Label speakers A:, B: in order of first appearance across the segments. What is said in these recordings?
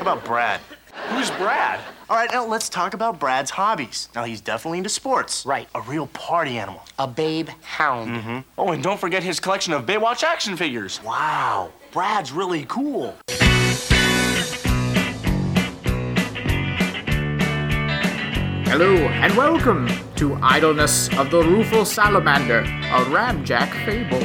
A: about Brad.
B: Who's Brad?
A: All right, now let's talk about Brad's hobbies. Now, he's definitely into sports.
C: Right.
A: A real party animal.
C: A babe hound.
B: Oh, and don't forget his collection of Baywatch action figures.
A: Wow, Brad's really cool.
D: Hello and welcome to Idleness of the Rueful Salamander, a ramjack fable.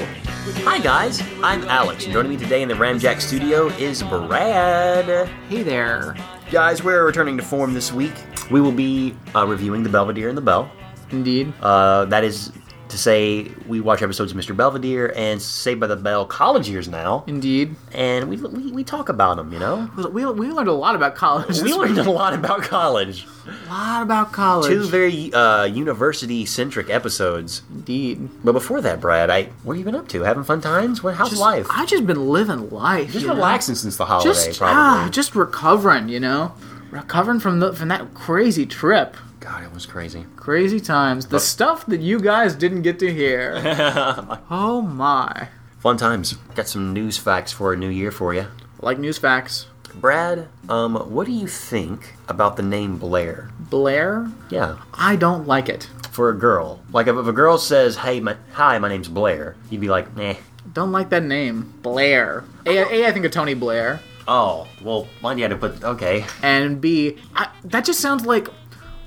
E: Hi guys, I'm Alex. and Joining me today in the Ramjack studio is Brad.
D: Hey there.
E: Guys, we're returning to form this week. We will be uh, reviewing The Belvedere and the Bell.
D: Indeed.
E: Uh, that is to say, we watch episodes of Mr. Belvedere and Saved by the Bell college years now,
D: Indeed.
E: and we, we, we talk about them, you know?
D: We, we learned a lot about college.
E: We
D: this
E: learned
D: week.
E: a lot about college.
D: a lot about college.
E: Two very uh, university centric episodes.
D: Indeed.
E: But before that, Brad, I what have you been up to? Having fun times? What, how's
D: Just,
E: life?
D: I just been living life.
E: just
D: you know?
E: relaxing since the holiday,
D: Just
E: probably.
D: ah, just recovering. You know, recovering from the from that crazy trip.
E: God, it was crazy.
D: Crazy times. The stuff that you guys didn't get to hear. oh my.
E: Fun times. Got some news facts for a new year for you.
D: Like news facts.
E: Brad, um, what do you think about the name Blair?
D: Blair.
E: Yeah,
D: I don't like it.
E: for a girl. Like if, if a girl says, "Hey, my, hi, my name's Blair," you'd be like, "Nah."
D: Don't like that name. Blair. A, A I think of Tony Blair.
E: Oh, well, why'd you have to put? Okay,
D: And B, I, that just sounds like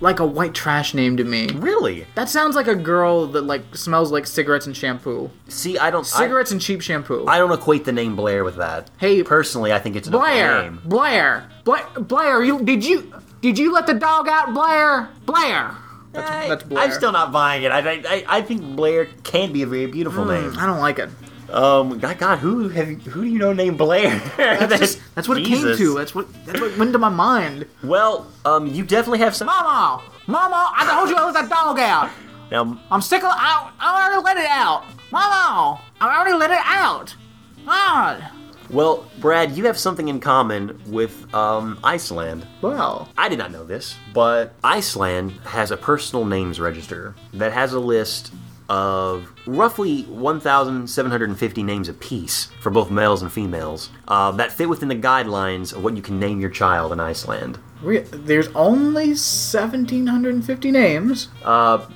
D: like a white trash name to me.
E: really?
D: That sounds like a girl that like smells like cigarettes and shampoo.
E: See, I don't.
D: Cigarettes and cheap shampoo.
E: I, I don't equate the name Blair with that.
D: Hey,
E: personally, I think it's an awful
D: Blair,
E: name.
D: Blair, Blair, Blair. You did you did you let the dog out, Blair? Blair.
E: I,
D: that's Blair.
E: I'm still not buying it. I, I, I think Blair can be a very beautiful name.
D: I don't like it.
E: Um, God, God, who have you, who do you know named Blair? That's,
D: Just- that's what it came
E: Jesus.
D: to. That's what that's what went into my mind.
E: Well, um, you definitely have some.
D: Mama, Mama, I told you to let that dog out.
E: Now,
D: I'm sick of. I, I already let it out. Mama, I already let it out. God.
E: well, Brad, you have something in common with um, Iceland.
D: Well,
E: I did not know this, but Iceland has a personal names register that has a list of roughly 1,750 names apiece for both males and females uh, that fit within the guidelines of what you can name your child in Iceland.
D: we, there's only 1,750 names.
E: ba-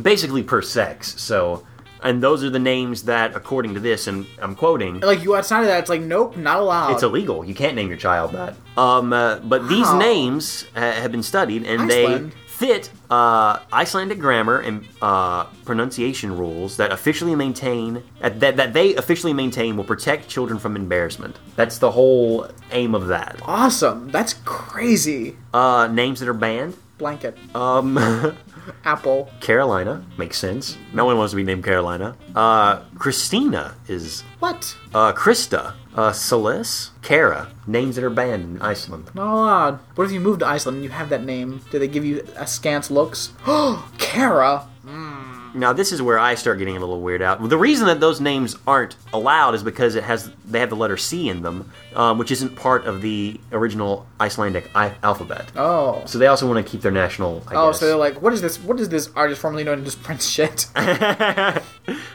E: basically per sex. So, and those are the names that, according to this, and I'm quoting,
D: Like you outside of that, it's like nope, not allowed.
E: it's illegal. You can't name your child that. Um, uh, but these
D: Wow.
E: names uh, have been studied, and
D: Iceland.
E: they fit uh, Icelandic grammar and uh, pronunciation rules that officially maintain that, that that they officially maintain will protect children from embarrassment. That's the whole aim of that.
D: awesome. That's crazy.
E: Uh, names that are banned.
D: Blanket,
E: Um,
D: apple,
E: Carolina makes sense. No one wants to be named Carolina. Uh, Christina is
D: what?
E: uh, Krista, uh, Celeste, Kara. Names that are banned in Iceland.
D: Not allowed. Oh, What if you move to Iceland and you have that name? Do they give you askance looks? Oh, Kara.
E: Now this is where I start getting a little weird out. The reason that those names aren't allowed is because it has they have the letter C in them, um, which isn't part of the original Icelandic I- alphabet.
D: Oh.
E: So they also want to keep their national. I
D: Oh,
E: guess.
D: so they're like, what is this? What is this artist formerly known as Prince shit?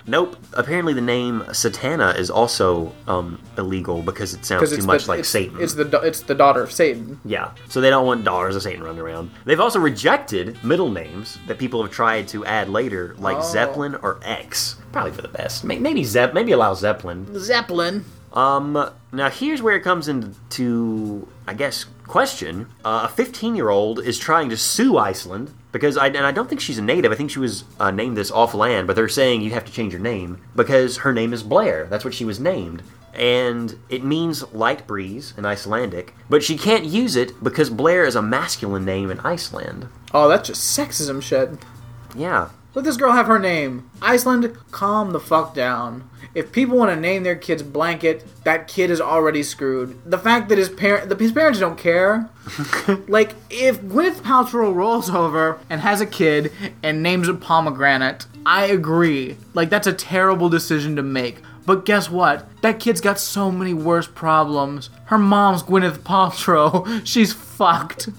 E: nope. Apparently, the name Satana is also um, illegal because it sounds too much
D: the,
E: like
D: it's,
E: Satan.
D: It's the da- it's the daughter of Satan.
E: Yeah, so they don't want dollars of Satan running around. They've also rejected middle names that people have tried to add later, like
D: Oh.
E: Zeppelin or X. Probably for the best. May- Maybe Zepp. Maybe allow Zeppelin.
D: Zeppelin.
E: Um, now here's where it comes into, I guess, question. Uh, a 15-year-old is trying to sue Iceland because, I, and I don't think she's a native. I think she was uh, named this off land, but they're saying you have to change your name because her name is Blair. That's what she was named. And it means light breeze in Icelandic, but she can't use it because Blair is a masculine name in Iceland.
D: Oh, that's just sexism shit.
E: Yeah,
D: Let this girl have her name. Iceland, calm the fuck down. If people want to name their kids Blanket, that kid is already screwed. The fact that his parent, the, his parents don't care. like if Gwyneth Paltrow rolls over and has a kid and names it Pomegranate, I agree. Like that's a terrible decision to make. But guess what? That kid's got so many worse problems. Her mom's Gwyneth Paltrow. She's fucked.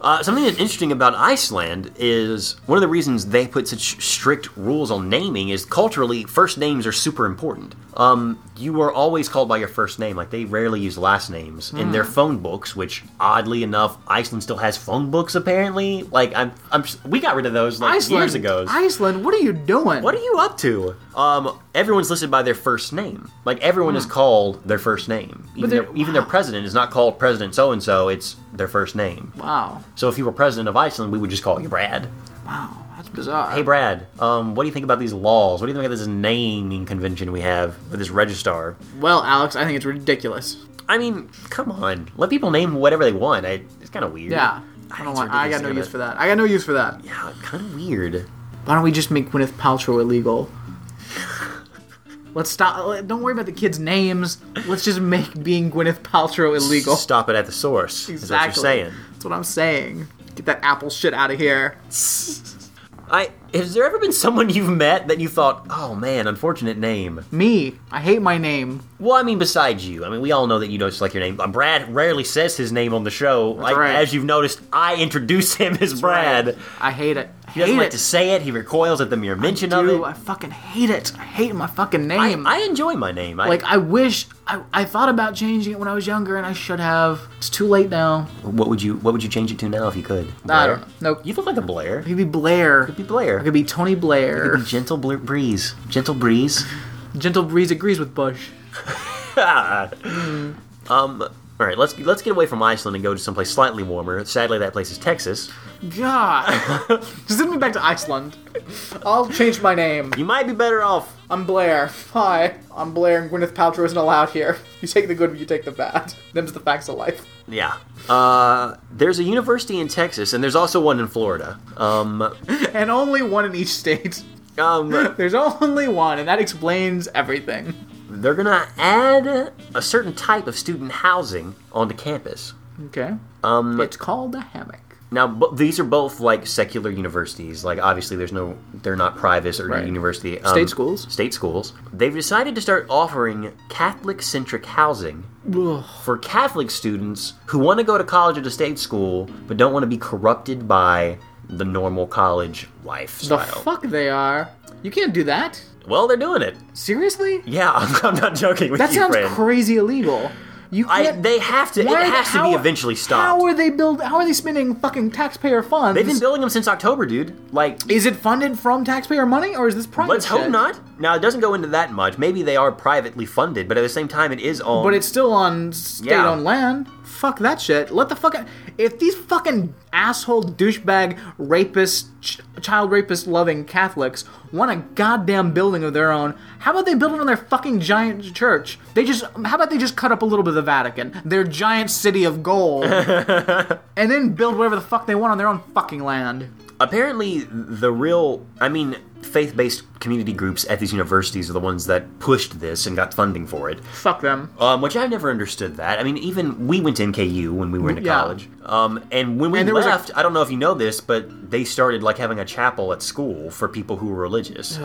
E: Uh, something that's interesting about Iceland is one of the reasons they put such strict rules on naming is culturally, first names are super important. um, you are always called by your first name. Like they rarely use last names in
D: Hmm.
E: their phone books, which oddly enough, Iceland still has phone books. Apparently, like I'm, I'm, we got rid of those like
D: Iceland,
E: years ago.
D: Iceland, what are you doing?
E: What are you up to? Um, everyone's listed by their first name. Like everyone is called their first name. Even,
D: Hmm. they're-
E: their, even their president is not called President So and So. It's their first name.
D: Wow,
E: So if you were president of Iceland, we would just call you Brad.
D: wow, that's bizarre.
E: Hey Brad, um, what do you think about these laws? What do you think about this naming convention we have with this registrar?
D: well, Alex, I think it's ridiculous.
E: I mean, come on, let people name whatever they want. I, it's kind of weird.
D: Yeah, I don't
E: It's
D: want. I got no
E: ridiculous,
D: use for
E: isn't
D: that. I got no use for that.
E: it? Yeah, kind of weird.
D: Why don't we just make Gwyneth Paltrow illegal? Let's stop. Uh, Don't worry about the kids' names. Let's just make being Gwyneth Paltrow illegal.
E: Stop it at the source. Exactly. Is what you're
D: Exactly.
E: saying.
D: That's what I'm saying. Get that Apple shit out of here.
E: I has there ever been someone you've met that you thought, oh man, unfortunate name?
D: Me, I hate my name.
E: Well, I mean, besides you, I mean, we all know that you don't just like your name. Uh, Brad rarely says his name on the show. Like,
D: right.
E: As you've noticed, I introduce him as Brad.
D: I hate it. I
E: He doesn't
D: hate
E: like
D: it.
E: to say it. He recoils at the mere mention
D: Dude,
E: of it.
D: I fucking hate it. I hate my fucking
E: I,
D: name.
E: I enjoy my name. I,
D: like I wish I, I thought about changing it when I was younger, and I should have. It's too late now.
E: what would you What would you change it to now if you could?
D: I don't know. Nope.
E: You look like a Blair.
D: It could be Blair.
E: Be Blair.
D: I could be Tony Blair.
E: Gentle bl- breeze. Gentle breeze.
D: Gentle Breeze agrees with Bush.
E: Um. All right. Let's let's get away from Iceland and go to someplace slightly warmer. Sadly, that place is Texas.
D: God. Just send me back to Iceland. I'll change my name.
E: You might be better off. uh,
D: I'm Blair. Hi. I'm Blair, and Gwyneth Paltrow isn't allowed here. You take the good, you take the bad. Them's the facts of life.
E: Yeah. Uh. There's a university in Texas, and there's also one in Florida. Um.
D: And only one in each state.
E: Um.
D: There's only one, and that explains everything.
E: They're gonna add a certain type of student housing onto campus.
D: Okay. Um. It's called a hammock.
E: Now, bo- these are both like secular universities. Like, obviously, there's no, they're not private or
D: Right.
E: university. um,
D: State schools.
E: State schools. They've decided to start offering Catholic centric housing for Catholic students who want to go to college at a state school but don't want to be corrupted by the normal college
D: The
E: lifestyle.
D: fuck they are. You can't do that.
E: well, they're doing it.
D: Seriously?
E: Yeah, I'm, I'm not joking with
D: That
E: you,
D: sounds
E: friend.
D: crazy illegal. You
E: I,
D: can't.
E: they have to.
D: Why
E: it
D: are they-
E: has to be
D: how-
E: eventually stopped.
D: How are they build? How are they spending fucking taxpayer funds?
E: They've been building them since October, dude. Like,
D: Is it funded from taxpayer money or is this private?
E: Let's hope
D: shit?
E: not. Now it doesn't go into that much. Maybe they are privately funded, but at the same time, it is on.
D: But it's still on state-owned land. Fuck that shit. Let the fucking if these fucking asshole douchebag rapist ch- child rapist loving Catholics want a goddamn building of their own, how about they build it on their fucking giant church? They just how about they just cut up a little bit of the Vatican, their giant city of gold, and then build whatever the fuck they want on their own fucking land.
E: apparently the real. I mean, faith-based community groups at these universities are the ones that pushed this and got funding for it.
D: Fuck them.
E: Um, which I've never understood that. I mean, even we went to NKU when we were in
D: Yeah.
E: college. Um, and when we
D: And there was a-
E: left, I don't know if you know this, but they started like having a chapel at school for people who were religious.
D: They-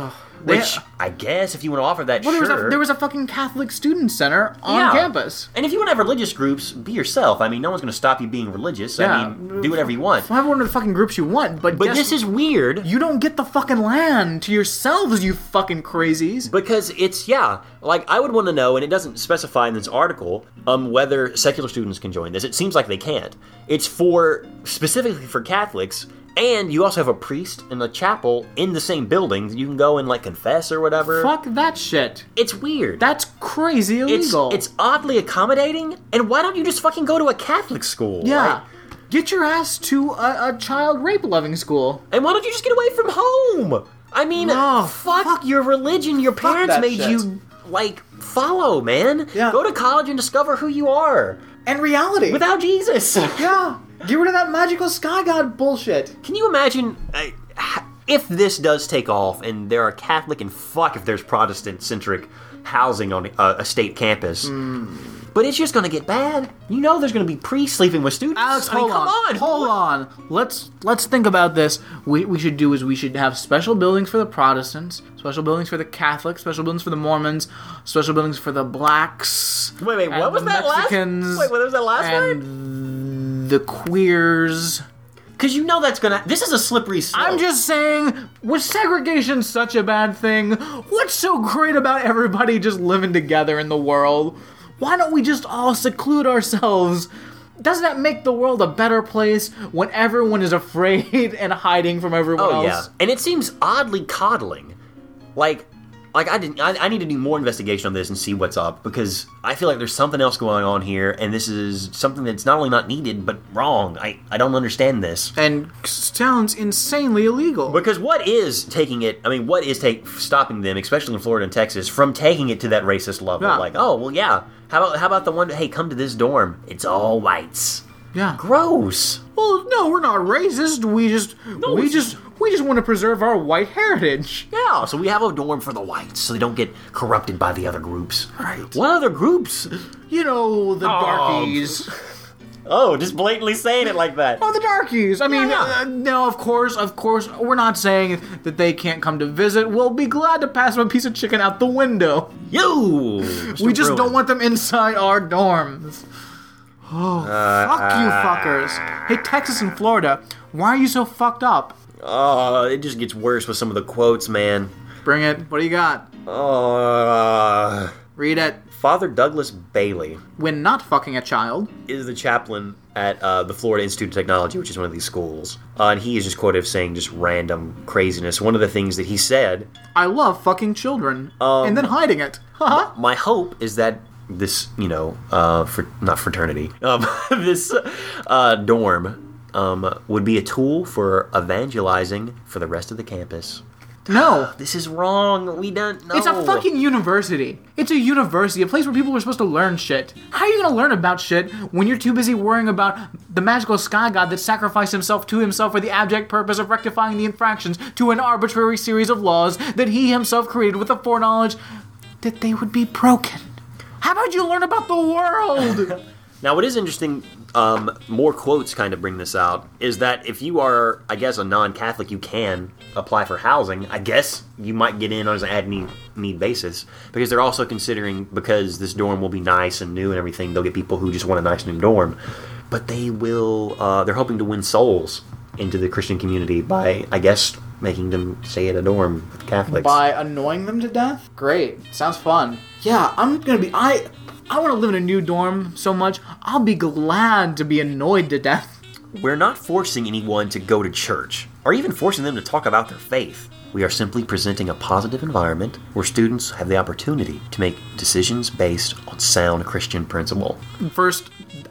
D: uh,
E: which I guess if you want to offer that,
D: Well,
E: sure.
D: there, was a, there was a fucking Catholic student center on
E: Yeah.
D: campus.
E: And if you want to have religious groups, be yourself. I mean, no one's going to stop you being religious. I
D: Yeah.
E: mean, do whatever you want.
D: Well, have one of the fucking groups you want, but
E: But
D: guess-
E: this is weird
D: You don't get the fucking land to yourselves, you fucking crazies.
E: because it's yeah. Like I would want to know, and it doesn't specify in this article um, whether secular students can join this. It seems like they can't. It's for specifically for Catholics, and you also have a priest and a chapel in the same building. You can go and like confess or whatever.
D: Fuck that shit.
E: It's weird.
D: That's crazy
E: it's
D: illegal.
E: it's oddly accommodating. And why don't you just fucking go to a Catholic school?
D: yeah.
E: Like,
D: Get your ass to a, a child rape loving school.
E: And why don't you just get away from home? I mean,
D: No,
E: fuck, your religion. Your parents
D: that
E: made
D: shit.
E: you like follow, man.
D: Yeah.
E: Go to college and discover who you are
D: And reality.
E: without Jesus.
D: yeah. Get rid of that magical sky god bullshit.
E: Can you imagine uh, h- if this does take off and there are Catholic and fuck if there's Protestant centric housing on a, a state campus?
D: Hmm.
E: But it's just going to get bad. You know, there's going to be priests sleeping with students.
D: Alex,
E: I mean,
D: hold on.
E: come on,
D: Hold on. Let's let's think about this. What we should do is we should have special buildings for the Protestants, special buildings for the Catholics, special buildings for the Mormons, special buildings for the blacks.
E: Wait, wait, what
D: and
E: was
D: the
E: that last?
D: Mexicans
E: Wait, what was that last word?
D: and the queers
E: because you know that's gonna. This is a slippery slope.
D: I'm just saying, was segregation such a bad thing? What's so great about everybody just living together in the world? Why don't we just all seclude ourselves? Doesn't that make the world a better place when everyone is afraid and hiding from everyone
E: Oh yeah,
D: else?
E: and it seems oddly coddling. Like, like I didn't. I, I need to do more investigation on this and see what's up because I feel like there's something else going on here, and this is something that's not only not needed but wrong. I I don't understand this.
D: And sounds insanely illegal.
E: Because what is taking it? I mean, what is take stopping them, especially in Florida and Texas, from taking it to that racist level?
D: Yeah.
E: Like, oh well, yeah. How about how about the one? Hey, come to this dorm. It's all whites.
D: yeah.
E: Gross.
D: Well, no, we're not racist. We just we
E: it's-
D: just we just want to preserve our white heritage.
E: Yeah, so we have a dorm for the whites, so they don't get corrupted by the other groups.
D: Right.
E: What other groups?
D: You know, the darkies.
E: Oh, just blatantly saying it like that.
D: Oh, the darkies. I mean,
E: Yeah, yeah.
D: Uh, no, of course, of course. We're not saying that they can't come to visit. We'll be glad to pass them a piece of chicken out the window.
E: Yo!
D: we just don't want them inside our dorms. Oh,
E: Uh,
D: fuck you fuckers. Hey, Texas and Florida, why are you so fucked up?
E: Oh, it just gets worse with some of the quotes, man.
D: Bring it. What do you got?
E: Uh,
D: Read it.
E: Father Douglas Bailey
D: When not fucking a child.
E: is the chaplain at uh, the Florida Institute of Technology, which is one of these schools. Uh, and he is just quoted as saying just random craziness. One of the things that he said
D: I love fucking children.
E: Um,
D: and then hiding it. Haha.
E: my hope is that this, you know, uh, for not fraternity, um, this uh, dorm um, would be a tool for evangelizing for the rest of the campus.
D: no.
E: This is wrong. We don't know.
D: It's a fucking university. It's a university, a place where people are supposed to learn shit. How are you gonna learn about shit when you're too busy worrying about the magical sky god that sacrificed himself to himself for the abject purpose of rectifying the infractions to an arbitrary series of laws that he himself created with the foreknowledge that they would be broken? How about you learn about the world?
E: Now, what is interesting, um, more quotes kind of bring this out, is that if you are, I guess, a non-Catholic, you can apply for housing. I guess you might get in on an ad need, need basis because they're also considering because this dorm will be nice and new and everything. They'll get people who just want a nice new dorm, but they will. Uh, they're hoping to win souls into the Christian community by, I guess, making them stay at a dorm with Catholics.
D: annoying them to death? Great. Sounds fun. Yeah, I'm gonna be. I. I want to live in a new dorm so much, I'll be glad to be annoyed to death.
E: We're not forcing anyone to go to church or even forcing them to talk about their faith. We are simply presenting a positive environment where students have the opportunity to make decisions based on sound Christian principle.
D: First,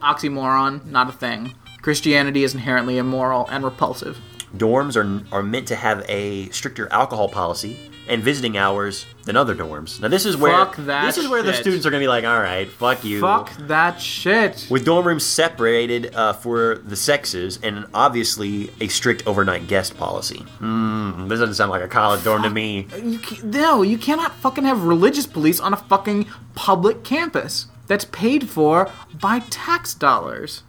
D: oxymoron, not a thing. Christianity is inherently immoral and repulsive.
E: Dorms are, are meant to have a stricter alcohol policy and visiting hours than other dorms. Now this is where
D: Fuck that
E: this is where the
D: shit.
E: students are going to be like, "All right, fuck you."
D: Fuck that shit.
E: With dorm rooms separated uh, for the sexes and obviously a strict overnight guest policy. Hmm, this doesn't sound like a college dorm to me.
D: You ca- no, you cannot fucking have religious police on a fucking public campus that's paid for by tax dollars.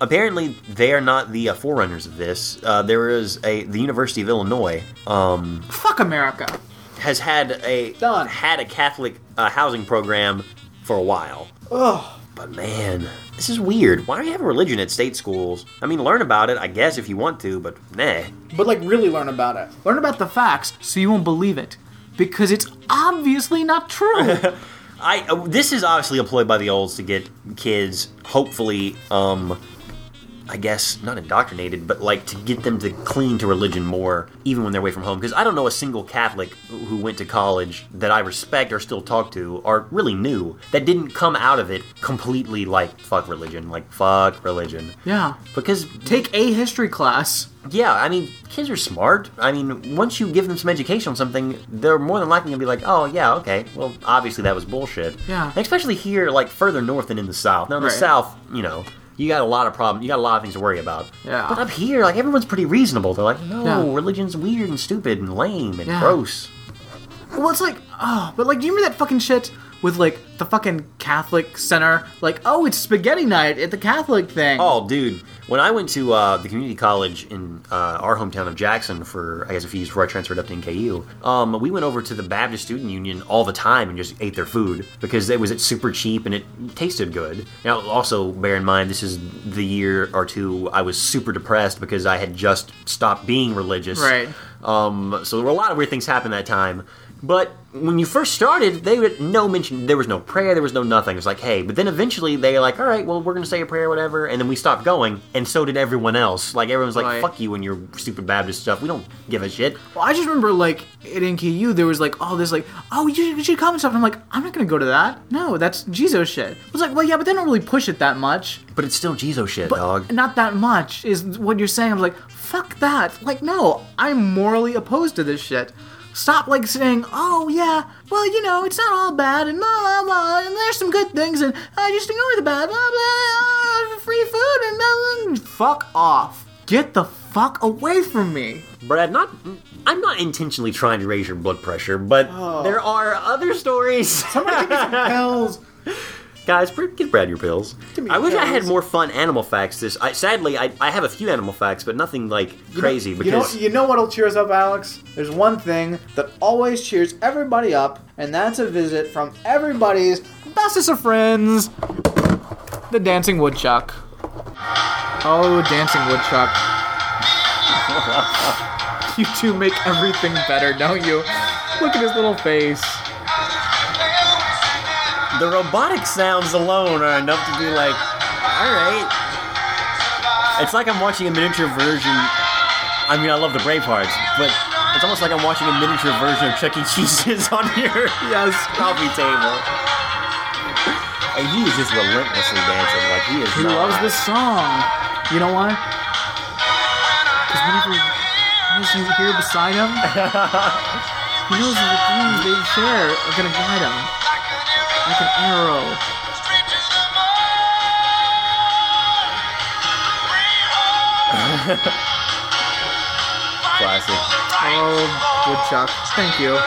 E: apparently they are not the uh, forerunners of this. Uh, there is a the University of Illinois um,
D: Fuck America.
E: has had a
D: Done.
E: had a Catholic uh, housing program for a while. Ugh. But man, this is weird. Why do you have a religion at state schools? I mean, learn about it, I guess, if you want to, but nah.
D: But like, really learn about it. Learn about the facts so you won't believe it. Because it's obviously not true.
E: I uh, this is obviously employed by the olds to get kids, hopefully, um, I guess not indoctrinated, but like to get them to cling to religion more, even when they're away from home. Because I don't know a single Catholic who went to college that I respect or still talk to or really knew that didn't come out of it completely like fuck religion, like fuck religion.
D: yeah.
E: Because
D: Take a history class.
E: yeah, I mean, kids are smart. I mean, once you give them some education on something, they're more than likely gonna be like, "Oh yeah, okay. Well, obviously that was bullshit."
D: Yeah.
E: And especially here, like further north than in the south. Now in
D: Right.
E: the south, you know, you got a lot of problems. You got a lot of things to worry about.
D: Yeah.
E: But up here, like everyone's pretty reasonable. They're like, "No,
D: Yeah.
E: religion's weird and stupid and lame and
D: Yeah.
E: gross."
D: Well, it's like, oh, but like, do you remember that fucking shit with like the fucking Catholic center? Like, oh, it's spaghetti night at the Catholic thing.
E: Oh, dude. When I went to uh, the community college in uh, our hometown of Jackson for, I guess, a few years before I transferred up to NKU, um, we went over to the Baptist Student Union all the time and just ate their food because it was super cheap and it tasted good. Now, also bear in mind, this is the year or two I was super depressed because I had just stopped being religious.
D: Right.
E: Um, so there were a lot of weird things happen that time. But when you first started, they had no mention. There was no prayer. There was no nothing. It was like, hey. But then eventually they like, all right, well, we're gonna say a prayer, whatever. And then we stopped going, and so did everyone else. Like everyone's like,
D: Right.
E: fuck you and your stupid Baptist stuff. We don't give a shit.
D: Well, I just remember like at NKU there was like all this like oh you should, you should come and stuff. And I'm like I'm not gonna go to that. No, that's Jesus shit. I was like well yeah, but they don't really push it that much.
E: But it's still Jesus shit, dog.
D: Not that much is what you're saying. I'm like fuck that. Like no, I'm morally opposed to this shit. Stop like saying oh yeah, well you know it's not all bad and blah blah blah and there's some good things and I just ignore the bad blah blah, blah uh, free food and blah, blah. fuck off. Get the fuck away from me.
E: Brad, not. I'm not intentionally trying to raise your blood pressure, but
D: Oh.
E: there are other stories.
D: Hells.
E: Guys, Brad- give Brad your pills.
D: me
E: I wish I had
D: pills.
E: more fun animal facts. This, I, sadly, I, I have a few animal facts, but nothing like crazy.
D: You know,
E: because
D: you know what'll cheer us up, Alex? There's one thing that always cheers everybody up, and that's a visit from everybody's bestest of friends, the dancing woodchuck. Oh, dancing woodchuck! you two make everything better, don't you? Look at his little face.
E: the robotic sounds alone are enough to be like, all right. It's like I'm watching a miniature version. I mean, I love the brave parts, but it's almost like I'm watching a miniature version of Chuck E. Cheese's on your
D: Yes.
E: coffee table. And he is just relentlessly dancing. Like he is.
D: He
E: not-
D: loves this song. You know why? Because whenever he's here beside him, he knows that the things they share are gonna guide him like an arrow.
E: Classic.
D: Oh, woodchuck! Thank you.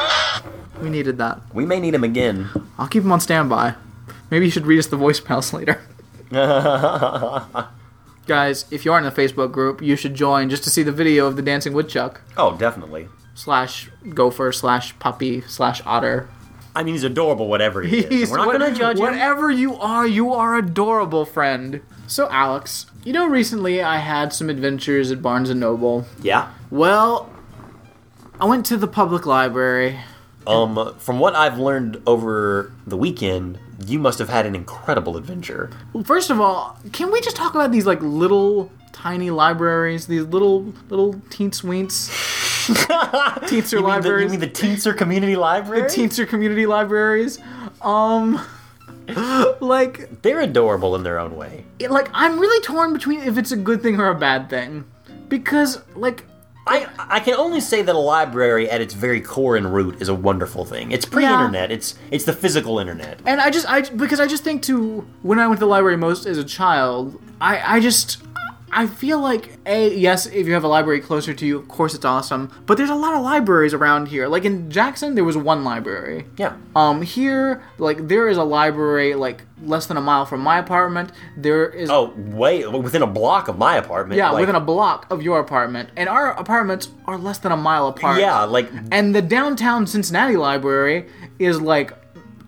D: We needed that.
E: We may need him again.
D: I'll keep him on standby. Maybe you should read us the voicemails later. Guys, if you aren't in the Facebook group, you should join just to see the video of the dancing woodchuck
E: Oh, definitely.
D: slash gopher slash puppy slash otter
E: I mean, he's adorable, whatever he is.
D: He's-
E: We're not
D: what-
E: going to judge him.
D: Whatever you are, you are adorable, friend. So, Alex, you know, recently I had some adventures at Barnes and Noble.
E: Yeah.
D: Well, I went to the public library.
E: Um, from what I've learned over the weekend, you must have had an incredible adventure.
D: Well, First of all, can we just talk about these like little tiny libraries? These little little teens weens, teetser
E: You mean, the, you
D: libraries,
E: mean the Teenser Community Library?
D: teetser community libraries. Um, like
E: They're adorable in their own way.
D: it- like I'm really torn between if it's a good thing or a bad thing, because like
E: I, I can only say that a library at its very core and root is a wonderful thing. It's pre-internet. It's it's the physical internet.
D: and I just I because I just think to when I went to the library most as a child, I I just I feel like a yes, if you have a library closer to you, of course it's awesome. But there's a lot of libraries around here. Like in Jackson, there was one library.
E: Yeah.
D: Um, here, like there is a library like less than a mile from my apartment. There is
E: Oh, way within a block of my apartment.
D: yeah,
E: like-
D: within a block of your apartment, and our apartments are less than a mile apart.
E: Yeah, like
D: and the downtown Cincinnati library is like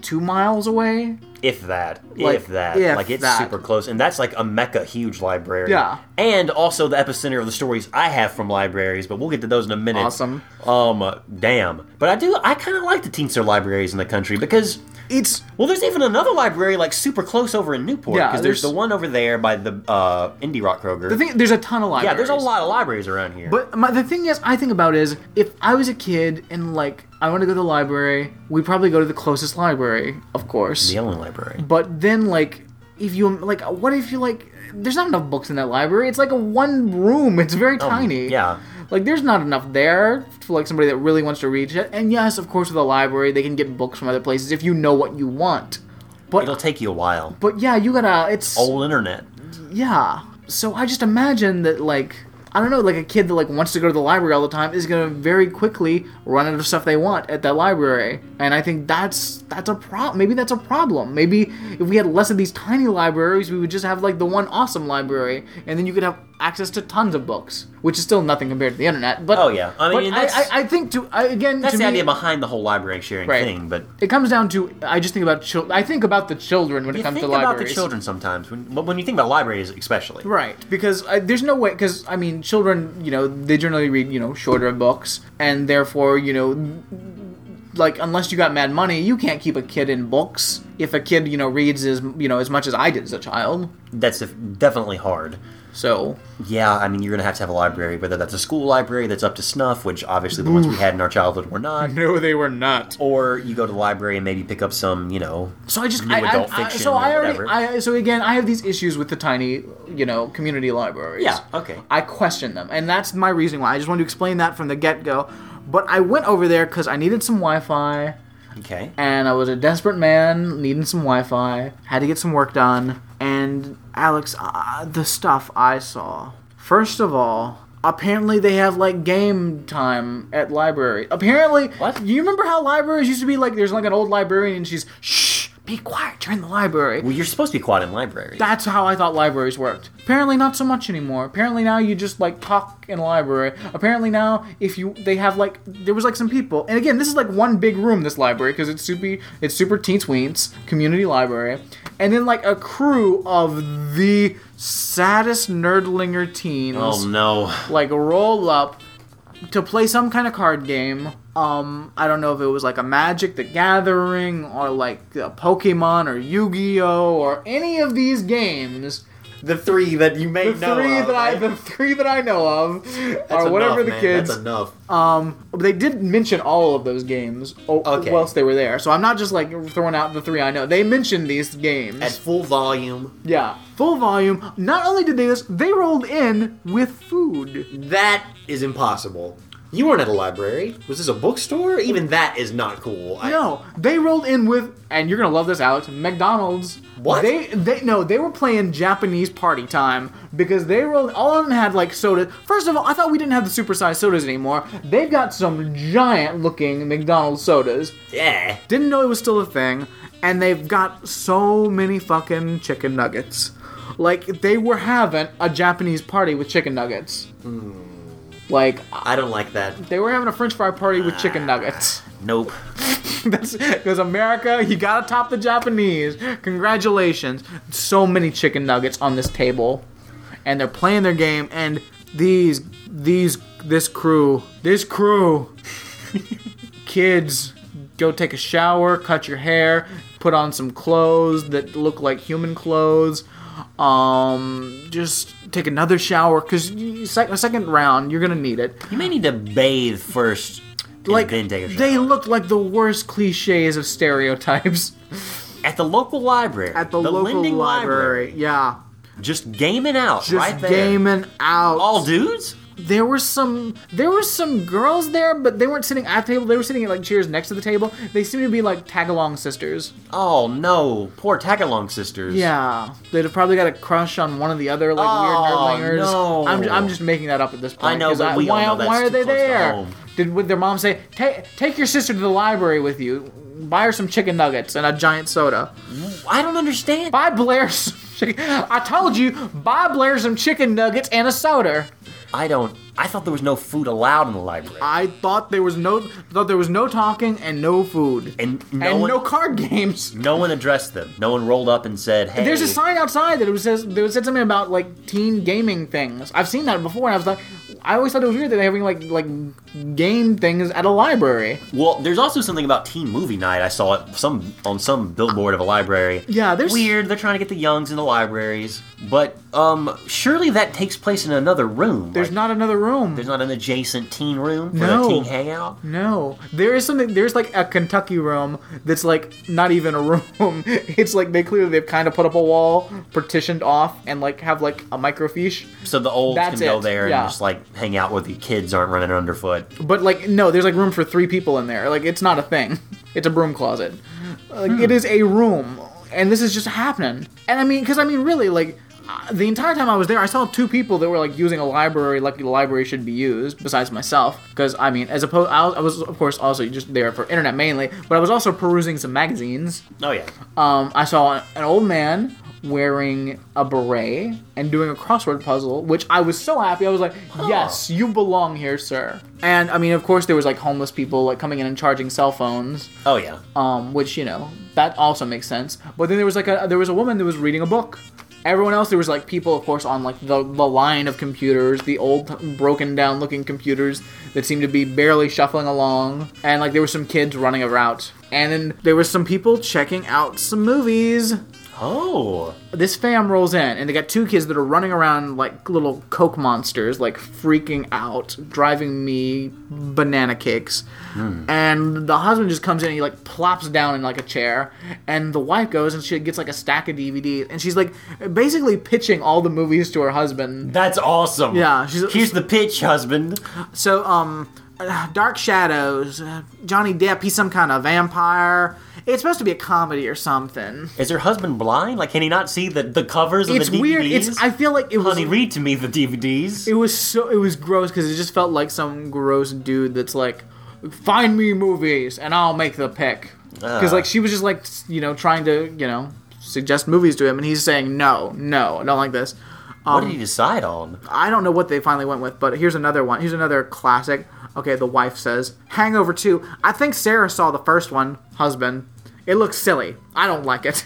D: two miles away.
E: if that,
D: Like,
E: if that,
D: if
E: like it's
D: that.
E: super close, and that's like a mecca huge library.
D: Yeah.
E: and also the epicenter of the stories I have from libraries, but we'll get to those in a minute.
D: Awesome.
E: Um, damn, but I do I kind of like the Teenster libraries in the country because
D: It's
E: well, there's even another library like super close over in Newport
D: Yeah,
E: because there's,
D: there's-
E: the one over there by the uh, Indie Rock Kroger.
D: The thing, there's a ton of libraries.
E: yeah, there's a lot of libraries around here.
D: But my, the thing is, I think about is if I was a kid and like I want to go to the library, we'd probably go to the closest library, of course.
E: the only library.
D: But then like, if you like, what if you like? There's not enough books in that library. It's like a one room. It's very tiny.
E: Um, yeah.
D: Like there's not enough there for like somebody that really wants to read it. And yes, of course, with a library, they can get books from other places if you know what you want. But
E: It'll take you a while.
D: but yeah, you gotta. It's
E: Old internet.
D: yeah. So I just imagine that like I don't know, like a kid that like wants to go to the library all the time is gonna very quickly run out of stuff they want at that library, and I think that's that's a problem. Maybe that's a problem. Maybe if we had less of these tiny libraries, we would just have like the one awesome library, and then you could have access to tons of books, which is still nothing compared to the internet. But
E: Oh, yeah. I mean,
D: but
E: that's-
D: I, I, I think to I, again
E: That's
D: to
E: the
D: me,
E: idea behind the whole library sharing
D: Right.
E: thing, but
D: it comes down to I just think about chil- I think about the children when
E: you
D: it comes
E: think
D: to
E: about
D: libraries.
E: the children sometimes. When, but when you think about libraries, especially,
D: Right, because I, there's no way. Because I mean, children, you know, they generally read you know shorter books, and therefore, you know, like unless you got mad money, you can't keep a kid in books. If a kid, you know, reads as you know as much as I did as a child,
E: that's def- definitely hard.
D: so
E: Yeah, I mean, you're gonna have to have a library, whether that's a school library that's up to snuff, which obviously the ones we had in our childhood were not,
D: no, they were not.
E: or you go to the library and maybe pick up some, you know,
D: So I just
E: New
D: I,
E: adult
D: I, I,
E: fiction
D: so
E: or
D: I already
E: whatever.
D: I, so again I have these issues with the tiny you know community libraries.
E: Yeah, okay.
D: I question them, and that's my reason why. I just wanted to explain that from the get go. But I went over there because I needed some Wi-Fi.
E: okay,
D: and I was a desperate man needing some Wi-Fi. Had to get some work done. And Alex, uh, the stuff I saw. First of all, apparently they have like game time at library. Apparently,
E: What?
D: You remember how libraries used to be like? There's like an old librarian, and she's shh, be quiet. You're in the library.
E: well, you're supposed to be quiet in libraries.
D: That's how I thought libraries worked. Apparently not so much anymore. Apparently now you just like talk in a library. Apparently now if you they have like there was like some people. And again, this is like one big room this library because it's super it's super teens weens community library. And then like a crew of the saddest nerdlinger teens
E: oh no,
D: like roll up to play some kind of card game. Um, I don't know if it was like a Magic the Gathering or like uh, Pokemon or Yu-Gi-Oh or any of these games.
C: The three that you may
D: The
C: know.
D: three
C: of,
D: that I,
C: right?
D: the three that I know of,
C: That's
D: or whatever
C: enough,
D: the
C: man.
D: kids. Um,
C: That's enough.
D: They did mention all of those games o-
C: Okay.
D: whilst they were there, so I'm not just like throwing out the three I know. They mentioned these games.
C: At full volume.
D: yeah, full volume. Not only did they this, they rolled in with food.
C: That is impossible. You weren't at a library. Was this a bookstore? Even that is not cool. I-
D: No, they rolled in with, and you're gonna love this, Alex. McDonald's.
C: What?
D: They they no, they were playing Japanese party time because they rolled. All of them had like soda. First of all, I thought we didn't have the supersized sodas anymore. They've got some giant looking McDonald's sodas.
C: Yeah.
D: Didn't know it was still a thing, and they've got so many fucking chicken nuggets. Like they were having a Japanese party with chicken nuggets. Like
C: I don't like that.
D: they were having a French fry party with chicken nuggets.
E: nope.
D: That's because America, you gotta top the Japanese. Congratulations. So many chicken nuggets on this table. And they're playing their game and these these this crew this crew kids go take a shower, cut your hair, put on some clothes that look like human clothes. Um just take another shower cuz second second round you're going to need it
E: You may need to bathe first, and
D: like
E: then take a shower.
D: they looked like the worst cliches of stereotypes
E: at the local library,
D: at the, local
E: Lending
D: library. Yeah,
E: just gaming out
D: just
E: right there.
D: gaming out.
E: all dudes.
D: there were some there were some girls there, but they weren't sitting at the table. They were sitting at like chairs next to the table. They seemed to be like tag along sisters.
E: Oh no, poor Tagalong sisters.
D: Yeah, they'd have probably got a crush on one of the other like
E: Oh,
D: weird nerdlingers.
E: no.
D: I'm, I'm just making that up at this point.
E: I know,
D: 'cause
E: but we all
D: why,
E: know that's
D: why are
E: too
D: they
E: close to
D: there?
E: home.
D: Did would their mom say, "Take take your sister to the library with you, buy her some chicken nuggets and a giant soda"?
E: I don't understand.
D: Buy Blair some chicken. I told you, buy Blair some chicken nuggets and a soda.
E: I don't. I thought there was no food allowed in the library.
D: I thought there was no thought there was no talking and no food
E: and no
D: and
E: one,
D: no card games.
E: no one addressed them. No one rolled up and said, "Hey."
D: There's a sign outside that it was says that it said something about like teen gaming things. I've seen that before, and I was like, I always thought it was weird that they're having like like game things at a library.
E: Well, there's also something about teen movie night. I saw it some on some billboard of a library.
D: Yeah, there's-
E: weird. They're trying to get the youngs in the libraries, but um, surely that takes place in another room.
D: There's
E: Like,
D: not another room.
E: There's not an adjacent teen room for
D: No.
E: the teen hangout.
D: No, there is something. There's like a Kentucky room that's like not even a room. It's like they clearly they've kind of put up a wall, partitioned off, and like have like a microfiche.
E: So the olds
D: That's
E: can go
D: it,
E: there
D: yeah.
E: and just like hang out where the kids aren't running underfoot.
D: But like no, there's like room for three people in there. Like it's not a thing. It's a broom closet. Like it is a room, and this is just happening. And I mean, because I mean, really, like uh, the entire time I was there, I saw two people that were like using a library like the library should be used. Besides myself, because I mean, as opposed, I was- I was of course also just there for internet mainly, but I was also perusing some magazines.
E: Oh yeah.
D: Um, I saw an old man wearing a beret and doing a crossword puzzle, which I was so happy. I was like, "Yes, you belong here, sir." And I mean, of course, there was like homeless people like coming in and charging cell phones,
E: Oh yeah.
D: um, which you know that also makes sense. But then there was like a there was a woman that was reading a book. Everyone else, there was like people, of course, on like the, the line of computers, the old broken down looking computers that seemed to be barely shuffling along, and like there were some kids running about, and then there was some people checking out some movies
E: Oh.
D: this fam rolls in and they got two kids that are running around like little coke monsters like freaking out driving me banana cakes
E: Hmm.
D: and the husband just comes in and he like plops down in like a chair and the wife goes and she gets like a stack of dvds and she's like basically pitching all the movies to her husband
E: That's awesome.
D: Yeah, she's-
E: Here's the pitch, husband.
D: so um dark shadows uh, johnny depp he's some kind of vampire it's supposed to be a comedy or something
E: Is her husband blind? Like, can he not see the, the covers of
D: it's
E: the DVDs?
D: weird it's i feel like it was
E: Honey, read to me the DVDs.
D: It was so it was gross because it just felt like some gross dude that's like, find me movies and I'll make the pick. Because like she was just like s- you know trying to you know suggest movies to him and he's saying no no I don't like this. Um,
E: what did he decide on?
D: I don't know what they finally went with, but here's another one. Here's another classic. Okay, the wife says Hangover Two. I think Sarah saw the first one. Husband, it looks silly. I don't like it.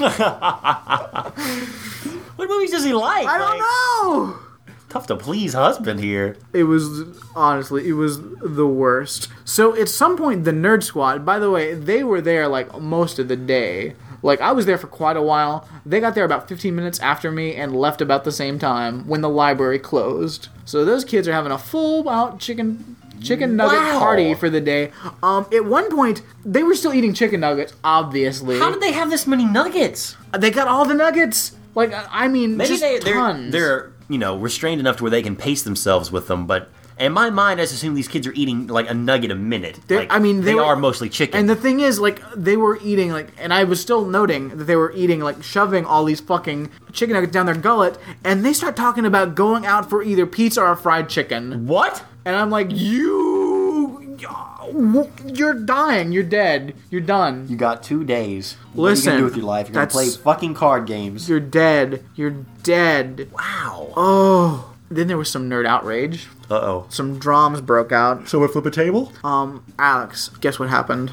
E: What movies does he like?
D: I don't know.
E: Tough to please husband here.
D: It was honestly, it was the worst. So at some point, the Nerd Squad. By the way, they were there like most of the day. Like I was there for quite a while. They got there about 15 minutes after me and left about the same time when the library closed. So those kids are having a full-out chicken chicken nugget
E: Wow.
D: party for the day. Um, at one point, they were still eating chicken nuggets. Obviously,
E: How did they have this many nuggets?
D: they got all the nuggets. Like I I mean,
E: Maybe
D: just
E: they, they're,
D: tons.
E: they're, you know, restrained enough to where they can pace themselves with them, but in my mind, I just assume these kids are eating, like, a nugget a minute.
D: They're-
E: Like,
D: I mean, they
E: they
D: were-
E: are mostly chicken.
D: And the thing is, like, they were eating, like, and I was still noting that they were eating, like, shoving all these fucking chicken nuggets down their gullet, and they start talking about going out for either pizza or fried chicken.
E: what?
D: And I'm like, you. You're dying. You're dead. You're done.
C: You got two days. what are
D: Listen,
C: you gonna do with your life? You're gonna play
D: that's-
C: fucking card games.
D: You're dead. You're dead.
E: Wow.
D: Oh. Then there was some nerd outrage.
E: Uh-oh.
D: Some drums broke out.
C: So we flip a table.
D: Um, Alex, guess what happened?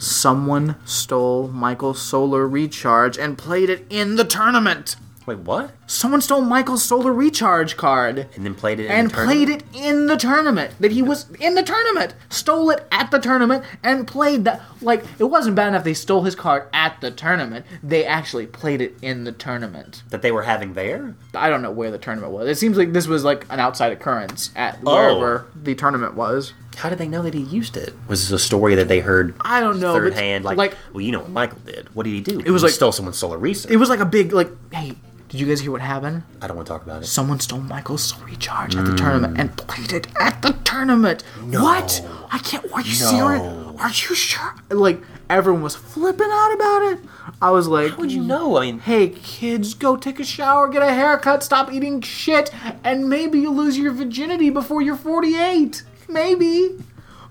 D: Someone stole Michael's Solar Recharge and played it in the tournament.
E: Wait, what?
D: Someone stole Michael's Solar Recharge card
E: And then played it in
D: and
E: the tournament?
D: played it in the tournament. That he was in the tournament, stole it at the tournament, and played that. Like it wasn't bad enough they stole his card at the tournament. They actually played it in the tournament.
E: That they were having there?
D: I don't know where the tournament was. It seems like this was like an outside occurrence at
E: Oh.
D: wherever the tournament was.
E: How did they know that he used it? Was this a story that they heard
D: I don't know,
E: third
D: but,
E: hand? Like,
D: like-
E: well, you know what Michael did. What did he do? It
D: was
E: he
D: like-
E: stole someone's solar research.
D: it was like a big like hey did you guys hear what happened
E: I don't want to talk about it.
D: someone stole michael's soul recharge at the tournament and played it at the tournament what i can't are you serious are you sure like everyone was flipping out about it i was like
E: How would you know? I mean,
D: hey kids go take a shower get a haircut stop eating shit and maybe you lose your virginity before you're 48 maybe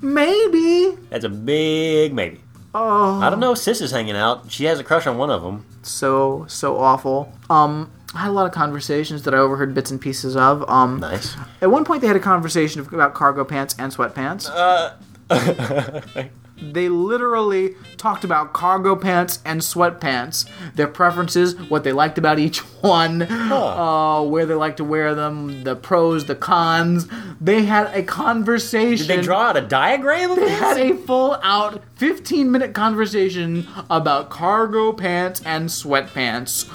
D: maybe
E: that's a big maybe. Oh. I don't know. Sis is hanging out. She has a crush on one of them.
D: so so awful um i had a lot of conversations that i overheard bits and pieces of um
E: Nice.
D: At one point, they had a conversation about cargo pants and sweatpants. they literally talked about cargo pants and sweatpants, their preferences, what they liked about each one, uh, where they like to wear them, the pros, the cons. They had a conversation.
E: Did they draw out a diagram of
D: They had
E: this?
D: a full out 15 minute conversation about cargo pants and sweatpants.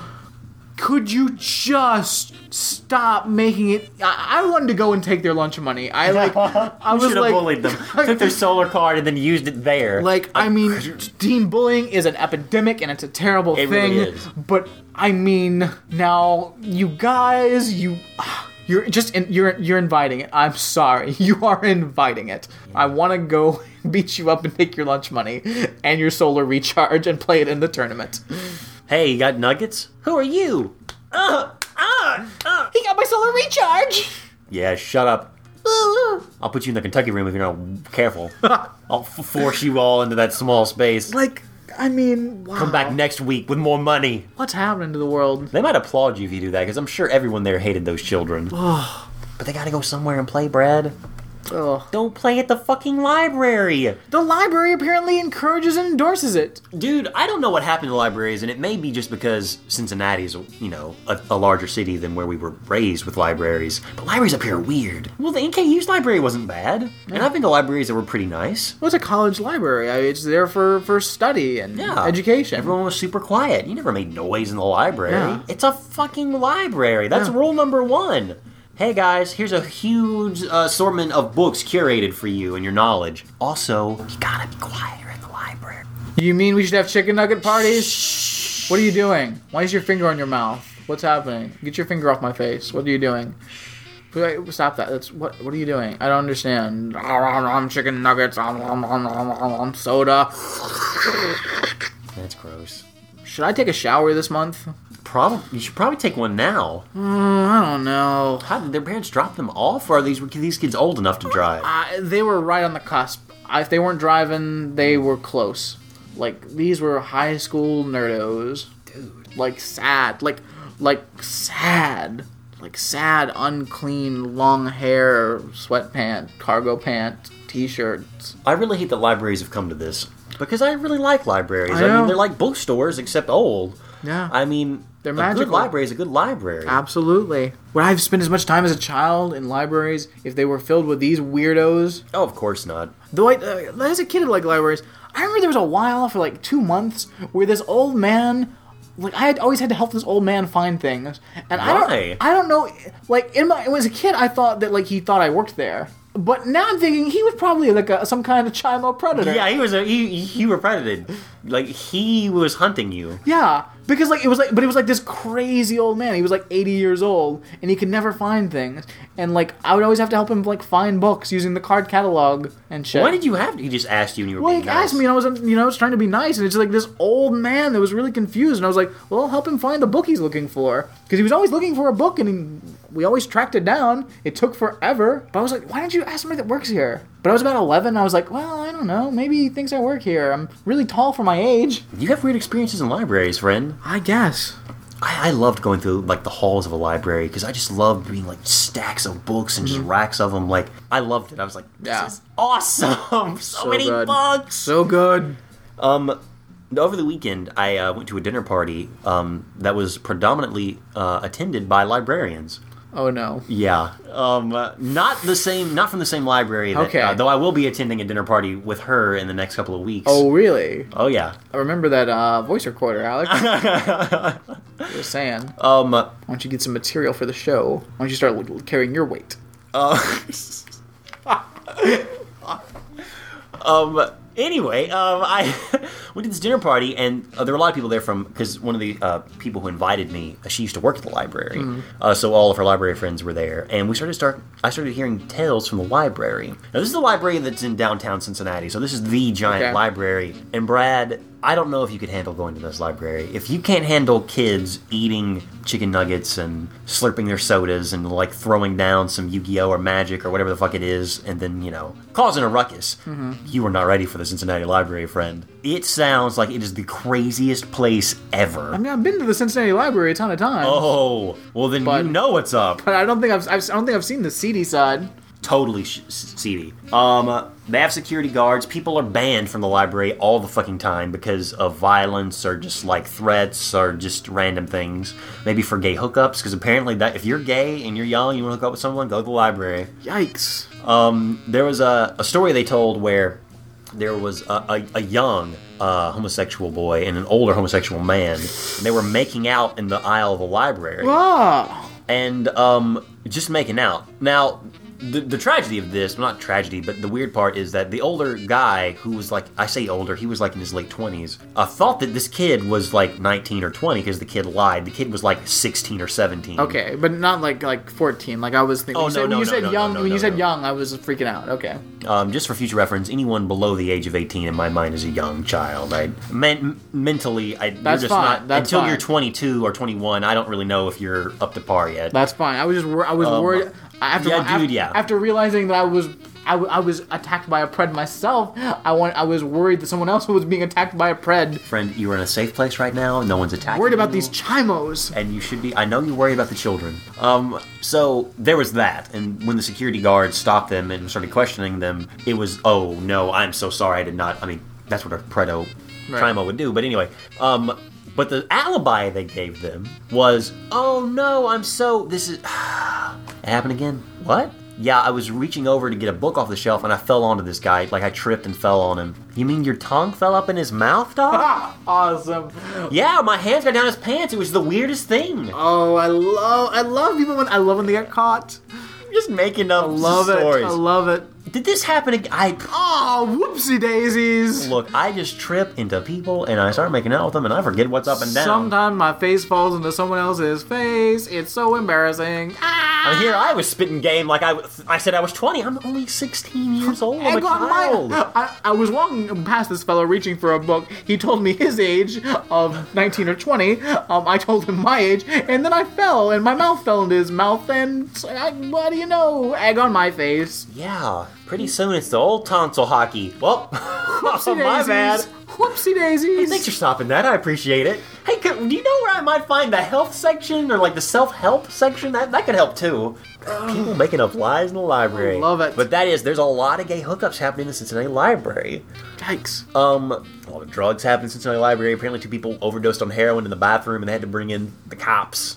D: Could you just stop making it? I, I wanted to go and take their lunch money. I like, I was
E: Should have
D: like,
E: bullied them. Took their solar card and then used it there.
D: like, I mean, teen bullying is an epidemic and it's a terrible
E: It
D: thing.
E: really is.
D: But I mean, now you guys, you. You're just in, you're you're inviting it. I'm sorry, you are inviting it. I want to go beat you up and take your lunch money and your solar recharge and play it in the tournament.
E: Hey, you got nuggets? Who are you? Uh,
D: He got my solar recharge.
E: Yeah, shut up. I'll put you in the Kentucky room if you're not careful. I'll f- force you all into that small space.
D: Like, I mean, wow.
E: Come back next week with more money.
D: What's happening to the world?
E: They might applaud you if you do that, because I'm sure everyone there hated those children. but they gotta go somewhere and play, Brad.
D: Ugh.
E: Don't play at the fucking library.
D: The library apparently encourages and endorses it.
E: Dude, I don't know what happened to libraries, and it may be just because Cincinnati is, you know, a, a larger city than where we were raised with libraries. But libraries up here are weird. Well, the NKU's library wasn't bad, and I've been to libraries that were pretty nice.
D: Well, it's a college library. I, it's there for, for study and
E: Yeah.
D: education.
E: Everyone was super quiet. You never made noise in the library.
D: Yeah.
E: It's a fucking library. That's
D: Yeah.
E: rule number one. Hey guys, here's a huge assortment of books curated for you and your knowledge. Also, you gotta be quieter in the library.
D: You mean we should have chicken nugget parties? What are you doing? Why is your finger on your mouth? What's happening? Get your finger off my face. What are you doing? Wait, Stop that. That's what what are you doing? I don't understand. Om, om, om, chicken nuggets, om, om, om, om, om, om, soda.
E: That's gross.
D: Should I take a shower this month?
E: Probably you should probably take one now.
D: I don't know.
E: How did their parents drop them off, or are these were these kids old enough to drive?
D: I, they were right on the cusp. I, if they weren't driving, they were close. Like these were high school nerdos. Dude. Like sad. Like like sad. Like sad, unclean, long hair, sweatpant, cargo pant, t-shirts.
E: I really hate that libraries have come to this because I really like libraries.
D: I
E: I,
D: know.
E: mean, they're like bookstores except old.
D: Yeah.
E: I mean,
D: They're
E: a good
D: magical. Ah.
E: library is a good library.
D: Absolutely. Would I have spent as much time as a child in libraries if they were filled with these weirdos?
E: Oh, of course not.
D: Though I, uh, as a kid, I liked libraries. I remember there was a while for like two months where this old man, like I had always had to help this old man find things, and
E: Why?
D: I don't, I don't know. Like in my, when I was a kid, I thought that like he thought I worked there, but now I'm thinking he was probably like a, some kind of chimo predator.
E: Yeah, he was a he. You were predated. Like he was hunting you.
D: Yeah, because like it was like, but it was like this crazy old man. He was like 80 years old, and he could never find things. And like I would always have to help him like find books using the card catalog and shit.
E: Why did you have? He just asked you, and you were
D: Well,
E: being
D: he
E: nice.
D: asked me, and I was, you know, I was trying to be nice, and it's like this old man that was really confused, and I was like, "Well, I'll help him find the book he's looking for," because he was always looking for a book, and he, we always tracked it down. It took forever, but I was like, "Why don't you ask somebody that works here?" But I was about eleven, and I was like, "Well, I don't know. Maybe he thinks I work here. I'm really tall for my age."
E: You have weird experiences in libraries, friend.
D: I guess.
E: I, I loved going through like the halls of a library because I just loved being like stacks of books and just racks of them. Like I loved it. I was like, this
D: Yeah.
E: is awesome. so,
D: So
E: many
D: good.
E: books.
D: So good.
E: Um, over the weekend, I uh, went to a dinner party um, that was predominantly uh, attended by librarians.
D: Oh no.
E: Yeah, um, uh, not the same, not from the same library. That,
D: Okay.
E: uh, though I will be attending a dinner party with her in the next couple of weeks.
D: Oh really?
E: Oh yeah.
D: I remember that uh, voice recorder, Alex. you were saying, why
E: Um. uh,
D: don't you get some material for the show? Why don't you start like, carrying your weight?
E: Um. Anyway, um, I went to this dinner party, and uh, there were a lot of people there from because one of the uh, people who invited me, uh, she used to work at the library,
D: Mm-hmm.
E: uh, so all of her library friends were there, and we started start. I started hearing tales from the library. Now this is the library that's in downtown Cincinnati, so this is the giant
D: Okay.
E: library. And Brad, I don't know if you could handle going to this library. If you can't handle kids eating chicken nuggets and slurping their sodas and like throwing down some Yu-Gi-Oh or Magic or whatever the fuck it is, and then you know causing a ruckus,
D: Mm-hmm.
E: you were not ready for the Cincinnati library, friend. It sounds like it is the craziest place ever.
D: I mean, I've been to the Cincinnati Library a ton of times.
E: oh, well then
D: But-
E: you know what's up.
D: But I don't think I've, I've I don't think I've seen the seedy side.
E: totally sh- seedy. Um, uh, they have security guards. People are banned from the library all the fucking time because of violence or just like threats or just random things. Maybe for gay hookups, because apparently that if you're gay and you're young, you want to hook up with someone, go to the library. Um,
D: Yikes!
E: There was a, a story they told where there was a, a, a young uh, homosexual boy and an older homosexual man, and they were making out in the aisle of the library
D: Ah,
E: and um, just making out. Now, the, the tragedy of this, well, not tragedy, but the weird part is that the older guy who was like, I say older, he was like in his late 20s, uh, thought that this kid was like 19 or 20 because the kid lied. The kid was like 16 or 17.
D: Okay, but not like like fourteen. Like I was thinking.
E: Oh,
D: when you
E: no,
D: said, when
E: no,
D: you
E: no,
D: said
E: no,
D: young,
E: no,
D: when
E: no,
D: you said
E: no.
D: young, I was freaking out. Okay.
E: Um, just for future reference, anyone below the age of 18 in my mind is a young child. I men- mentally, I,
D: That's
E: you're just
D: fine,
E: not
D: that's
E: until
D: fine.
E: you're 22 or 21. I don't really know if you're up to par yet.
D: That's fine. I was just wor- I was worried after
E: Um, yeah,
D: af-
E: dude, yeah.
D: after realizing that I was I, w- I was attacked by a pred myself. I want I was worried that someone else was being attacked by a pred.
E: Friend, you are in a safe place right now. No one's attacking.
D: Worried about
E: you.
D: these chimos.
E: and you should be i know you worry about the children um so there was that and when the security guards stopped them and started questioning them it was oh no i'm so sorry i did not i mean that's what a preto
D: Right.
E: primo would do but anyway um but the alibi they gave them was oh no i'm so this is it happened again. What? Yeah, I was reaching over to get a book off the shelf and I fell onto this guy. Like I tripped and fell on him. You mean your tongue fell up in his mouth, dog?
D: Awesome.
E: yeah, my hands got down his pants. It was the weirdest thing.
D: Oh, I love I love people when I love when they get caught.
E: just making up
D: I love
E: stories.
D: it. I love it.
E: Did this happen? ag- I
D: Oh, whoopsie daisies.
E: look. I just trip into people and I start making out with them, and I forget what's up and down.
D: Sometimes my face falls into someone else's face. It's so embarrassing. Ah!
E: I mean, here I was spitting game like I, w- I said I was 20. I'm only 16 years old. I'm a
D: Egg on my-
E: child.
D: I, I was walking past this fellow reaching for a book. He told me his age of 19 or 20. Um, I told him my age, and then I fell, and my mouth fell into his mouth, and I, what do you know? Egg on my face.
E: Yeah, pretty soon it's the old tonsil hockey. Well, Oh, my bad.
D: daisies. Whoopsie daisies.
E: Thanks for stopping that. I appreciate it. Hey, could, do you know where I might find the health section or like the self-help section? That that could help too. People making up lies in the library.
D: I love it.
E: But that is, there's a lot of gay hookups happening in the Cincinnati Library.
D: Yikes.
E: Um, a lot of drugs happened in Cincinnati Library. Apparently, two people overdosed on heroin in the bathroom, and they had to bring in the cops.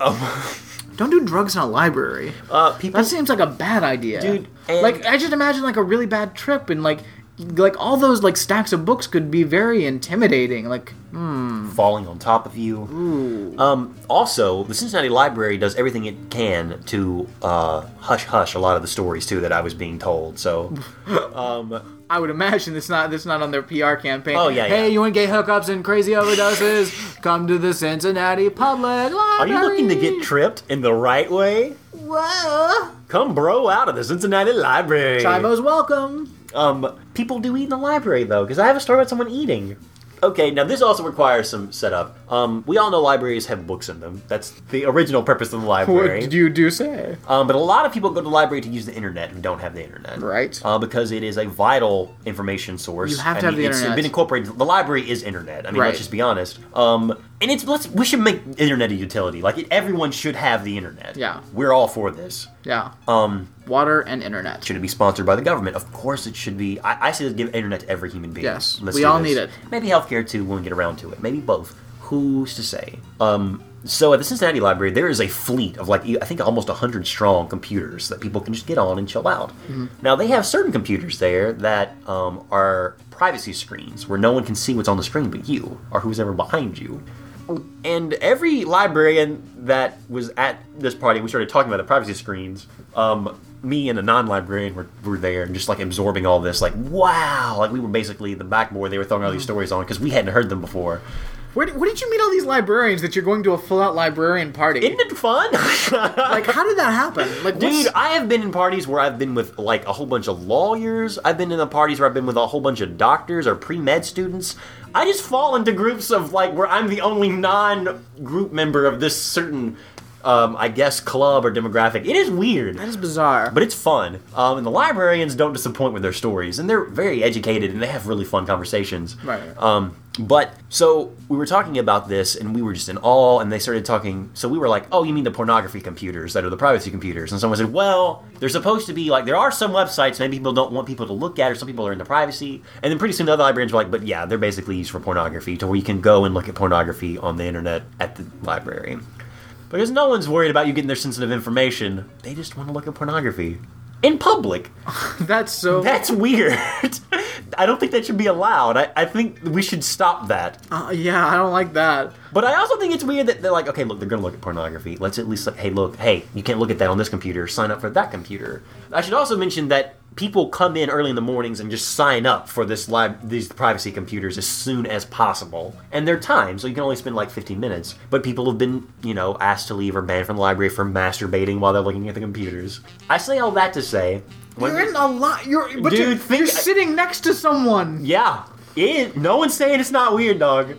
E: oh.
D: Don't do drugs in a library.
E: Uh, people.
D: That seems like a bad idea,
E: Dude, and-
D: like I just imagine like a really bad trip, and like like all those like stacks of books could be very intimidating. Like
E: falling on top of you. Um, also, the Cincinnati Library does everything it can to uh, hush hush a lot of the stories too that I was being told. So,
D: I would imagine it's not that's not on their PR campaign.
E: Oh, yeah,
D: Hey,
E: yeah.
D: you want gay hookups and crazy overdoses? Come to the Cincinnati Public Library.
E: are you looking to get tripped in the right way?
D: Whoa.
E: Come, bro, out of the Cincinnati Library.
D: Chimos welcome.
E: Um, people do eat in the library though, because I have a story about someone eating. Okay, now this also requires some setup. Um, we all know libraries have books in them. That's the original purpose of the
D: What
E: library.
D: did you do say?
E: Um, but a lot of people go to the library to use the internet who don't have the internet.
D: Right.
E: Uh, because it is a vital information source.
D: You have to
E: I
D: have
E: mean,
D: the
E: it's
D: internet.
E: been incorporated. The library is internet. I mean,
D: Right.
E: let's just be honest. Um, and it's let's we should make internet a utility. Like it, everyone should have the internet.
D: Yeah.
E: We're all for this.
D: Yeah. Um. Water and internet.
E: Should it be sponsored by the government? Of course it should be. I, I say let's give internet to every human being.
D: Yes,
E: Let's
D: we
E: do
D: all
E: this.
D: need it.
E: Maybe healthcare too when we get around to it. Maybe both. Who's to say? Um, so at the Cincinnati Library, there is a fleet of like e, I think almost hundred strong computers that people can just get on and chill out.
D: Mm-hmm.
E: Now they have certain computers there that um, are privacy screens where no one can see what's on the screen but you or who's ever behind you. And every librarian that was at this party, we started talking about the privacy screens. Um, me and a non-librarian were, were there and just like absorbing all this. Like, wow! Like we were basically the backboard they were throwing all these stories on because we hadn't heard them before.
D: Where, where did you meet all these librarians that you're going to a full-out librarian party?
E: Isn't it fun?
D: like, how did that happen? Like, what's-
E: Dude, I have been in parties where I've been with like a whole bunch of lawyers. I've been in the parties where I've been with a whole bunch of doctors or pre med students. I just fall into groups of like where I'm the only non group member of this certain, um, I guess, club or demographic. It is weird.
D: that is bizarre.
E: But it's fun. Um, and the librarians don't disappoint with their stories. And they're very educated and they have really fun conversations.
D: Right.
E: Um, but so we were talking about this and we were just in awe and they started talking. So we were like, oh, you mean the pornography computers that are the privacy computers? And someone said, well, they're supposed to be like, there are some websites maybe people don't want people to look at or some people are into privacy. And then pretty soon the other librarians were like, but yeah, they're basically used for pornography to where you can go and look at pornography on the internet at the library. Because no one's worried about you getting their sensitive information. They just want to look at pornography. In public.
D: That's so.
E: That's weird. I don't think that should be allowed. I, I think we should stop that.
D: Uh, yeah, I don't like that.
E: But I also think it's weird that they're like, okay, look, they're gonna look at pornography. Let's at least like, hey, look, hey, you can't look at that on this computer. Sign up for that computer. I should also mention that people come in early in the mornings and just sign up for this live these privacy computers as soon as possible, and they're timed, so you can only spend like 15 minutes. But people have been, you know, asked to leave or banned from the library for masturbating while they're looking at the computers. I say all that to say, when-
D: You're in a lot. You're but
E: Dude,
D: you're,
E: think
D: you're
E: I-
D: sitting next to someone.
E: Yeah. It, no one's saying it's not weird, dog.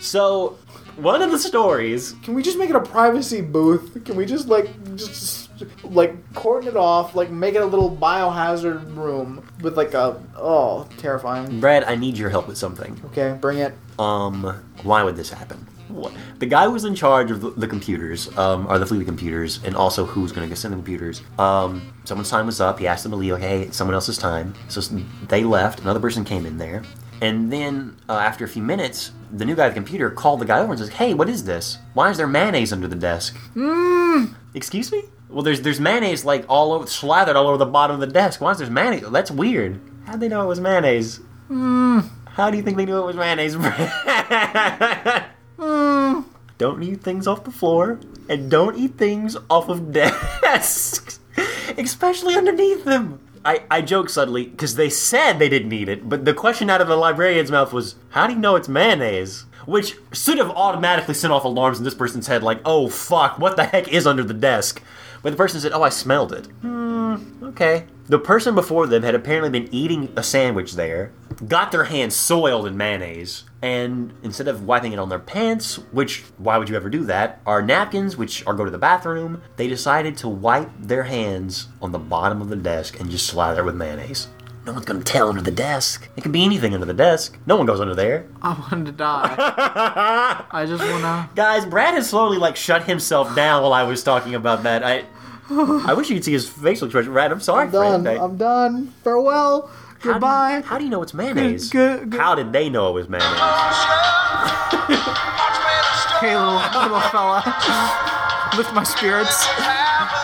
E: so, one of the stories.
D: Can we just make it a privacy booth? Can we just like just like cordon it off, like make it a little biohazard room with like a oh terrifying.
E: Brad, I need your help with something.
D: Okay, bring it.
E: Um, why would this happen? What? The guy who was in charge of the, the computers, um, or the fleet of computers, and also who was going to send the computers. Um, someone's time was up. He asked them to leave. Like, hey, it's someone else's time. So s- they left. Another person came in there, and then uh, after a few minutes, the new guy at the computer called the guy over and says, "Hey, what is this? Why is there mayonnaise under the desk?" Excuse me? Well, there's there's mayonnaise like all over, slathered all over the bottom of the desk. Why is there mayonnaise? That's weird. How'd they know it was mayonnaise? How do you think they knew it was mayonnaise? Don't eat things off the floor, and don't eat things off of desks, especially underneath them. I, I joke subtly because they said they didn't eat it, but the question out of the librarian's mouth was, "How do you know it's mayonnaise?" Which should have automatically sent off alarms in this person's head, like, "Oh fuck, what the heck is under the desk?" But the person said, "Oh, I smelled it." Okay. The person before them had apparently been eating a sandwich there, got their hands soiled in mayonnaise, and instead of wiping it on their pants, which why would you ever do that, are napkins, which are go to the bathroom, they decided to wipe their hands on the bottom of the desk and just slather it with mayonnaise. No one's gonna tell under the desk. It could be anything under the desk. No one goes under there.
D: I wanted to die. I just wanna.
E: Guys, Brad has slowly like shut himself down while I was talking about that. I I wish you could see his facial expression. Brad, I'm sorry,
D: I'm
E: friend.
D: done.
E: I-
D: I'm done. Farewell.
E: How do you-
D: Goodbye.
E: How do, you know it's mayonnaise?
D: Good- good-
E: How did they know it was mayonnaise?
D: Hey, little, little fella. Lift my spirits.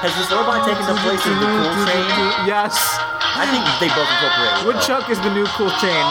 E: Has this robot taken the place of the cool train?
D: Yes.
E: I think they both incorporate.
D: Woodchuck is the new cool chain.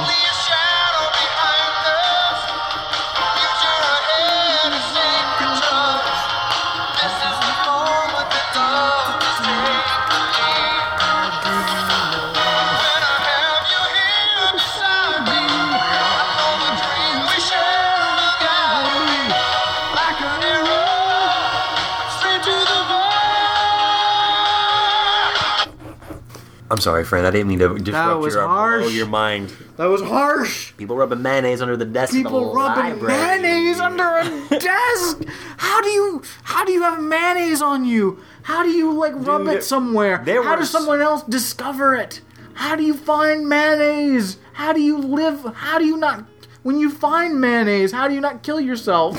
E: I'm sorry, friend. I didn't mean to disrupt
D: was
E: your, uh,
D: harsh.
E: blow your mind.
D: That was harsh.
E: People rubbing mayonnaise under the desk. of the
D: People rubbing
E: library.
D: mayonnaise under a desk. How do you how do you have mayonnaise on you? How do you like rub
E: Dude,
D: it somewhere?
E: there
D: how
E: was-
D: does someone else discover it? How do you find mayonnaise? How do you live? How do you not when you find mayonnaise? How do you not kill yourself?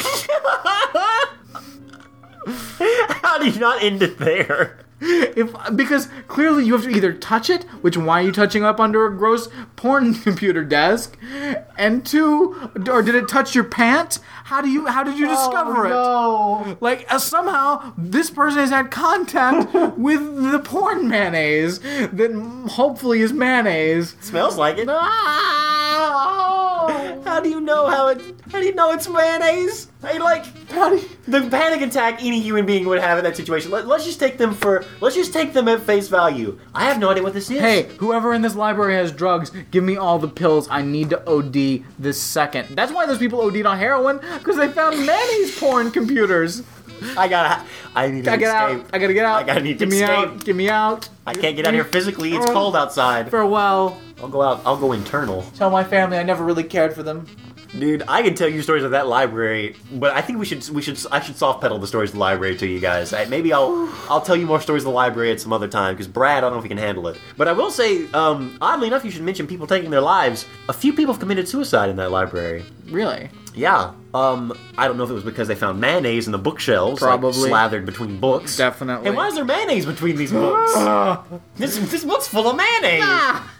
E: How did you not end it there?
D: if because clearly you have to either touch it, which why are you touching up under a gross porn computer desk, and two, or did it touch your pant? How do you how did you discover it? Like uh, somehow this person has had contact with the porn mayonnaise that m- hopefully is mayonnaise.
E: Smells like it. How do you know how it? How do you know it's mayonnaise? Hey, like
D: How do you-
E: the panic attack any human being would have in that situation. Let, let's just take them for. Let's just take them at face value. I have no idea what this is.
D: Hey, whoever in this library has drugs, give me all the pills I need to OD this second. That's why those people OD'd on heroin, because they found mayonnaise porn computers.
E: I gotta. I need to
D: I get
E: escape.
D: out. I gotta get out.
E: I gotta need to
D: Get me
E: escape.
D: out. Get me out.
E: I can't get out of here physically. It's cold outside.
D: Farewell.
E: I'll go out. I'll go internal.
D: Tell my family I never really cared for them.
E: Dude, I can tell you stories of that library, but I think we should we should I should soft pedal the stories of the library to you guys. I, maybe I'll I'll tell you more stories of the library at some other time because Brad, I don't know if he can handle it. But I will say, um, oddly enough, you should mention people taking their lives. A few people have committed suicide in that library.
D: Really?
E: Yeah. Um, I don't know if it was because they found mayonnaise in the bookshelves, like,
D: Probably.
E: slathered between books.
D: Definitely.
E: And why is there mayonnaise between these books? this this book's full of mayonnaise.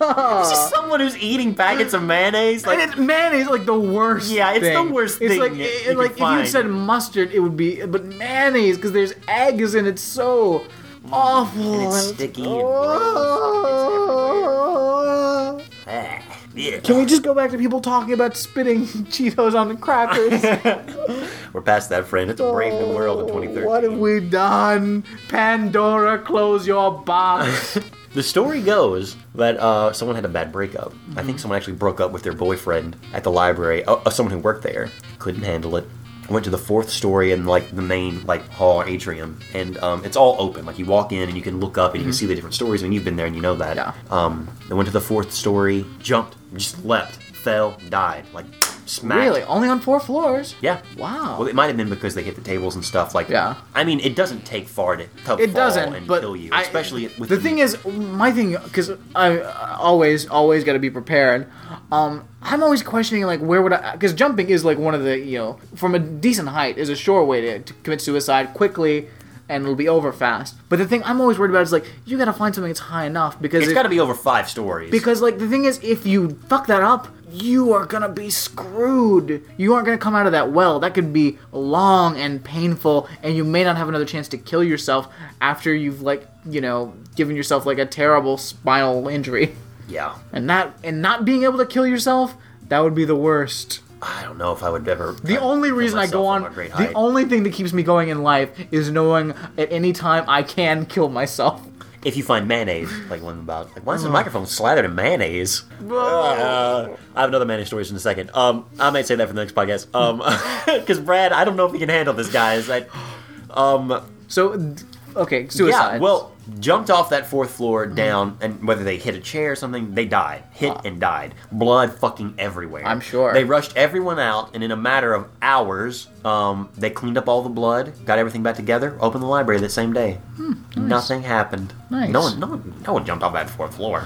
E: This is someone who's eating packets of mayonnaise. Like,
D: and it, mayonnaise like the worst.
E: Yeah, it's the
D: thing.
E: worst
D: it's
E: thing
D: Like,
E: you
D: it-
E: can
D: like if
E: find.
D: you said mustard, it would be, but mayonnaise because there's eggs and it's so awful.
E: And it's sticky and gross. It's everywhere.
D: Can we just go back to people talking about spitting Cheetos on the crackers?
E: We're past that, friend. It's a brave new world in 2013.
D: What have Oh, we done? Pandora, close your box.
E: The story goes that uh, someone had a bad breakup. I
D: Mm-hmm.
E: think someone actually broke up with their boyfriend at the library. Uh, uh, someone who worked there couldn't handle it. Went to the fourth story and like the main like hall atrium, and um, it's all open. Like you walk in and you can look up and you can see the different stories. And you've been there and you know that.
D: Mm-hmm. Yeah.
E: Um, they went to the fourth story, jumped, just leapt, fell, died, like smacked.
D: really? Only on four floors?
E: Yeah.
D: Wow.
E: Well, it might have been because they hit the tables and stuff. Like,
D: Yeah.
E: I mean, it doesn't take far to, to
D: It
E: fall
D: doesn't,
E: and
D: but
E: kill you,
D: I- uh,
E: especially with
D: the thing is, my thing, because I I always, always got to be prepared. Um, I'm always questioning like where would I? Because jumping is like one of the you know from a decent height is a sure way to, to commit suicide quickly, and it'll be over fast. But the thing I'm always worried about is like you got to find something that's high enough because
E: it's
D: if-
E: got to be over five stories.
D: because like the thing is, if you fuck that up, you are gonna be screwed. You aren't gonna come out of that well. That could be long and painful, and you may not have another chance to kill yourself after you've like you know given yourself like a terrible spinal injury,
E: yeah.
D: and not and not being able to kill yourself. That would be the worst.
E: I don't know if I would ever.
D: The only reason I go on, the only thing that keeps me going in life is knowing at any time I can kill myself.
E: if you find mayonnaise, like one about, like why is the microphone slathered in mayonnaise? Uh, I have another mayonnaise stories in a second. Um, I might say that for the next podcast. Um, because Brad, I don't know if he can handle this, guys. I,
D: So, okay, suicide.
E: yeah, well, jumped off that fourth floor
D: Mm-hmm.
E: down, and whether they hit a chair or something, they died, hit and died, blood fucking everywhere.
D: Ah. I'm sure.
E: they rushed everyone out, and in a matter of hours, um, they cleaned up all the blood, got everything back together, opened the library the same day. Nothing happened.
D: Hmm, Nice.
E: No one, no one, no one jumped off that fourth floor.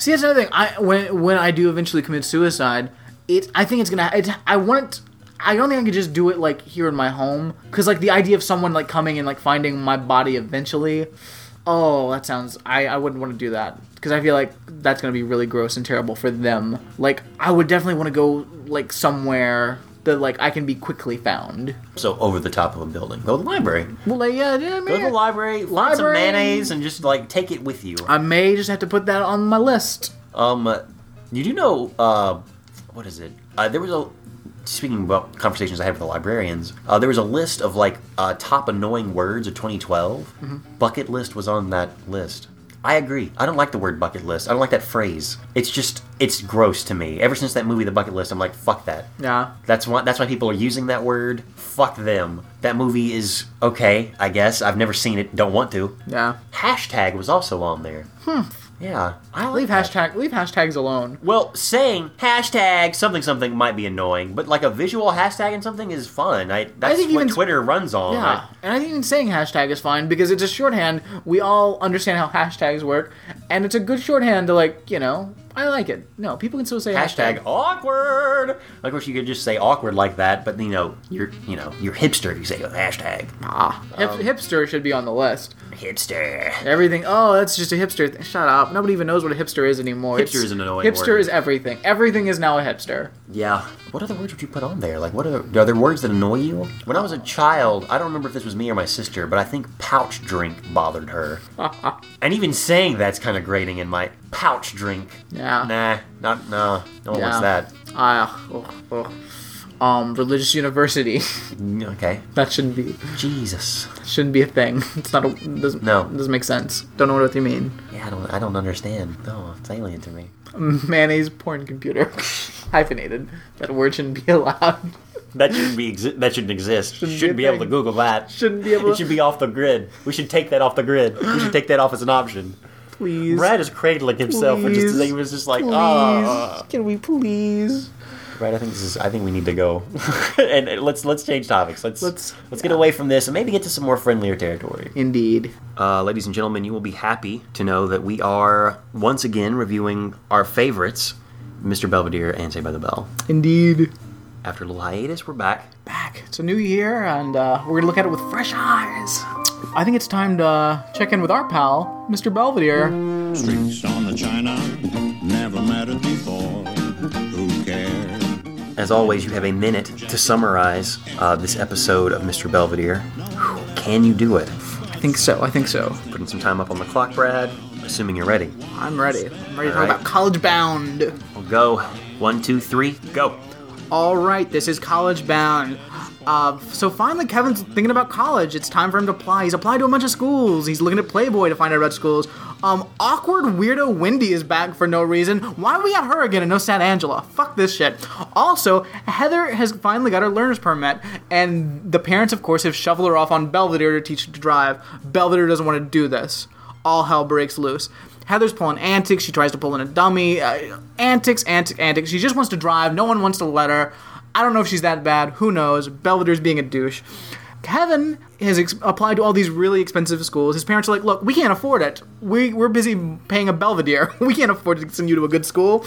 D: See, that's another thing. I when when I do eventually commit suicide, it I think it's gonna. It, I want it. I don't think I could just do it like here in my home, because like the idea of someone like coming and like finding my body eventually. Oh, that sounds. I I wouldn't want to do that because I feel like that's gonna be really gross and terrible for them. Like I would definitely want to go like somewhere that like I can be quickly found.
E: So over the top of a building, go to the library.
D: Well, like, yeah, yeah, I
E: Go to the
D: mean,
E: library, find some
D: Library.
E: mayonnaise, and just like take it with you.
D: I may just have to put that on my list.
E: Um, uh, you do know, uh, what is it? Uh, there was a speaking about conversations I had with the librarians. Uh, there was a list of like uh, top annoying words of 2012.
D: Mm-hmm.
E: Bucket list was on that list. I agree. I don't like the word bucket list. I don't like that phrase. It's just it's gross to me. Ever since that movie, The Bucket List, I'm like, fuck that.
D: Yeah.
E: That's why that's why people are using that word. Fuck them. That movie is okay, I guess. I've never seen it. Don't want to.
D: Yeah.
E: Hashtag was also on there. Hmm. Yeah. I
D: Leave
E: like that.
D: hashtag. Leave hashtags alone.
E: Well, saying hashtag something something might be annoying, but like a visual hashtag and something is fun. I that's
D: think
E: what
D: even-
E: Twitter runs on.
D: Yeah,
E: I-
D: and I think even saying hashtag is fine because it's a shorthand. We all understand how hashtags work, and it's a good shorthand to like, you know, I like it. No, people can still say
E: hashtag
D: hashtag.
E: awkward. Of course, you could just say awkward like that, but you know you're you know you're hipster if you say hashtag um,
D: Ah, hip, hipster should be on the list.
E: hipster.
D: Everything. Oh, that's just a hipster. Th- Shut up. Nobody even knows what a hipster is anymore.
E: Hipster is an annoying
D: Hipster
E: word.
D: is everything. Everything is now a hipster.
E: Yeah. What other words would you put on there? Like, what are, are there words that annoy you? When I was a child, I don't remember if this was me or my sister, but I think pouch drink bothered her. and even saying that's kind of grating in my pouch drink.
D: Yeah.
E: Nah, not no. No one wants
D: Yeah.
E: that.
D: Ah, ugh, ugh. um, religious university.
E: Mm, Okay.
D: that shouldn't be
E: Jesus.
D: shouldn't be a thing. It's not a doesn't
E: No.
D: doesn't make sense. Don't know what you mean.
E: Yeah, I don't. I don't understand. No, it's alien to me.
D: mayonnaise porn computer hyphenated that word shouldn't be allowed
E: That shouldn't be. Exi- that shouldn't exist. Shouldn't,
D: be a
E: be, able to
D: thing.
E: Google that.
D: Shouldn't be able
E: It
D: to-
E: should be off the grid. We should take that off the grid. We should take that off as an option.
D: please
E: Brad is cradling himself, which is
D: Please.
E: he was just like,
D: please
E: ah.
D: can we please
E: Right, I think this is. I think we need to go, and and let's let's change topics. Let's
D: Let's-
E: let's, get away from this and maybe get to some more friendlier territory.
D: indeed
E: Uh, ladies and gentlemen, you will be happy to know that we are once again reviewing our favorites, Mr. Belvedere and Saved by the Bell.
D: indeed
E: After a little hiatus, we're back.
D: back it's a new year and uh, we're gonna look at it with fresh eyes i think it's time to uh, check in with our pal mr belvedere
F: Streaks on the china, never mattered before. Who cares?
E: As always, you have a minute to summarize uh, this episode of Mr. Belvedere. Whew, Can you do it?
D: i think so i think so
E: Putting some time up on the clock, Brad. assuming you're ready.
D: I'm ready. I'm ready to
E: All
D: talk
E: right.
D: about College Bound.
E: We'll go. One, two, three, go.
D: All right, this is College Bound. Uh, so finally, Kevin's thinking about college. It's time for him to apply. He's applied to a bunch of schools. He's looking at Playboy to find out about schools. Um, awkward weirdo Wendy is back for no reason. Why we got her again and no Sat Angela? Fuck this shit. Also, Heather has finally got her learner's permit, and the parents, of course, have shoveled her off on Belvedere to teach her to drive. Belvedere doesn't want to do this all hell breaks loose. Heather's pulling antics. She tries to pull in a dummy. Uh, antics, antics, antics. She just wants to drive. No one wants to let her. I don't know if she's that bad. Who knows? Belvedere's being a douche. Kevin has ex- applied to all these really expensive schools. His parents are like, look, we can't afford it. We, we're busy paying a Belvedere. We can't afford to send you to a good school.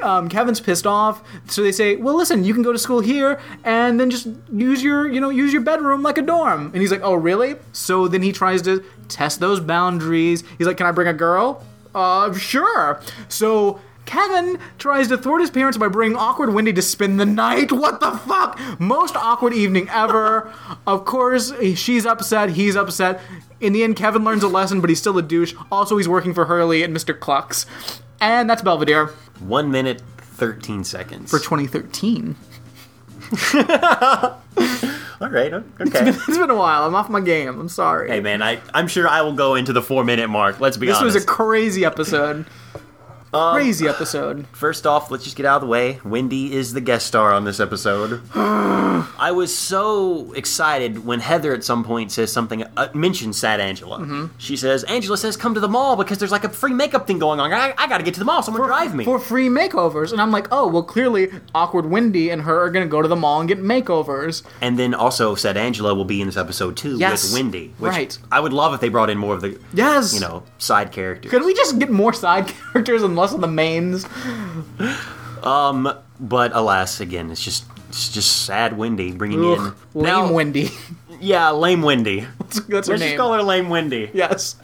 D: Um, Kevin's pissed off. So they say, well, listen, you can go to school here and then just use your, you know, use your bedroom like a dorm. And he's like, oh, really? So then he tries to test those boundaries. He's like, can I bring a girl? Uh, sure. So Kevin tries to thwart his parents by bringing awkward Wendy to spend the night. What the fuck? Most awkward evening ever. of course, she's upset. He's upset. In the end, Kevin learns a lesson, but he's still a douche. Also, he's working for Hurley and Mr. Clucks. And that's Belvedere
E: One minute, 13 seconds.
D: for 2013.
E: All right, o- okay.
D: It's been a while. I'm off my game. I'm sorry.
E: hey, man, I, I'm sure I will go into the four minute mark. Let's be
D: this
E: honest.
D: was a crazy episode. crazy episode.
E: First off, let's just get out of the way. Wendy is the guest star on this episode. I was so excited when Heather at some point says something, uh, mentions Sad Angela.
D: Mm-hmm.
E: She says, Angela says, come to the mall because there's like a free makeup thing going on. I, I gotta get to the mall. Someone drive me.
D: for free makeovers. And I'm like, oh, well, clearly Awkward Wendy and her are going to go to the mall and get makeovers.
E: and then also, Sad Angela will be in this episode too
D: Yes.
E: with Wendy. Which
D: Right.
E: I would love if they brought in more of the,
D: Yes.
E: you know, side characters.
D: Could we just get more side characters and less of the mains?
E: But alas, again, it's just it's just sad Wendy bringing
D: Ugh,
E: in
D: lame
E: now,
D: Wendy.
E: Yeah, lame Wendy.
D: That's, that's her name.
E: Let's just call her lame Wendy.
D: yes.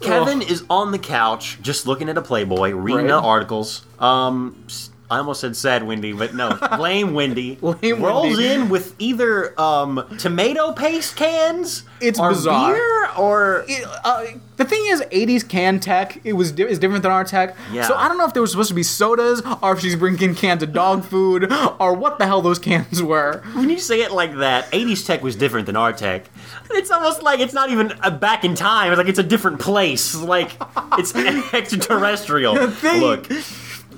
E: Kevin is on the couch, just looking at a Playboy, reading
D: Right.
E: the articles. Um, s- I almost said sad Wendy, but no, lame Wendy
D: Lame
E: rolls
D: Wendy.
E: in with either um tomato paste cans,
D: It's
E: or
D: bizarre.
E: beer, or
D: It- uh, the thing is, 80s can tech it was di- is different than our tech.
E: Yeah.
D: So I don't know if there was supposed to be sodas, or if she's bringing cans of dog food, or what the hell those cans were.
E: when you say it like that, '80s tech was different than our tech. It's almost like it's not even uh, back in time. It's like it's a different place. Like it's extraterrestrial.
D: thing-
E: Look,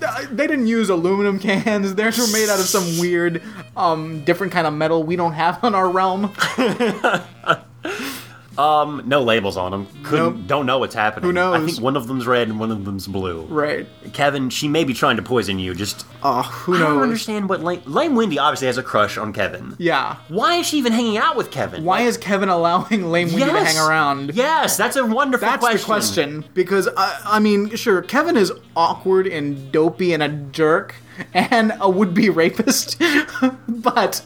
D: Uh, They didn't use aluminum cans. Theirs were made out of some weird, um, different kind of metal we don't have on our realm.
E: no labels on them. Couldn't,
D: Nope.
E: Don't know what's happening.
D: Who knows?
E: I think one of them's red and one of them's blue.
D: Right.
E: Kevin, she may be trying to poison you. Just
D: Oh, who
E: I
D: knows?
E: don't understand what Lame, Lame Wendy obviously has a crush on Kevin.
D: Yeah.
E: Why is she even hanging out with Kevin?
D: Why is Kevin allowing Lame Wendy to
E: Yes.
D: hang around?
E: Yes, that's a wonderful
D: That's
E: question.
D: the question. Because I, I mean, sure, Kevin is awkward and dopey and a jerk and a would-be rapist, but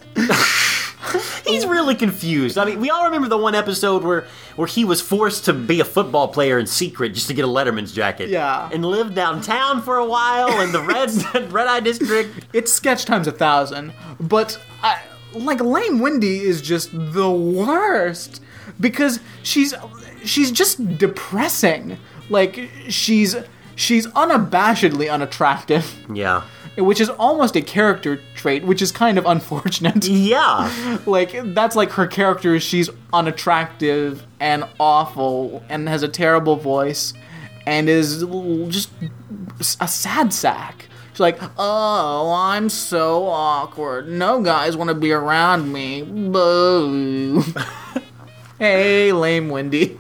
E: He's really confused. I mean, we all remember the one episode where where he was forced to be a football player in secret just to get a Letterman's jacket.
D: Yeah.
E: and lived downtown for a while in the red red eye district.
D: it's sketch times a thousand. But I, like Lame Wendy is just the worst because she's she's just depressing. Like she's she's unabashedly unattractive,
E: Yeah,
D: which is almost a character trait, which is kind of unfortunate.
E: yeah.
D: like that's like her character is she's unattractive and awful and has a terrible voice and is l- just a sad sack she's like oh i'm so awkward no guys want to be around me boo hey lame wendy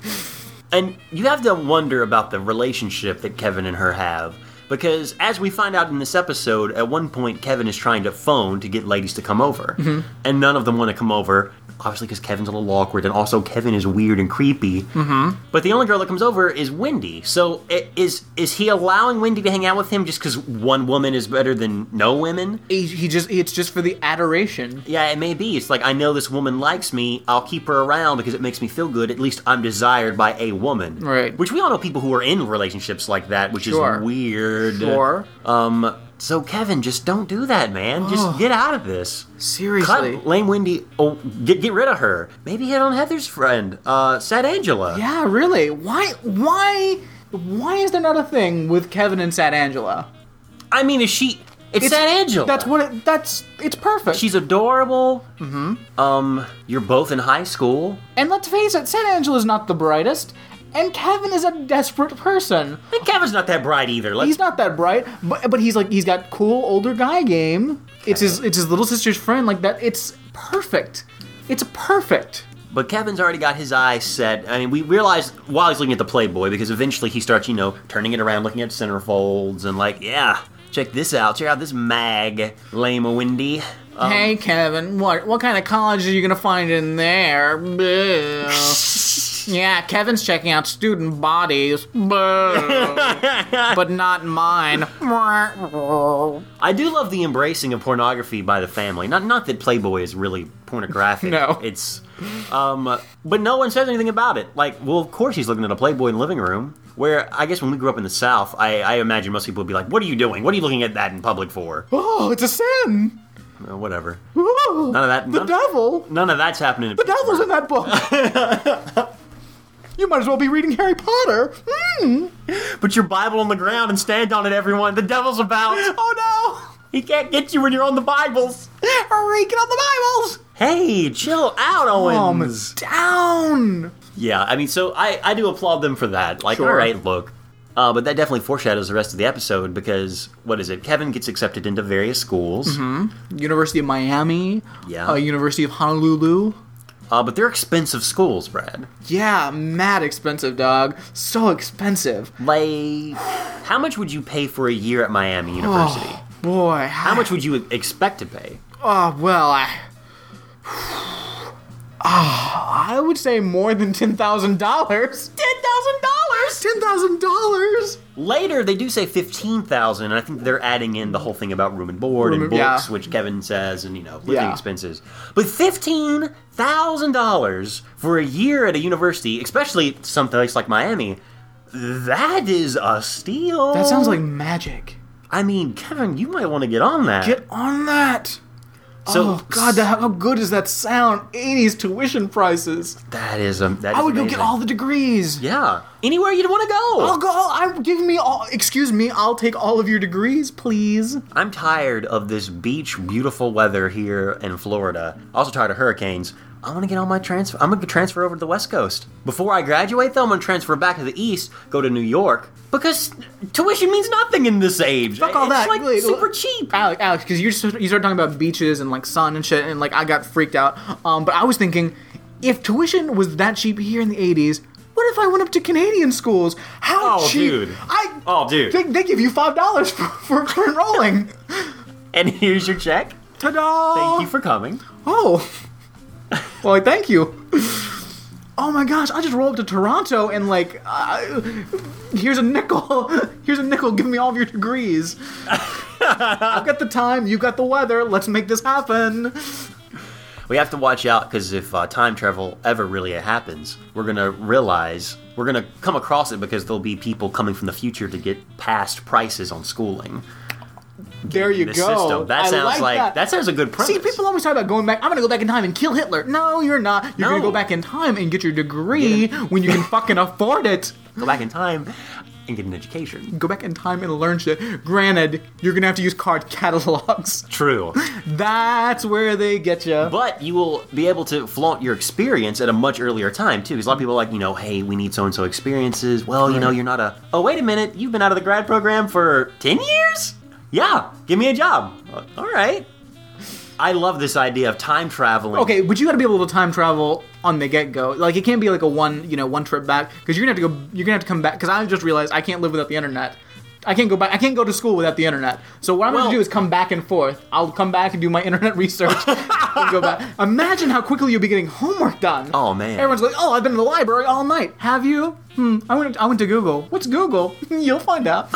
E: And you have to wonder about the relationship that Kevin and her have. Because as we find out in this episode, at one point Kevin is trying to phone to get ladies to come over. And none of them want to come over, obviously because Kevin's a little awkward, and also Kevin is weird and creepy. Mm-hmm. But the only girl that comes over is Wendy. So i- is is he allowing Wendy to hang out with him just because one woman is better than no women?
D: he, he just it's just for the adoration
E: Yeah, it may be. It's like I know this woman likes me. I'll keep her around because it makes me feel good. At least I'm desired by a woman.
D: Right.
E: Which we all know people who are in relationships like that, which
D: Sure.
E: is weird.
D: Sure.
E: Um. So Kevin, just don't do that, man. Just get out of this.
D: seriously
E: Cut Lame Wendy. Oh, get get rid of her. Maybe hit on Heather's friend, uh, Sad Angela.
D: yeah really why why Why is there not a thing with Kevin and Sat Angela?
G: I mean, is she? It's, that Angela.
D: That's what. It, that's. It's perfect.
G: She's adorable.
D: Mm-hmm.
E: Um, you're both in high school.
D: and let's face it, Sat Angela's not the brightest, and Kevin is a desperate person.
G: I think Kevin's not that bright either. Let's
D: He's not that bright, but but he's like he's got cool older guy game. It's his it's his little sister's friend like that. It's perfect. It's perfect.
E: But Kevin's already got his eyes set. I mean, we realize while he's looking at the Playboy because eventually he starts, you know, turning it around, looking at centerfolds, and like, yeah, check this out. Check out this mag, lame Wendy.
D: hey Kevin, what what kind of college are you gonna find in there? Boo. yeah, Kevin's checking out student bodies, Boo. but not mine.
E: I do love the embracing of pornography by the family. Not not that Playboy is really pornographic.
D: No.
E: it's, um, but no one says anything about it. Like, well, of course he's looking at a Playboy in the living room. Where I guess when we grew up in the South, I, I imagine most people would be like, "What are you doing? What are you looking at that in public for?"
D: Oh, it's a sin.
E: Uh, whatever.
D: Ooh,
E: None of that.
D: the
E: none,
D: devil.
E: None of that's happening. in
D: The devil's in that book. you might as well be reading Harry Potter. Mm.
E: Put your Bible on the ground and stand on it, everyone. The devil's about. Oh no! He can't get you when you're on the Bibles.
D: Hurry, get on the Bibles. Oh,
E: Hey, chill out,
D: Calm
E: Owens.
D: down.
E: Yeah, I mean, so I, I do applaud them for that. Like,
D: Sure.
E: all right, look. Uh, but that definitely foreshadows the rest of the episode because, what is it? Kevin gets accepted into various schools,
D: Mm-hmm. University of Miami.
E: Yeah.
D: Uh, University of Honolulu.
E: uh, but they're expensive schools, Brad.
D: Yeah, mad expensive, dog. So expensive.
E: Like, how much would you pay for a year at
D: Oh.
E: Miami University?
D: Boy,
E: How much would you expect to pay?
D: Oh well, I. Ah, I would say more than ten thousand dollars. Ten thousand dollars. Ten thousand dollars.
E: Later, they do say fifteen thousand, and I think they're adding in the whole thing about room and board
D: Room
E: and
D: and-
E: books,
D: yeah.
E: which Kevin says, and you know, living
D: Yeah.
E: expenses. But fifteen thousand dollars for a year at a university, especially someplace like Miami, that is a steal.
D: That sounds like magic.
E: I mean, Kevin, you might want to get on that.
D: Get on that.
E: so,
D: oh God, that, how good does that sound? Eighties tuition prices.
E: that is um, that is
D: I would go
E: amazing.
D: get all the degrees.
E: yeah anywhere you'd want to go.
D: I'll go. I give me all. Excuse me. I'll take all of your degrees, please.
E: I'm tired of this beach, beautiful weather here in Florida. Also tired of hurricanes. I want to get on my transfer. I'm gonna transfer over to the West Coast before I graduate. Though I'm gonna transfer back to the East, go to New York because tuition means nothing in this age.
D: Fuck all
E: it's
D: that.
E: like
D: Wait,
E: super
D: wh-
E: cheap.
D: Alex, Alex, because you just- you started talking about beaches and like sun and shit, and like I got freaked out. Um, but I was thinking, if tuition was that cheap here in the '80s, what if I went up to Canadian schools? How
E: Oh,
D: cheap?
E: dude.
D: I
E: Oh, dude.
D: They, they give you five dollars for, for, for enrolling.
E: And here's your check.
D: Ta-da!
E: Thank you for coming.
D: Oh, well, like, thank you. Oh my gosh! I just rolled up to Toronto and like, uh, here's a nickel. Here's a nickel. Give me all of your degrees. I've got the time. You got the weather. Let's make this happen.
E: We have to watch out because if uh, time travel ever really happens, we're gonna realize we're gonna come across it because there'll be people coming from the future to get past prices on schooling.
D: There you
E: This
D: go.
E: system. That
D: I
E: sounds
D: like,
E: that. sounds a good premise.
D: See, people always talk about going back. I'm gonna go back in time and kill Hitler. No, you're not. You're gonna
E: No.
D: go back in time and get your degree when you can fucking afford it.
E: go back in time and get an education.
D: Go back in time and learn shit. Granted, you're gonna have to use card catalogs.
E: True.
D: That's where they get you.
E: But you will be able to flaunt your experience at a much earlier time, too. Because a lot of people are like, you know, hey, we need so and so experiences. Well, you know, you're not a. Oh, wait a minute. You've been out of the grad program for 10 years? Yeah, give me a job. Uh, All right. I love this idea of time traveling.
D: Okay, but you got to be able to time travel on the get go. Like it can't be like a one, you know, one trip back because you're gonna have to go. You're gonna have to come back because I just realized I can't live without the internet. I can't go back. I can't go to school without the internet. So what I'm
E: Well-
D: gonna do is come back and forth. I'll come back and do my internet research and go back. Imagine how quickly you'll be getting homework done.
E: Oh, man.
D: Everyone's like, "Oh, I've been in the library all night. Have you? Hmm. I went. I went to Google. What's Google? You'll find out."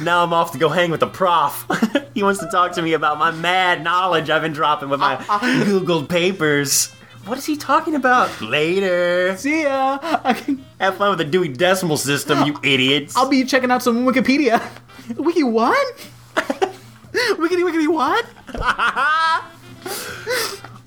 E: Now I'm off to go hang with the prof. he wants to talk to me about my mad knowledge I've been dropping with my Google papers. What is he talking about? Later.
D: See ya. I can,
E: Have fun with the Dewey Decimal System, you idiots.
D: I'll be checking out some Wikipedia. Wiki what? Wikity wikity what?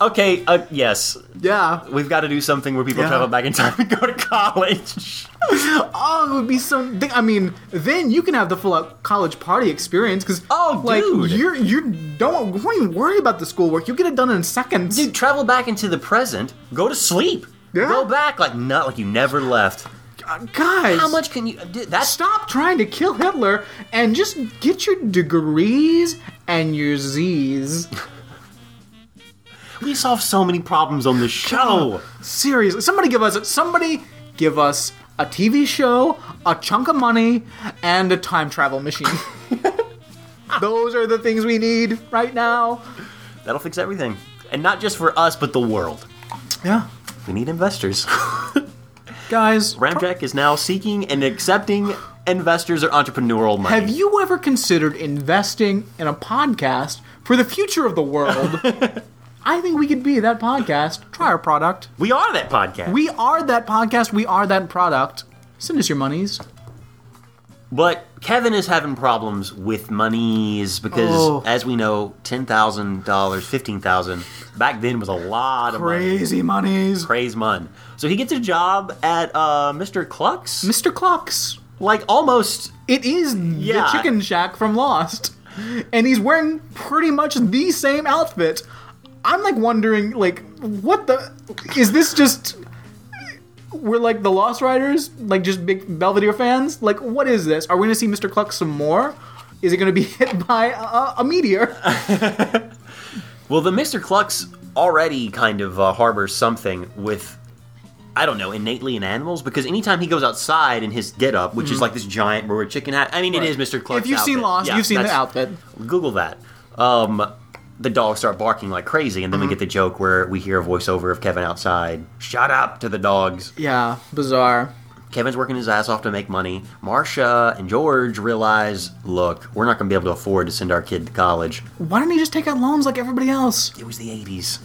E: Okay, uh, yes.
D: Yeah.
E: We've got to do something where people
D: Yeah.
E: travel back in time and go to college.
D: Oh, it would be so. th- I mean, then you can have the full out college party experience because
E: Oh,
D: like
E: dude.
D: you're you don't you don't even worry about the schoolwork. You get it done in seconds.
E: Dude, travel back into the present. Go to sleep.
D: Yeah.
E: Go back like not like you never left.
D: Uh, guys,
E: How much can you? uh, Dude, that's
D: Stop trying to kill Hitler and just get your degrees and your Z's.
E: we solve so many problems on this show.
D: Seriously, somebody give us somebody give us a TV show, a chunk of money, and a time travel machine. Those are the things we need right now.
E: That'll fix everything, and not just for us, but the world.
D: Yeah,
E: We need investors.
D: guys.
E: Ramjack is now seeking and accepting investors or entrepreneurial money.
D: Have you ever considered investing in a podcast for the future of the world? I think we could be that podcast. Try our product.
E: we are that podcast.
D: We are that podcast. We are that product. Send us your monies.
E: but Kevin is having problems with monies because,
D: Oh.
E: as we know, ten thousand dollars, fifteen thousand back then was a lot of money.
D: Crazy monies.
E: Praise Mun. So he gets a job at uh, Mr. Cluck's,
D: Mr. Clucks.
E: like almost
D: It is
E: Yeah.
D: the chicken shack from Lost. And he's wearing pretty much the same outfit. I'm like wondering, like, what the is this just we're like the Lost Riders, like just big Belvedere fans? Like, what is this? Are we gonna see Mr. Cluck some more? Is it gonna be hit by a, a meteor?
E: Well, the Mr. Clucks already kind of uh, harbors something with, I don't know, innately in animals, because anytime he goes outside in his getup, which is like this giant rubber chicken hat, I mean, it is Mr. Clucks.
D: Mm. if you've seen
E: outfit.
D: Lost,
E: Yeah,
D: you've seen the
E: that's-
D: outfit.
E: Google that. Um, the dogs start barking like crazy, and then
D: Mm-hmm.
E: we get the joke where we hear a voiceover of Kevin outside. Shut up to the dogs.
D: Yeah, bizarre.
E: Kevin's working his ass off to make money. Marsha and George realize, look, we're not going to be able to afford to send our kid to college.
D: Why don't you just take out loans like everybody else?
E: It was the 80s.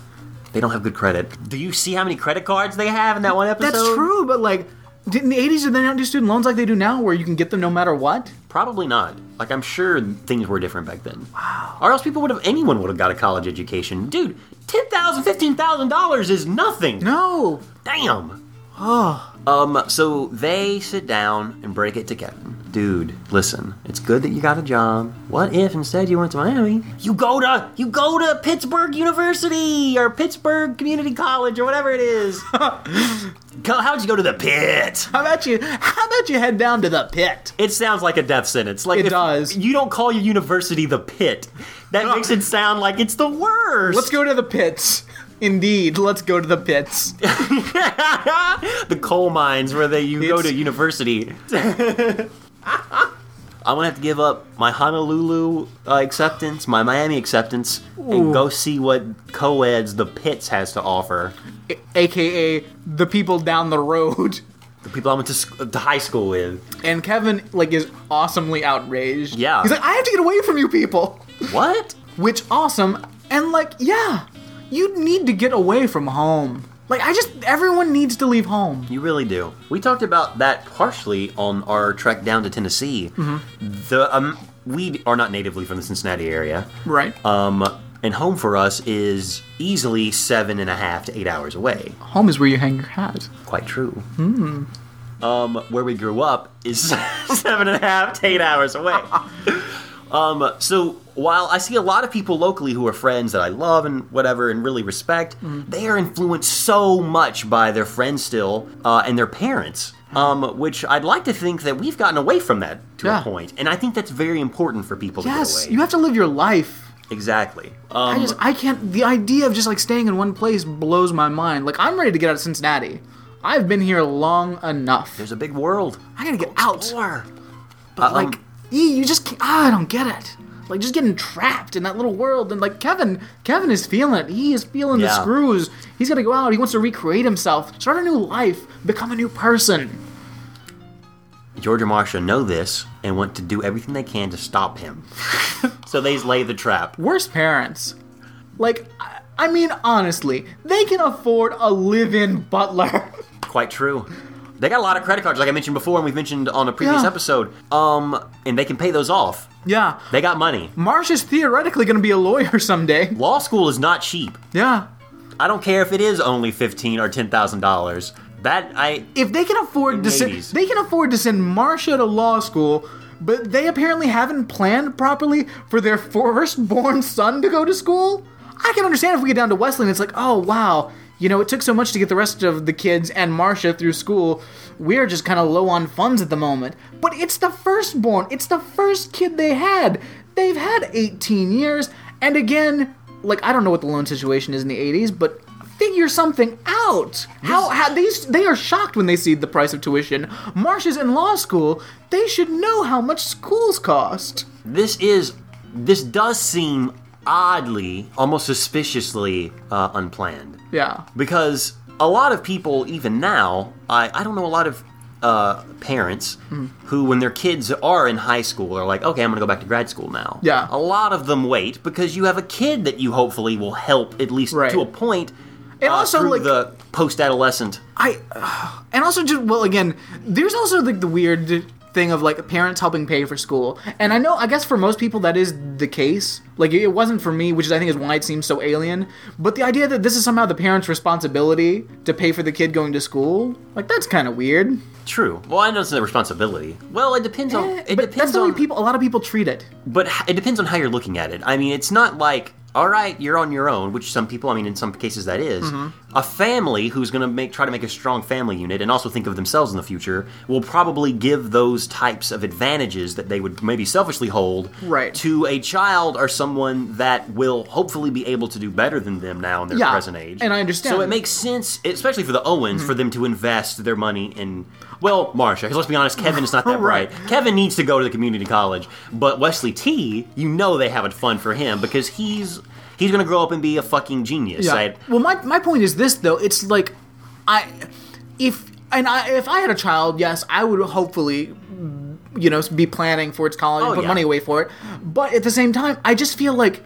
E: They don't have good credit. Do you see how many credit cards they have in that one episode?
D: That's true, but like, didn't the 80s did they not do student loans like they do now, where you can get them no matter what?
E: Probably not. Like I'm sure things were different back then. Wow. Or else people would have anyone would have got a college education. Dude, ten thousand, fifteen thousand dollars is nothing.
D: No.
E: Damn.
D: Ah.
E: Um, so they sit down and break it to Kevin. Dude, listen, it's good that you got a job. What if instead you went to Miami? You go to you go to Pittsburgh University or Pittsburgh Community College or whatever it is. Co- How'd you go to the pit?
D: How about you? How about you head down to the pit?
E: It sounds like a death sentence. Like
D: It
E: if
D: does.
E: You don't call your university the pit. That makes it sound like it's the worst.
D: Let's go to the pits. Indeed, let's go to the pits.
E: the coal mines where they you go
D: It's-
E: to university. I'm gonna have to give up my Honolulu uh, acceptance, my Miami acceptance, and go see what co-eds the Pits has to offer.
D: AKA the people down the road.
E: The people I went to, sc- to high school with.
D: And Kevin like is awesomely outraged.
E: Yeah.
D: He's like, I have to get away from you people.
E: What?
D: Which awesome. And like, yeah, you need to get away from home. Like I just everyone needs to leave home.
E: You really do. We talked about that partially on our trek down to Tennessee. The um, we are not natively from the Cincinnati area,
D: Right.
E: um, and home for us is easily seven and a half to eight hours away.
D: home is where you hang your hat.
E: Quite true. Um, where we grew up is seven and a half to eight hours away. um, so while I see a lot of people locally who are friends that I love and whatever and really respect,
D: Hmm.
E: they are influenced so much by their friends still uh, and their parents. Um, which I'd like to think that we've gotten away from that to
D: Yeah.
E: a point, and I think that's very important for people
D: Yes,
E: to get
D: you
E: away.
D: have to live your life.
E: Exactly. Um,
D: I just I can't. The idea of just like staying in one place blows my mind. Like I'm ready to get out of Cincinnati. I've been here long enough.
E: There's a big world.
D: I gotta get out.
E: War.
D: But like, e, you just can't, ah, I don't get it. Like just getting trapped in that little world. And like Kevin, Kevin is feeling it. He is feeling the
E: Yeah.
D: screws. He's gotta go out. He wants to recreate himself, start a new life, become a new person.
E: George and Marsha know this and want to do everything they can to stop him. so they lay the trap.
D: Worst parents. Like, I- I mean, honestly, they can afford a live-in butler.
E: Quite true. They got a lot of credit cards, like I mentioned before, and we've mentioned on a previous
D: Yeah.
E: episode. Um, and they can pay those off.
D: yeah.
E: They got money.
D: Marsh is theoretically going to be a lawyer someday.
E: Law school is not cheap.
D: Yeah.
E: I don't care if it is only fifteen or ten thousand dollars. That I
D: If they can afford to send,
E: 80s.
D: they can afford to send Marcia to law school, but they apparently haven't planned properly for their firstborn son to go to school. I can understand if we get down to Wesley and it's like, oh wow, you know, it took so much to get the rest of the kids and Marcia through school. We're just kind of low on funds at the moment. But it's the firstborn. It's the first kid they had. They've had 18 years, and again, like I don't know what the loan situation is in the 80s, but figure something out. How, how these they are shocked when they see the price of tuition. Marcia's in law school. They should know how much schools cost.
E: this is this does seem oddly, almost suspiciously uh, unplanned.
D: Yeah.
E: because a lot of people even now i, I don't know a lot of uh, parents
D: Hmm.
E: who when their kids are in high school are like okay i'm gonna go back to grad school now
D: Yeah.
E: a lot of them wait because you have a kid that you hopefully will help at least
D: Right.
E: to a point
D: And
E: uh,
D: also,
E: through
D: like-
E: the post-adolescent
D: I uh, and also just well again, there's also like the weird thing of like parents helping pay for school. And I know I guess for most people that is the case. Like it wasn't for me, which is I think is why it seems so alien. But the idea that this is somehow the parents' responsibility to pay for the kid going to school, like that's kind of weird.
E: true well i know it's a responsibility well it depends on
D: Eh,
E: it
D: but
E: depends
D: that's the
E: on
D: way people a lot of people treat it.
E: but h- it depends on how you're looking at it. I mean, it's not like all right, you're on your own, which some people, I mean, in some cases that is.
D: Mm-hmm.
E: A family who's going to make try to make a strong family unit and also think of themselves in the future will probably give those types of advantages that they would maybe selfishly hold
D: Right.
E: to a child or someone that will hopefully be able to do better than them now in their
D: Yeah,
E: present age.
D: and I understand Mm-hmm.
E: So
D: that.
E: it makes sense, especially for the Owens, for them to invest their money in. Well, Marsha, because let's be honest, Kevin is not that
D: Right.
E: bright. Kevin needs to go to the community college, but Wesley T, you know they have it fun for him because he's he's gonna grow up and be a fucking genius. I-
D: Well, my, my point is this though. It's like, I if and I if I had a child, yes, I would hopefully, you know, be planning for its college and
E: Oh,
D: put
E: yeah.
D: money away for it. But at the same time, I just feel like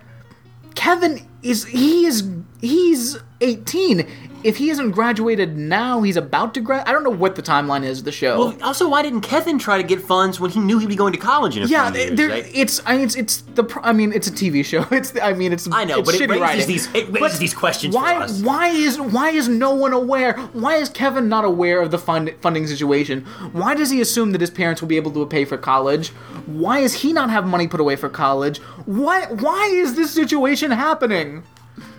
D: Kevin is he is he's eighteen. If he hasn't graduated now, he's about to grad. I don't know what the timeline is of the show.
E: well, also, why didn't Kevin try to get funds when he knew he'd be going to college in a
D: yeah,
E: few years?
D: there,
E: right?
D: it's I mean, it's it's the pro- I mean it's a TV show. It's the, I mean it's
E: I know,
D: it's
E: but it
D: shitty
E: raises
D: writing.
E: these it raises
D: But-
E: these questions
D: why
E: for us.
D: why is why is no one aware why is kevin not aware of the fund, funding situation why does he assume that his parents will be able to pay for college why is he not have money put away for college why why is this situation happening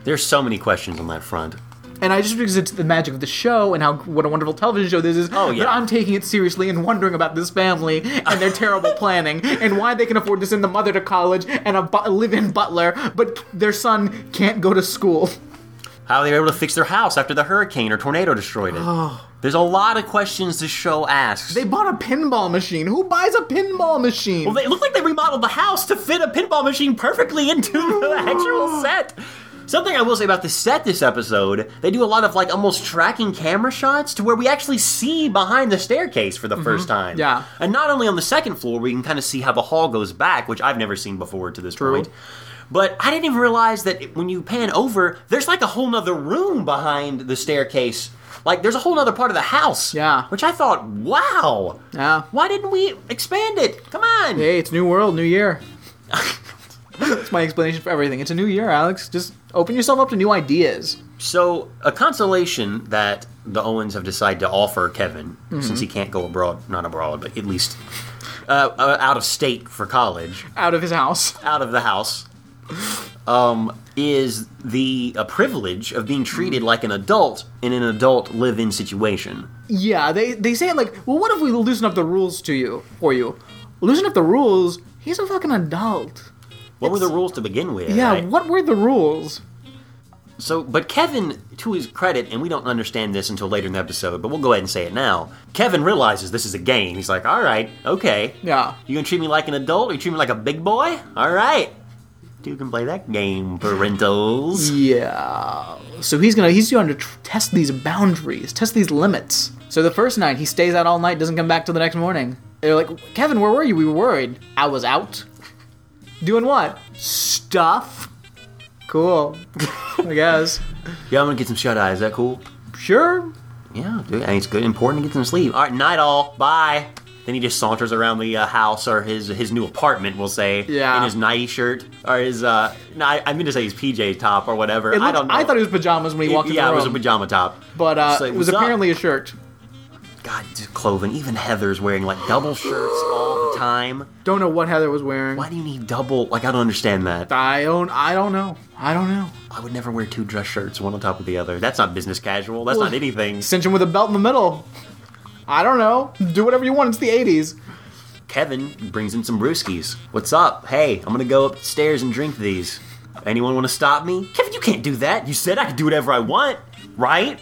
E: There's so many questions on that front.
D: and I just because it's the magic of the show and how what a wonderful television show this is.
E: Oh, yeah.
D: that I'm taking it seriously and wondering about this family and their terrible planning and why they can afford to send the mother to college and a, bu- a live-in butler, but their son can't go to school.
E: How they were able to fix their house after the hurricane or tornado destroyed it. There's a lot of questions this show
D: Oh.
E: asks.
D: They bought a pinball machine. Who buys a pinball machine?
E: Well, they look like they remodeled the house to fit a pinball machine perfectly into the actual set. Something I will say about the set this episode, they do a lot of like almost tracking camera shots to where we actually see behind the staircase for the first time.
D: Mm-hmm. Yeah.
E: And not only on the second floor, we can kind of see how the hall goes back, which I've never seen before to this point. But I didn't even realize that it- when you pan over, there's like a whole nother room behind the staircase. Like there's a whole nother part of the house.
D: Yeah.
E: Which I thought, wow.
D: Yeah.
E: Why didn't we expand it? Come on.
D: Ah, hey, it's new world, new year. That's my explanation for everything. It's a new year, Alex. Just open yourself up to new ideas.
E: So, a consolation that the Owens have decided to offer Kevin,
D: Mm-hmm.
E: since he can't go abroad, not abroad, but at least uh, uh, out of state for college,
D: Out of his house.
E: out of the house, um, is the a privilege of being treated
D: Mm.
E: like an adult in an adult live in situation.
D: Yeah, they they say it like, well, what if we loosen up the rules to you for you? Loosen up the rules. He's a fucking adult.
E: What were the rules to begin with?
D: Yeah,
E: right?
D: what were the rules?
E: So, but Kevin, to his credit, and we don't understand this until later in the episode, but we'll go ahead and say it now. Kevin realizes this is a game. He's like, all right, okay.
D: Yeah.
E: You gonna treat me like an adult or you treat me like a big boy? All right. You can play that game, parentals.
D: Yeah. So he's gonna he's going to tr- test these boundaries, test these limits. So the first night he stays out all night, doesn't come back till the next morning. They're like, Kevin, where were you? We were worried. I was out. Doing what? Stuff. Cool. I guess.
E: Yeah, I'm gonna get some shut eye. Is that cool?
D: Sure.
E: Yeah, dude. And it's good, important to get some sleep. All right, night all. Bye. Then he just saunters around the uh, house or his his new apartment, we'll say,
D: Yeah.
E: in his nighty shirt or his uh, no, I, I mean to say his PJ top or whatever.
D: It
E: I
D: looked-
E: don't know.
D: I thought it was pajamas when he walked in
E: yeah,
D: the
E: it
D: room.
E: was a pajama top.
D: but uh,
E: It's like,
D: it was
E: "What's up?"
D: apparently a shirt.
E: God, just Cloven, even Heather's wearing like double shirts all the time.
D: Don't know what Heather was wearing.
E: Why do you need double? Like I don't understand that.
D: I don't. I don't know. I don't know.
E: I would never wear two dress shirts one on top of the other. That's not business casual. That's
D: Well-
E: not anything.
D: Cinch him with a belt in the middle. I don't know. Do whatever you want. It's the '80s.
E: Kevin brings in some brewskis. What's up? Hey, I'm gonna go upstairs and drink these. Anyone want to stop me? Kevin, you can't do that. You said I could do whatever I want, right?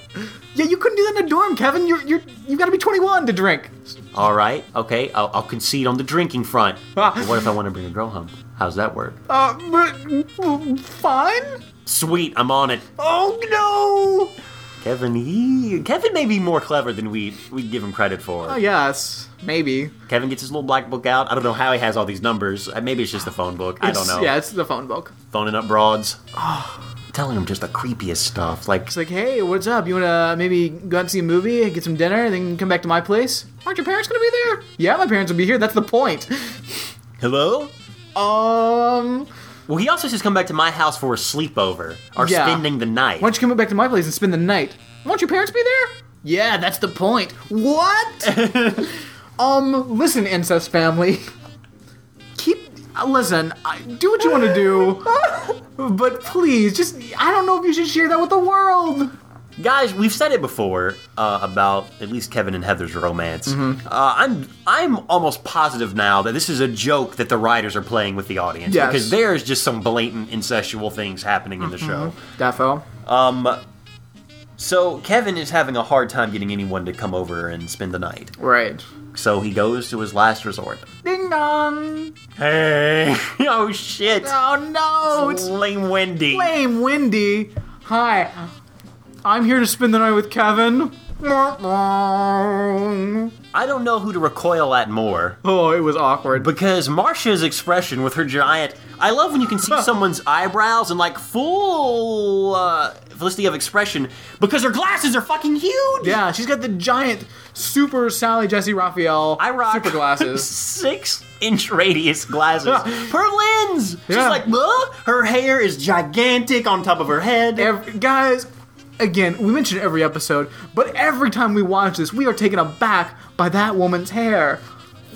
D: Yeah, you couldn't do that in a dorm, Kevin. You're you're you got to be 21 to drink.
E: All right, okay. I'll, I'll concede on the drinking front.
D: Ah.
E: But what if I want to bring a girl home? How's that work?
D: Uh, but mm, fine.
E: Sweet, I'm on it.
D: Oh no.
E: Kevin, he Kevin may be more clever than we we give him credit for.
D: Oh yes, maybe.
E: Kevin gets his little black book out. I don't know how he has all these numbers. Uh, Maybe it's just the phone book. I don't
D: It's-
E: know.
D: Yeah, it's the phone book.
E: Phoning up broads. Telling him just the creepiest stuff. Like,
D: It's like, hey, what's up? You wanna maybe go out and see a movie, get some dinner, then come back to my place? Aren't your parents gonna be there? Yeah, my parents will be here. That's the point.
E: hello?
D: Um,
E: Well, he also says come back to my house for a sleepover or
D: Yeah.
E: spending the night.
D: why don't you come back to my place and spend the night? Won't your parents be there? Yeah, that's the point. What? um, listen, incest family. Keep uh, listen. I, do what you want to do, but please, just I don't know if you should share that with the world.
E: Guys, we've said it before uh, about at least Kevin and Heather's romance.
D: Mm-hmm.
E: Uh, I'm I'm almost positive now that this is a joke that the writers are playing with the audience
D: Yes.
E: because there's just some blatant incestual things happening in the show.
D: Mm-hmm. Defo.
E: So Kevin is having a hard time getting anyone to come over and spend the night.
D: Right.
E: So he goes to his last resort.
D: Ding dong.
E: Hey! oh shit!
D: Oh no! It's
E: Lame Wendy.
D: Flame Wendy. Hi. I'm here to spend the night with Kevin. Oh,
E: I don't know who to recoil at more.
D: it was awkward.
E: Because Marsha's expression with her giant. I love when you can see someone's eyebrows and like full uh, felicity of expression because her glasses are fucking huge!
D: yeah, she's got the giant super Sally Jesse Raphael
E: I rock
D: super glasses.
E: six inch radius glasses per lens! She's
D: Yeah.
E: like, huh? Her hair is gigantic on top of her head.
D: Every, guys, again, we mention it every episode, but every time we watch this, we are taken aback by that woman's hair.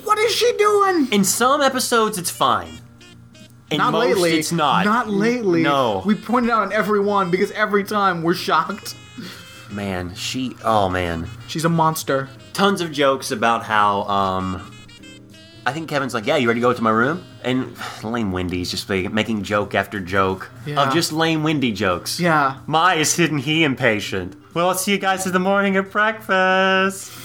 D: What is she doing?
E: In some episodes, it's fine. In
D: Not
E: most,
D: lately.
E: it's not.
D: Not lately.
E: No.
D: We pointed out on every one because every time we're shocked.
E: Man, she. Oh, man.
D: She's a monster.
E: tons of jokes about how um I think Kevin's like, yeah, you ready to go to my room? And lame Wendy's just like making joke after joke
D: Yeah.
E: of just lame Wendy jokes.
D: Yeah.
E: My is hidden he impatient. Well, I'll see you guys in the morning at breakfast.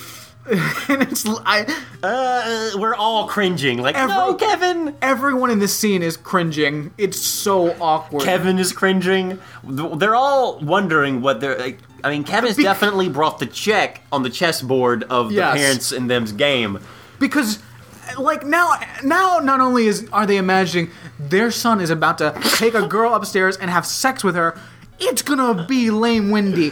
D: and it's l- I.
E: Uh, we're all cringing. Like,
D: Every-
E: no, Kevin.
D: Everyone in this scene is cringing. It's so awkward.
E: Kevin is cringing. They're all wondering what they're. Like, I mean, Kevin's definitely brought the check on the chessboard of the
D: Yes.
E: parents and them's game.
D: because like now now not only is are they imagining their son is about to take a girl upstairs and have sex with her it's gonna be lame Wendy,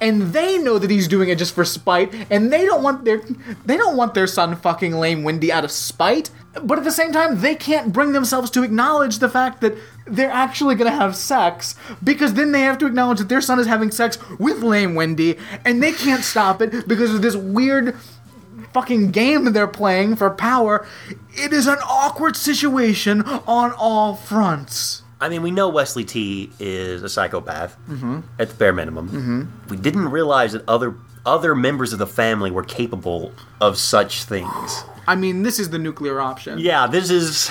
D: and they know that he's doing it just for spite, and they don't want their they don't want their son fucking lame Wendy out of spite. But at the same time, they can't bring themselves to acknowledge the fact that they're actually gonna have sex because then they have to acknowledge that their son is having sex with lame Wendy, and they can't stop it because of this weird fucking game they're playing for power. It is an awkward situation on all fronts.
E: I mean, we know Wesley T is a psychopath
D: Mm-hmm.
E: at the bare minimum. We didn't realize that other other members of the family were capable of such things.
D: I mean, this is the nuclear option.
E: Yeah, this is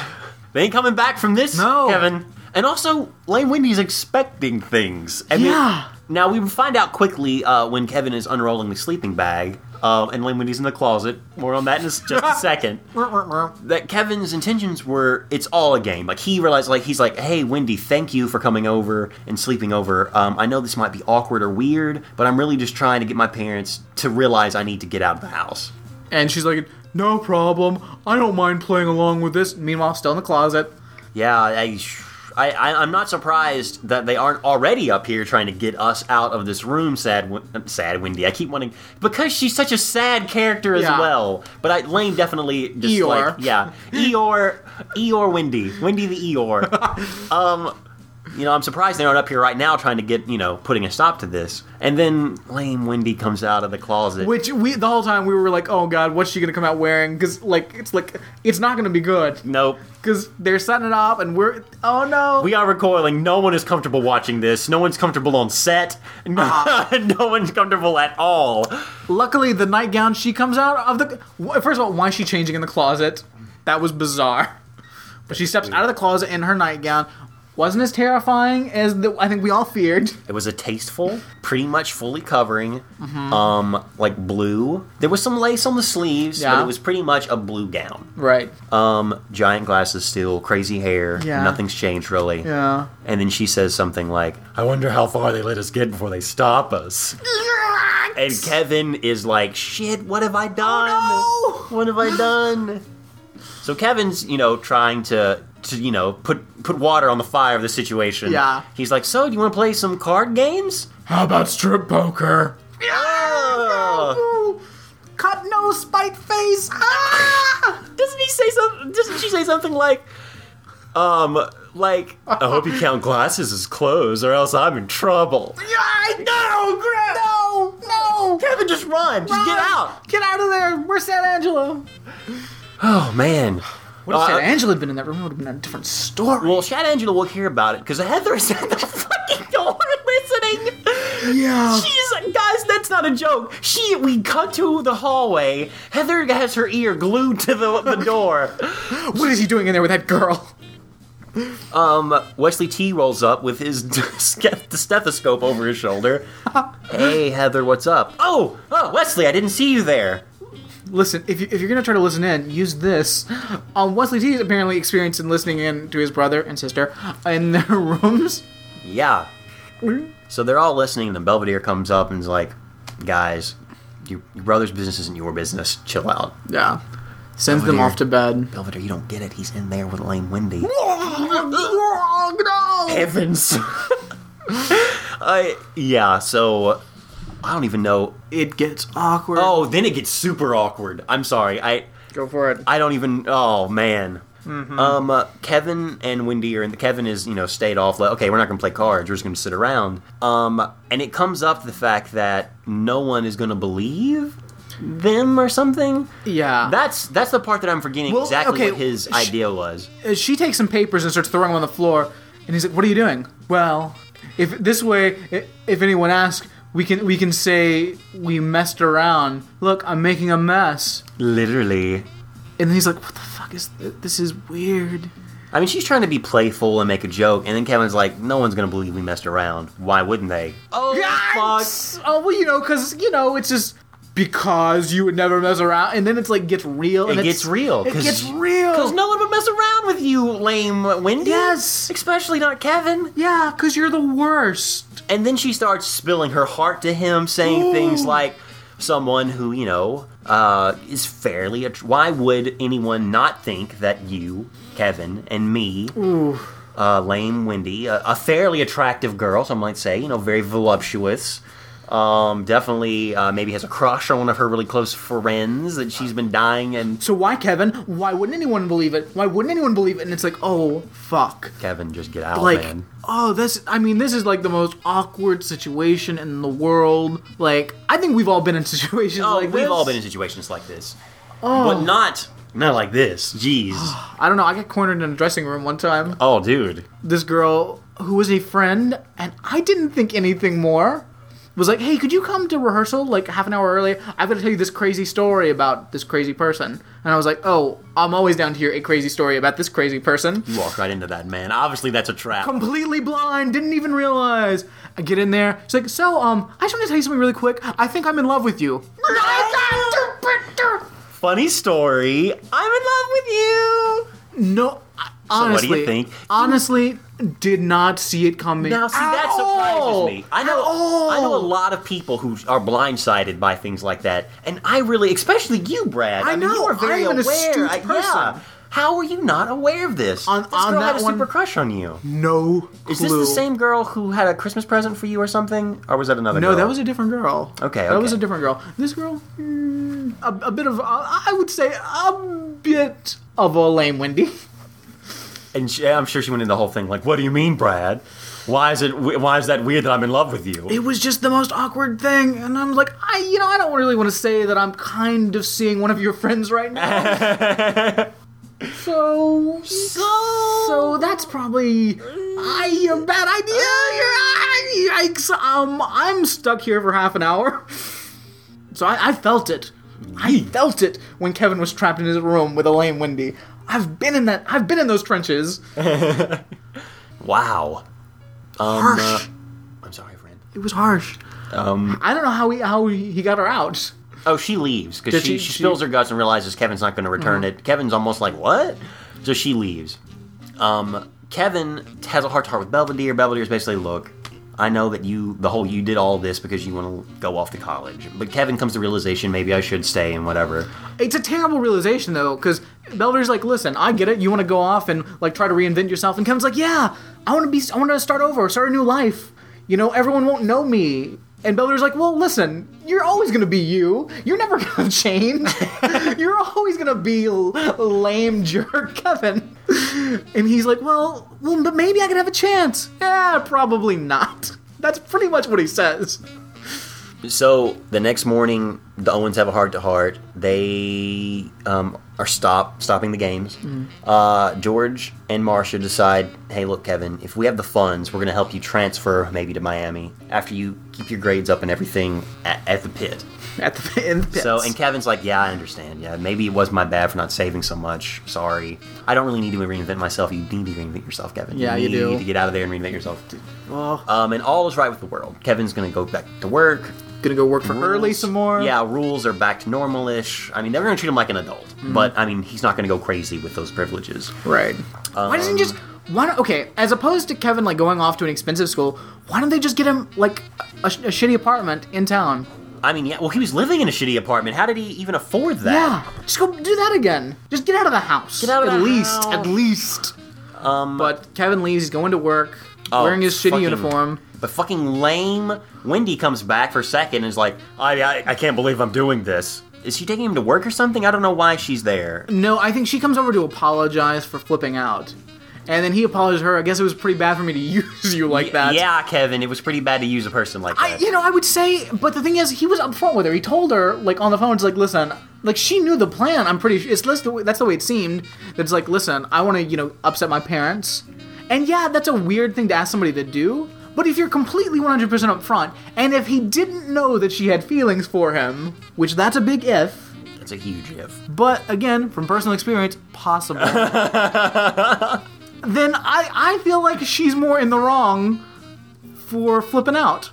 E: they ain't coming back from this,
D: No.
E: Kevin. And also, Lane Wendy's expecting things. I mean,
D: Yeah.
E: now we find out quickly uh, when Kevin is unrolling the sleeping bag, um, and Lane Wendy's in the closet. More on that in just a second that Kevin's intentions were it's all a game. Like he realized like he's like, "Hey Wendy, thank you for coming over and sleeping over. Um, I know this might be awkward or weird, but I'm really just trying to get my parents to realize I need to get out of the house."
D: And she's like, no problem. I don't mind playing along with this. Meanwhile, still in the closet.
E: Yeah, I, I, I, I'm not surprised that they aren't already up here trying to get us out of this room. Sad, Win- um, sad Wendy. I keep wanting because she's such a sad character as
D: Yeah.
E: well. But I, Lane definitely just
D: Eeyore.
E: like yeah, Eeyore, Eeyore, Wendy, Wendy the Eeyore. um, you know, I'm surprised they aren't up here right now trying to get you know putting a stop to this. And then lame Wendy comes out of the closet.
D: Which we the whole time we were like, oh god, what's she gonna come out wearing? Because like it's like it's not gonna be good.
E: nope.
D: Because they're setting it up, and we're oh no.
E: We are recoiling. No one is comfortable watching this. No one's comfortable on set. No,
D: Uh-huh.
E: no one's comfortable at all.
D: Luckily, the nightgown she comes out of the. wh- First of all, why is she changing in the closet? That was bizarre. But she steps out of the closet in her nightgown. Wasn't as terrifying as the, I think we all feared.
E: It was a tasteful, pretty much fully covering,
D: Mm-hmm.
E: um, like blue. There was some lace on the sleeves, but
D: Yeah.
E: it was pretty much a blue gown.
D: Right.
E: Um, giant glasses still, crazy hair.
D: Yeah.
E: Nothing's changed really.
D: Yeah.
E: And then she says something like, I wonder how far they let us get before they stop us. And Kevin is like, shit, what
D: Oh,
E: have I done? What have I done? So Kevin's, you know, trying to, to you know, put put water on the fire of the situation.
D: Yeah.
E: He's like, so do you want to play some card games?
C: How about strip poker?
D: Uh.
E: Oh.
D: Ooh, cut no spite face. Ah!
E: Uh, Doesn't he say something? Doesn't she say something like, um, like, I hope you count glasses as clothes, or else I'm in trouble.
D: no, Greg. No, no.
E: Kevin, just run, just get out.
D: Get out of there. Where's San Angelo?
E: Oh man.
D: What if
E: Uh,
D: San Angelo had been in that room? It would have been a different story.
E: Well, Shad Angela will hear about it because Heather is at the fucking door listening.
D: Yeah.
E: She's guys, that's not a joke. She we cut to the hallway. Heather has her ear glued to the, the door.
D: What is he doing in there with that girl?
E: Wesley T rolls up with his steth- stethoscope over his shoulder. hey Heather, what's up? Oh, oh Wesley, I didn't see you there.
D: Listen, if, you, if you're going to try to listen in, use this. Um, Wesley T is apparently experienced in listening in to his brother and sister in their rooms.
E: Yeah. So they're all listening, and then Belvedere comes up and is like, "Guys, your, your brother's business isn't your business. Chill out."
D: Yeah. Sends them
E: dear.
D: off to bed.
E: Belvedere, you don't get it. He's in there with Lame Wendy.
D: Oh, no!
E: Heavens. I yeah. So I don't even know.
D: It gets awkward.
E: Oh, then it gets super awkward. I'm sorry. I
D: Go for it.
E: I don't even. Oh man. Um, uh, Kevin and Wendy are in. Kevin is you know stayed off. Like, okay, we're not gonna play cards. We're just gonna sit around. Um, and it comes up the fact that no one is gonna believe them or something.
D: Yeah.
E: That's that's the part that I'm forgetting
D: Well,
E: exactly
D: okay,
E: what his
D: sh-
E: idea was.
D: Uh, she takes some papers and starts throwing them on the floor and he's like what are you doing well if this way i- if anyone asks we can we can say we messed around look i'm making a mess
E: Literally.
D: and then he's like what the fuck is this, this is weird
E: I mean, she's trying to be playful and make a joke, and then Kevin's like, "No one's gonna believe we messed around. Why wouldn't they?" Oh
D: Yikes! oh well you know because you know it's just because you would never mess around and then it's like gets real and
E: It
D: it's-
E: gets real,
D: it
E: 'cause-
D: gets
E: Because
D: real
E: no one would mess around with you, lame Wendy.
D: Yes.
E: Especially not Kevin.
D: yeah because you're the worst
E: And then she starts spilling her heart to him, saying things like, someone who, you know, uh, is fairly. Att- Why would anyone not think that you, Kevin, and me, uh, lame Wendy, a, a fairly attractive girl, some might say, you know, very voluptuous. Um, definitely, uh, maybe has a crush on one of her really close friends that she's been dying and
D: so why kevin why wouldn't anyone believe it why wouldn't anyone believe it and it's like oh fuck
E: Kevin, just get out,
D: like
E: man.
D: oh this i mean this is like the most awkward situation in the world like i think we've all been in situations
E: Oh,
D: like
E: we've
D: this. Oh.
E: all been in situations like this, but not not like this. Jeez.
D: i don't know i got cornered in a dressing room one time
E: oh, dude.
D: this girl who was a friend and i didn't think anything more was like hey could you come to rehearsal like half an hour early i've got to tell you this crazy story about this crazy person and i was like oh i'm always down to hear a crazy story about this crazy person
E: You walk right into that, man. Obviously, that's a trap.
D: completely blind, didn't even realize. I get in there. She's like, so, um, I just want to tell you something really quick. I think I'm in love with you.
E: Funny story. I'm in love with you.
D: No, I-
E: do you
D: honestly,
E: think?
D: honestly, did not see it coming.
E: Now, see, that
D: at all.
E: surprises me. I
D: At
E: know.
D: all.
E: I know a lot of people who are blindsided by things like that, and I really, especially you, Brad.
D: I
E: mean, you
D: know,
E: are very
D: I am an
E: aware.
D: astute
E: I-
D: person.
E: yeah. How were you not aware of this?
D: On-
E: this
D: on
E: girl had
D: that
E: a
D: one-
E: super crush on you.
D: No clue.
E: Is this the same girl who had a Christmas present for you or something? Or was that another
D: No,
E: girl?
D: that was a different girl.
E: Okay,
D: that was a
E: okay.
D: different girl. This girl, mm, a, a bit of, uh, I would say, a bit of a lame Wendy.
E: And she, I'm sure she went into the whole thing like, "What do you mean, Brad? Why is it? Why is that weird that I'm in love with you?"
D: It was just the most awkward thing, and I'm like, I, you know, I don't really want to say that I'm kind of seeing one of your friends right now. so, so, that's probably, I, a bad idea. You're, I, yikes, um, I'm stuck here for half an hour. So I, I felt it. I felt it when Kevin was trapped in his room with Elaine Wendy. I've been in that. I've been in those trenches.
E: Wow.
D: harsh.
E: I'm sorry, friend.
D: it was harsh. uh, Um, I don't know how he how he he got her out.
E: Oh, she leaves because
D: Did she-
E: she, she, Mm-hmm.
D: she-
E: spills her guts and realizes Kevin's not going to return it. Kevin's almost like, what? So she leaves. Um, Kevin has a heart to heart with Belvedere. Belvedere's basically, look, I know that you, the whole, you did all this because you want to go off to college. But Kevin comes to the realization maybe I should stay and whatever.
D: It's a terrible realization though, because Belder's like, "Listen, I get it. You want to go off and like try to reinvent yourself." And Kevin's like, "Yeah, I want to be. I want to start over, start a new life. You know, everyone won't know me." And Belder's like, "Well, listen, you're always gonna be you. You're never gonna change. you're always gonna be l- lame jerk, Kevin." And he's like, "Well, well, but maybe I could have a chance." Yeah, probably not. That's pretty much what he says.
E: So the next morning, the Owens have a heart to heart. They um, are stop stopping the games.
D: Mm.
E: Uh, George and Marcia decide, hey, look, Kevin, if we have the funds, we're going to help you transfer maybe to Miami after you keep your grades up and everything at, at the pit.
D: At the in the pits.
E: So and Kevin's like, yeah, I understand. Yeah, maybe it was my bad for not saving so much. Sorry, I don't really need to reinvent myself. You need to reinvent yourself, Kevin.
D: Yeah, you
E: need
D: do.
E: to get out of there and reinvent yourself. Too. Um, and all is right with the world. Kevin's going to go back to work
D: gonna go work for Hurley
E: rules-
D: some more.
E: Yeah, rules are back to normal-ish. I mean, they're going to treat him like an adult,
D: Mm-hmm.
E: but I mean, he's not going to go crazy with those privileges.
D: Right. why doesn't he just why don't, okay, as opposed to Kevin like going off to an expensive school, why don't they just get him like a, sh- a shitty apartment in town?
E: I mean, yeah. Well, he was living in a shitty apartment. How did he even afford that?
D: Yeah, just go do that again. Just get out of the house. Get
E: out of
D: at
E: the
D: least,
E: house.
D: at least. Um, but Kevin leaves. He's going to work,
E: Oh,
D: wearing his shitty
E: fucking-
D: uniform.
E: But fucking lame. Wendy comes back for second and is like, I, I, I can't believe I'm doing this. Is she taking him to work or something? I don't know why she's there.
D: No, I think she comes over to apologize for flipping out, and then he apologizes to her. I guess it was pretty bad for me to use you like that.
E: yeah, Kevin, it was pretty bad to use a person like
D: I,
E: that.
D: you know, I would say, but the thing is, he was upfront with her. He told her, like, on the phone, it's like, listen, like, she knew the plan. I'm pretty sure. It's that's the way, that's the way it seemed. It's like, listen, I want to, you know, upset my parents. And yeah, that's a weird thing to ask somebody to do. But if you're completely 100% upfront, and if he didn't know that she had feelings for him, which that's a big if,
E: That's a huge if.
D: but again, from personal experience, possible. then I, I feel like she's more in the wrong for flipping out.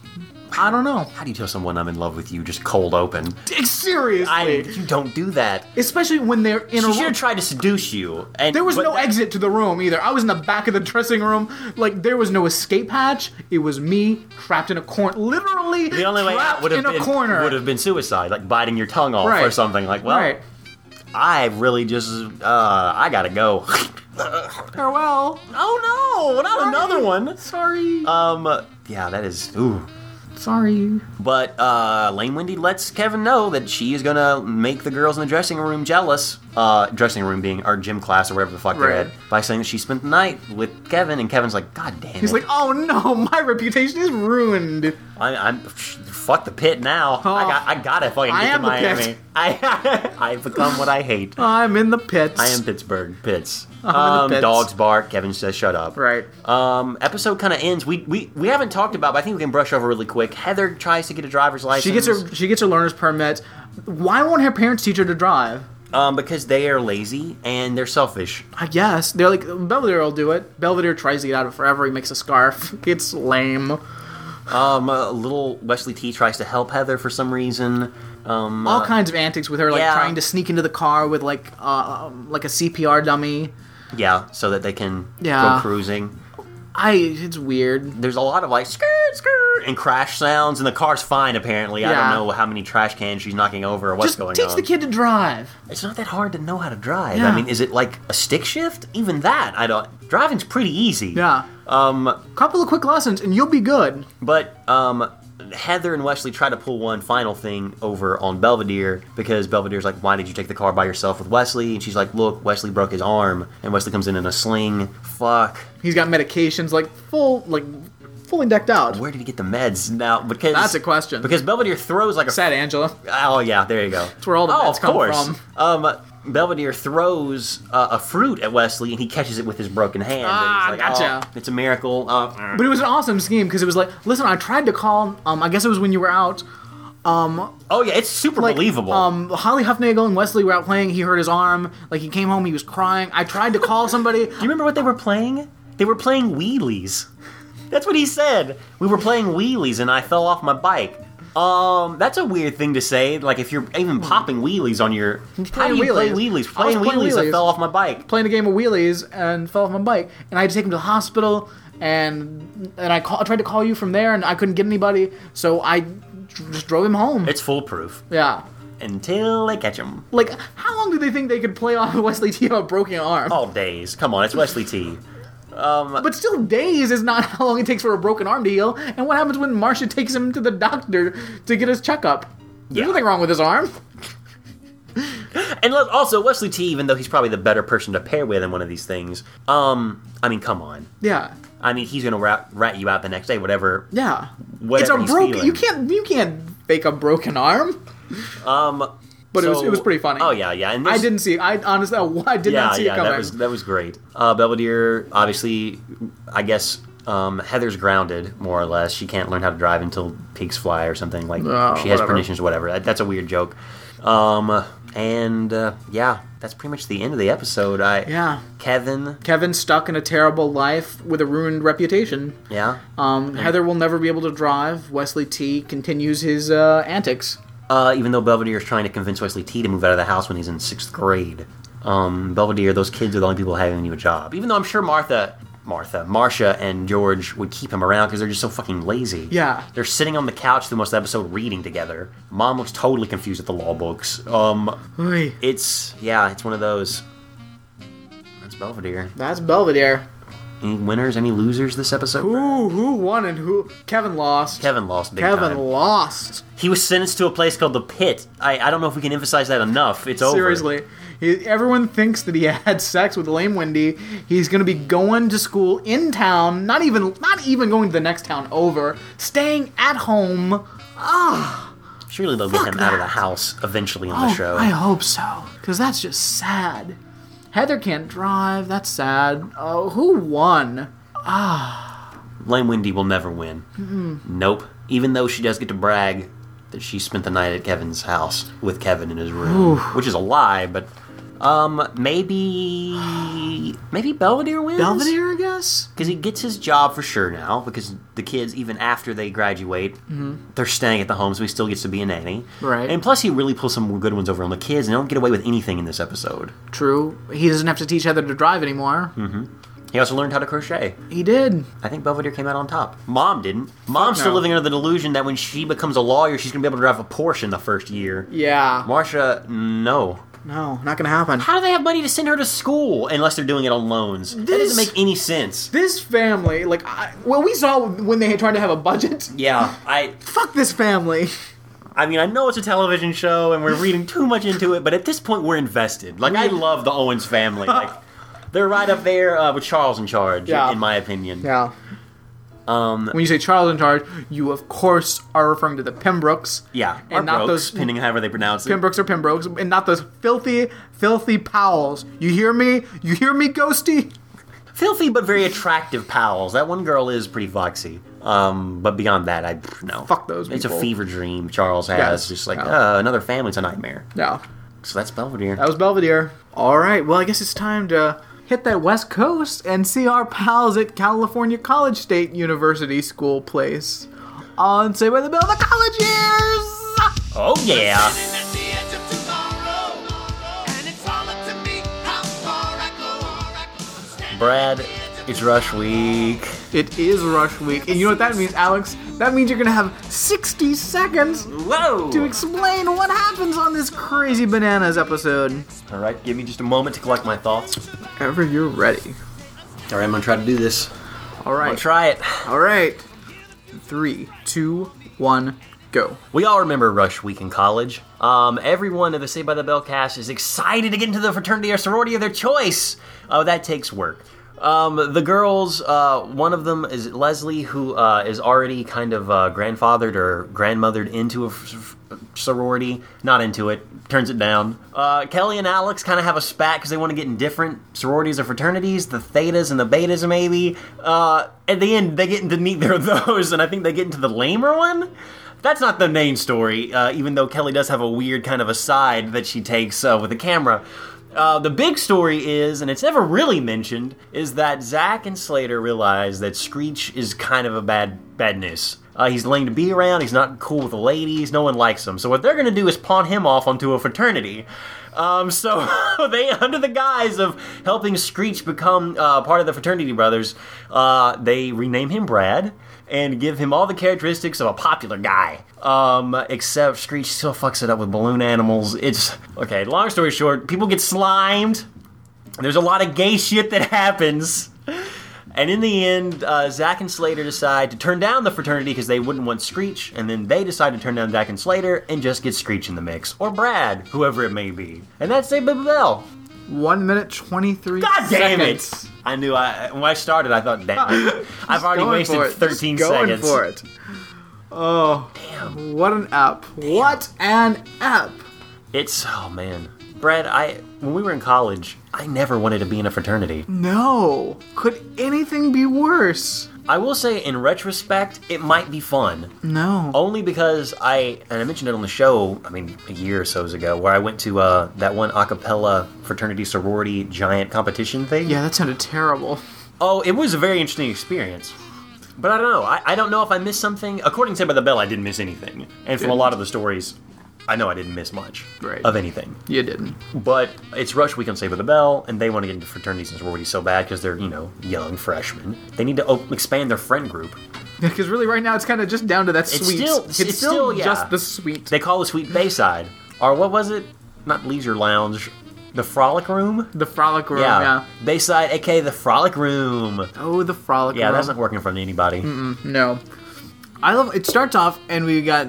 D: I don't know.
E: How do you tell someone I'm in love with you just cold open?
D: Seriously.
E: I, you don't do that.
D: Especially when they're in a
E: She should
D: room.
E: have tried to seduce you. And
D: There was
E: but
D: no
E: that-
D: exit to the room either. I was in the back of the dressing room. Like, there was no escape hatch. It was me trapped in a corner. Literally,
E: The only way out
D: trapped
E: would have
D: in a
E: been
D: corner.
E: would have been suicide, like biting your tongue off or
D: Right.
E: something. Like, well,
D: right.
E: I really just uh, I gotta go.
D: Farewell.
E: oh no, not another one.
D: Sorry.
E: Um, yeah, that is ooh.
D: Sorry.
E: But uh, Lane Wendy lets Kevin know that she is gonna make the girls in the dressing room jealous. Uh, dressing room being our gym class or wherever the fuck they're
D: Right.
E: at, by saying that she spent the night with Kevin, and Kevin's like, God damn
D: He's
E: it.
D: like, oh no, my reputation is ruined.
E: I, I'm fuck the pit now. I
D: Oh.
E: got I gotta fucking
D: I
E: get to
D: am the pit. Oh,
E: Miami. I I've become what I hate.
D: I'm in the pits.
E: I am Pittsburgh Pitts.
D: in the
E: Um,
D: pits.
E: Dogs bark. Kevin says, "Shut up."
D: Right.
E: Um, episode kind of ends. We, we we haven't talked about, but I think we can brush over really quick. Heather tries to get a driver's license.
D: She gets her she gets her learner's permit. Why won't her parents teach her to drive?
E: um, because they are lazy and they're selfish.
D: I guess they're like Belvedere will do it. Belvedere tries to get out of it forever. He makes a scarf. It's lame.
E: Um, uh, little Wesley T tries to help Heather for some reason. Um,
D: All
E: uh,
D: kinds of antics with her, like
E: yeah.
D: trying to sneak into the car with like uh, um, like a CPR dummy.
E: yeah, so that they can
D: Yeah.
E: go cruising.
D: I it's weird.
E: There's a lot of like skirt, skirt, and crash sounds, and the car's fine apparently. I
D: Yeah.
E: don't know how many trash cans she's knocking over or what's
D: Just
E: going
D: teach
E: on.
D: the kid to drive.
E: It's not that hard to know how to drive.
D: Yeah.
E: I mean, is it like a stick shift? Even that, I don't. Driving's pretty easy.
D: Yeah.
E: Um,
D: Couple of quick lessons and you'll be good.
E: but um, Heather and Wesley try to pull one final thing over on Belvedere because Belvedere's like, "Why did you take the car by yourself with Wesley?" And she's like, "Look, Wesley broke his arm." And Wesley comes in in a sling. Fuck.
D: He's got medications like full, like fully decked out.
E: Where did he get the meds now? Because
D: That's a question.
E: Because Belvedere throws like a
D: Sad Angela.
E: Oh yeah, there you go. That's
D: where all the
E: oh,
D: meds
E: of
D: come
E: course. Um, Belvedere throws uh, a fruit at Wesley, and he catches it with his broken hand.
D: Ah,
E: and he's like,
D: gotcha.
E: "Oh, it's a miracle. Uh,
D: But it was an awesome scheme because it was like, listen, I tried to call. Um, I guess it was when you were out.
E: oh yeah, it's super
D: Like,
E: believable.
D: Um, Holly Huffnagel and Wesley were out playing. He hurt his arm. Like he came home, he was crying. I tried to call somebody.
E: Do you remember what they were playing? They were playing wheelies. That's what he said. We were playing wheelies, and I fell off my bike. Um, that's a weird thing to say. Like if you're even popping wheelies on your, how
D: Hmm.
E: do
D: playing
E: you play
D: wheelies.
E: wheelies?
D: I was
E: Playing
D: playing
E: wheelies,
D: wheelies.
E: I fell off my bike.
D: playing a game of wheelies and fell off my bike, and I had to take him to the hospital, and and I, call, I tried to call you from there, and I couldn't get anybody, so I dr- just drove him home.
E: It's foolproof
D: yeah,
E: until they catch him.
D: like how long do they think they could play off Wesley T about broken arm?
E: All days. Come on, it's Wesley T.
D: But still, days is not how long it takes for a broken arm to heal. And what happens when Marcia takes him to the doctor to get his checkup?
E: Yeah.
D: There's nothing wrong with his arm.
E: And let- also Wesley T, even though he's probably the better person to pair with in one of these things, um, I mean, come on.
D: Yeah,
E: I mean, he's gonna rat, rat you out the next day, whatever.
D: yeah.
E: Whatever
D: it's
E: he's
D: a broken.
E: feeling.
D: You can't. You can't fake a broken arm.
E: Um,
D: But it was.
E: so-
D: It was pretty funny.
E: Oh yeah, yeah. And
D: I
E: this-
D: didn't see. I honestly, I did
E: Yeah,
D: not see
E: yeah.
D: it coming.
E: That was that was great. Uh, Belvedere, obviously, I guess um, Heather's grounded more or less. She can't learn how to drive until pigs fly or something like.
D: Oh,
E: she has
D: whatever.
E: permissions or whatever. That, that's a weird joke. Um, and uh, yeah, that's pretty much the end of the episode. I
D: Yeah.
E: Kevin.
D: Kevin stuck in a terrible life with a ruined reputation.
E: Yeah.
D: Um, Heather will never be able to drive. Wesley T continues his uh, antics.
E: Uh, even though Belvedere is trying to convince Wesley T to move out of the house when he's in sixth grade. Um, Belvedere, those kids are the only people having you a job. Even though I'm sure Martha, Martha, Marcia, and George would keep him around because they're just so fucking lazy.
D: Yeah.
E: They're sitting on the couch through most of the episode reading together. Mom looks totally confused at the law books. Um,
D: Oy.
E: it's, yeah, it's one of those. That's Belvedere.
D: That's Belvedere.
E: Any winners, any losers this episode?
D: Who who won and who? Kevin lost.
E: Kevin lost big
D: Kevin
E: time.
D: lost.
E: he was sentenced to a place called the Pit. I, I don't know if we can emphasize that enough. It's over.
D: Seriously. He, everyone thinks that he had sex with Lame Wendy. He's going to be going to school in town, not even not even going to the next town over, staying at home.
E: Surely they'll get him out of the house eventually on the show.
D: Oh, I hope so, because that's just sad. Heather can't drive. That's sad. Oh, who won?
E: Lane Windy will never win. Nope. Even though she does get to brag that she spent the night at Kevin's house with Kevin in his room, which is a lie, but um, maybe maybe Belvedere wins.
D: Belvedere, I guess.
E: because he gets his job for sure now. Because the kids, even after they graduate, they're staying at the home, so he still gets to be a nanny.
D: Mm-hmm. Right.
E: And plus, he really pulls some good ones over on the kids, and they don't get away with anything in this episode.
D: True. He doesn't have to teach Heather to drive anymore.
E: Hmm. He also learned how to crochet.
D: He did.
E: I think Belvedere came out on top. Mom didn't. Mom's
D: no.
E: still living under the delusion that when she becomes a lawyer, she's going to be able to drive a Porsche in the first year.
D: Yeah.
E: Marsha, no.
D: No, not gonna happen.
E: How do they have money to send her to school unless they're doing it on loans? That
D: This-
E: doesn't make any sense.
D: This family, like, I, well, we saw when they had tried to have a budget.
E: Yeah, I
D: Fuck this family.
E: I mean, I know it's a television show and we're reading too much into it, but at this point we're invested. Like I love the Owens family. Like they're right up there uh, with Charles in charge
D: Yeah.
E: in my opinion.
D: Yeah. Um, when you say Charles in charge, you of course are referring to the Pembrokes.
E: Yeah,
D: And not those-
E: depending on however they pronounce it.
D: Pembrokes or Pembrokes, and not those filthy, filthy Powells. You hear me? You hear me, Ghosty?
E: filthy but very attractive pals. That one girl is pretty foxy. Um, but beyond that, I no.
D: Fuck those
E: It's
D: people.
E: a fever dream Charles has.
D: Yes.
E: Just like
D: Yeah. Oh.
E: uh, another family's a nightmare.
D: No,
E: So that's Belvedere.
D: that was Belvedere. All right. Well, I guess it's time to hit that West Coast and see our pals at California College State University School Place on Say by the Bell, the college years.
E: oh yeah. Brad, it's rush week.
D: It is rush week, and you know what that means, Alex? That means you're gonna have 60 seconds
E: Whoa!
D: to explain what happens on this crazy bananas episode.
E: All right, give me just a moment to collect my thoughts.
D: Whenever you're ready.
E: All right, I'm gonna try to do this.
D: All
E: I'll
D: right.
E: try it.
D: All right. Three, two, one, go.
E: We all remember Rush Week in college. Um, everyone of the Saved by the Bell cast is excited to get into the fraternity or sorority of their choice. Oh, that takes work. Um, the girls, uh, one of them is Leslie, who uh, is already kind of uh, grandfathered or grandmothered into a f- f- sorority. Not into it, turns it down. Uh, Kelly and Alex kind of have a spat because they want to get in different sororities or fraternities, the thetas and the betas, maybe. Uh, at the end, they get into neither of those, and I think they get into the lamer one. That's not the main story, uh, even though Kelly does have a weird kind of aside that she takes uh, with the camera. Uh, the big story is, and it's never really mentioned, is that Zack and Slater realize that Screech is kind of a bad badness. Uh, he's lame to be around. He's not cool with the ladies. No one likes him. So what they're going to do is pawn him off onto a fraternity. Um, so they, under the guise of helping Screech become uh, part of the fraternity brothers, uh, they rename him Brad and give him all the characteristics of a popular guy. Um, except Screech still fucks it up with balloon animals. It's okay. Long story short, people get slimed. There's a lot of gay shit that happens. And in the end, uh, Zack and Slater decide to turn down the fraternity because they wouldn't want Screech, and then they decide to turn down Zack and Slater and just get Screech in the mix, or Brad, whoever it may be. And that's Saved by the Bell.
D: One minute, 23
E: God damn
D: seconds.
E: it! I knew I when I started, I thought, damn, I've already
D: Going
E: wasted
D: for it.
E: 13
D: Just going
E: seconds.
D: for it. Oh, damn! What an app! What an app!
E: It's oh man, Brad. I when we were in college, I never wanted to be in a fraternity.
D: No, could anything be worse?
E: I will say, in retrospect, it might be fun.
D: No.
E: only because I and I mentioned it on the show. I mean, a year or so ago, where I went to uh, that one acapella fraternity sorority giant competition thing.
D: Yeah, that sounded terrible.
E: Oh, it was a very interesting experience. But I don't know. I, I don't know if I missed something. According to by the Bell, I didn't miss anything. And from a lot of the stories, I know I didn't miss much
D: Right.
E: of anything.
D: You didn't.
E: But it's Rush Week on Save the Bell, and they want to get into fraternities and sororities so bad because they're, you know, young freshmen. They need to op- expand their friend group.
D: Because really, right now it's kind of just down to that
E: It's
D: sweet.
E: still- it's still, yeah.
D: just the sweet.
E: They call the suite Bayside, or what was it? Not Leisure Lounge, the Frolic Room.
D: the frolic room. Yeah.
E: Yeah, Bayside, aka the Frolic Room.
D: Oh, the frolic
E: Yeah,
D: room.
E: that's not working for anybody.
D: No. I love it starts off and we got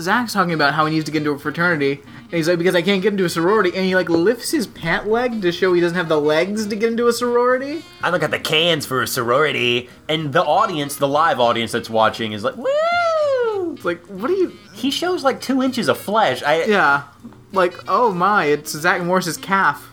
D: Zach's talking about how he needs to get into a fraternity. And he's like, because I can't get into a sorority. And he like lifts his pant leg to show he doesn't have the legs to get into a sorority.
E: I look at the cans for a sorority, and the audience, the live audience that's watching, is like, "Woo!"
D: It's like, what are you
E: He shows like two inches of flesh. I
D: Yeah. Like, oh my, it's Zach Morris's calf.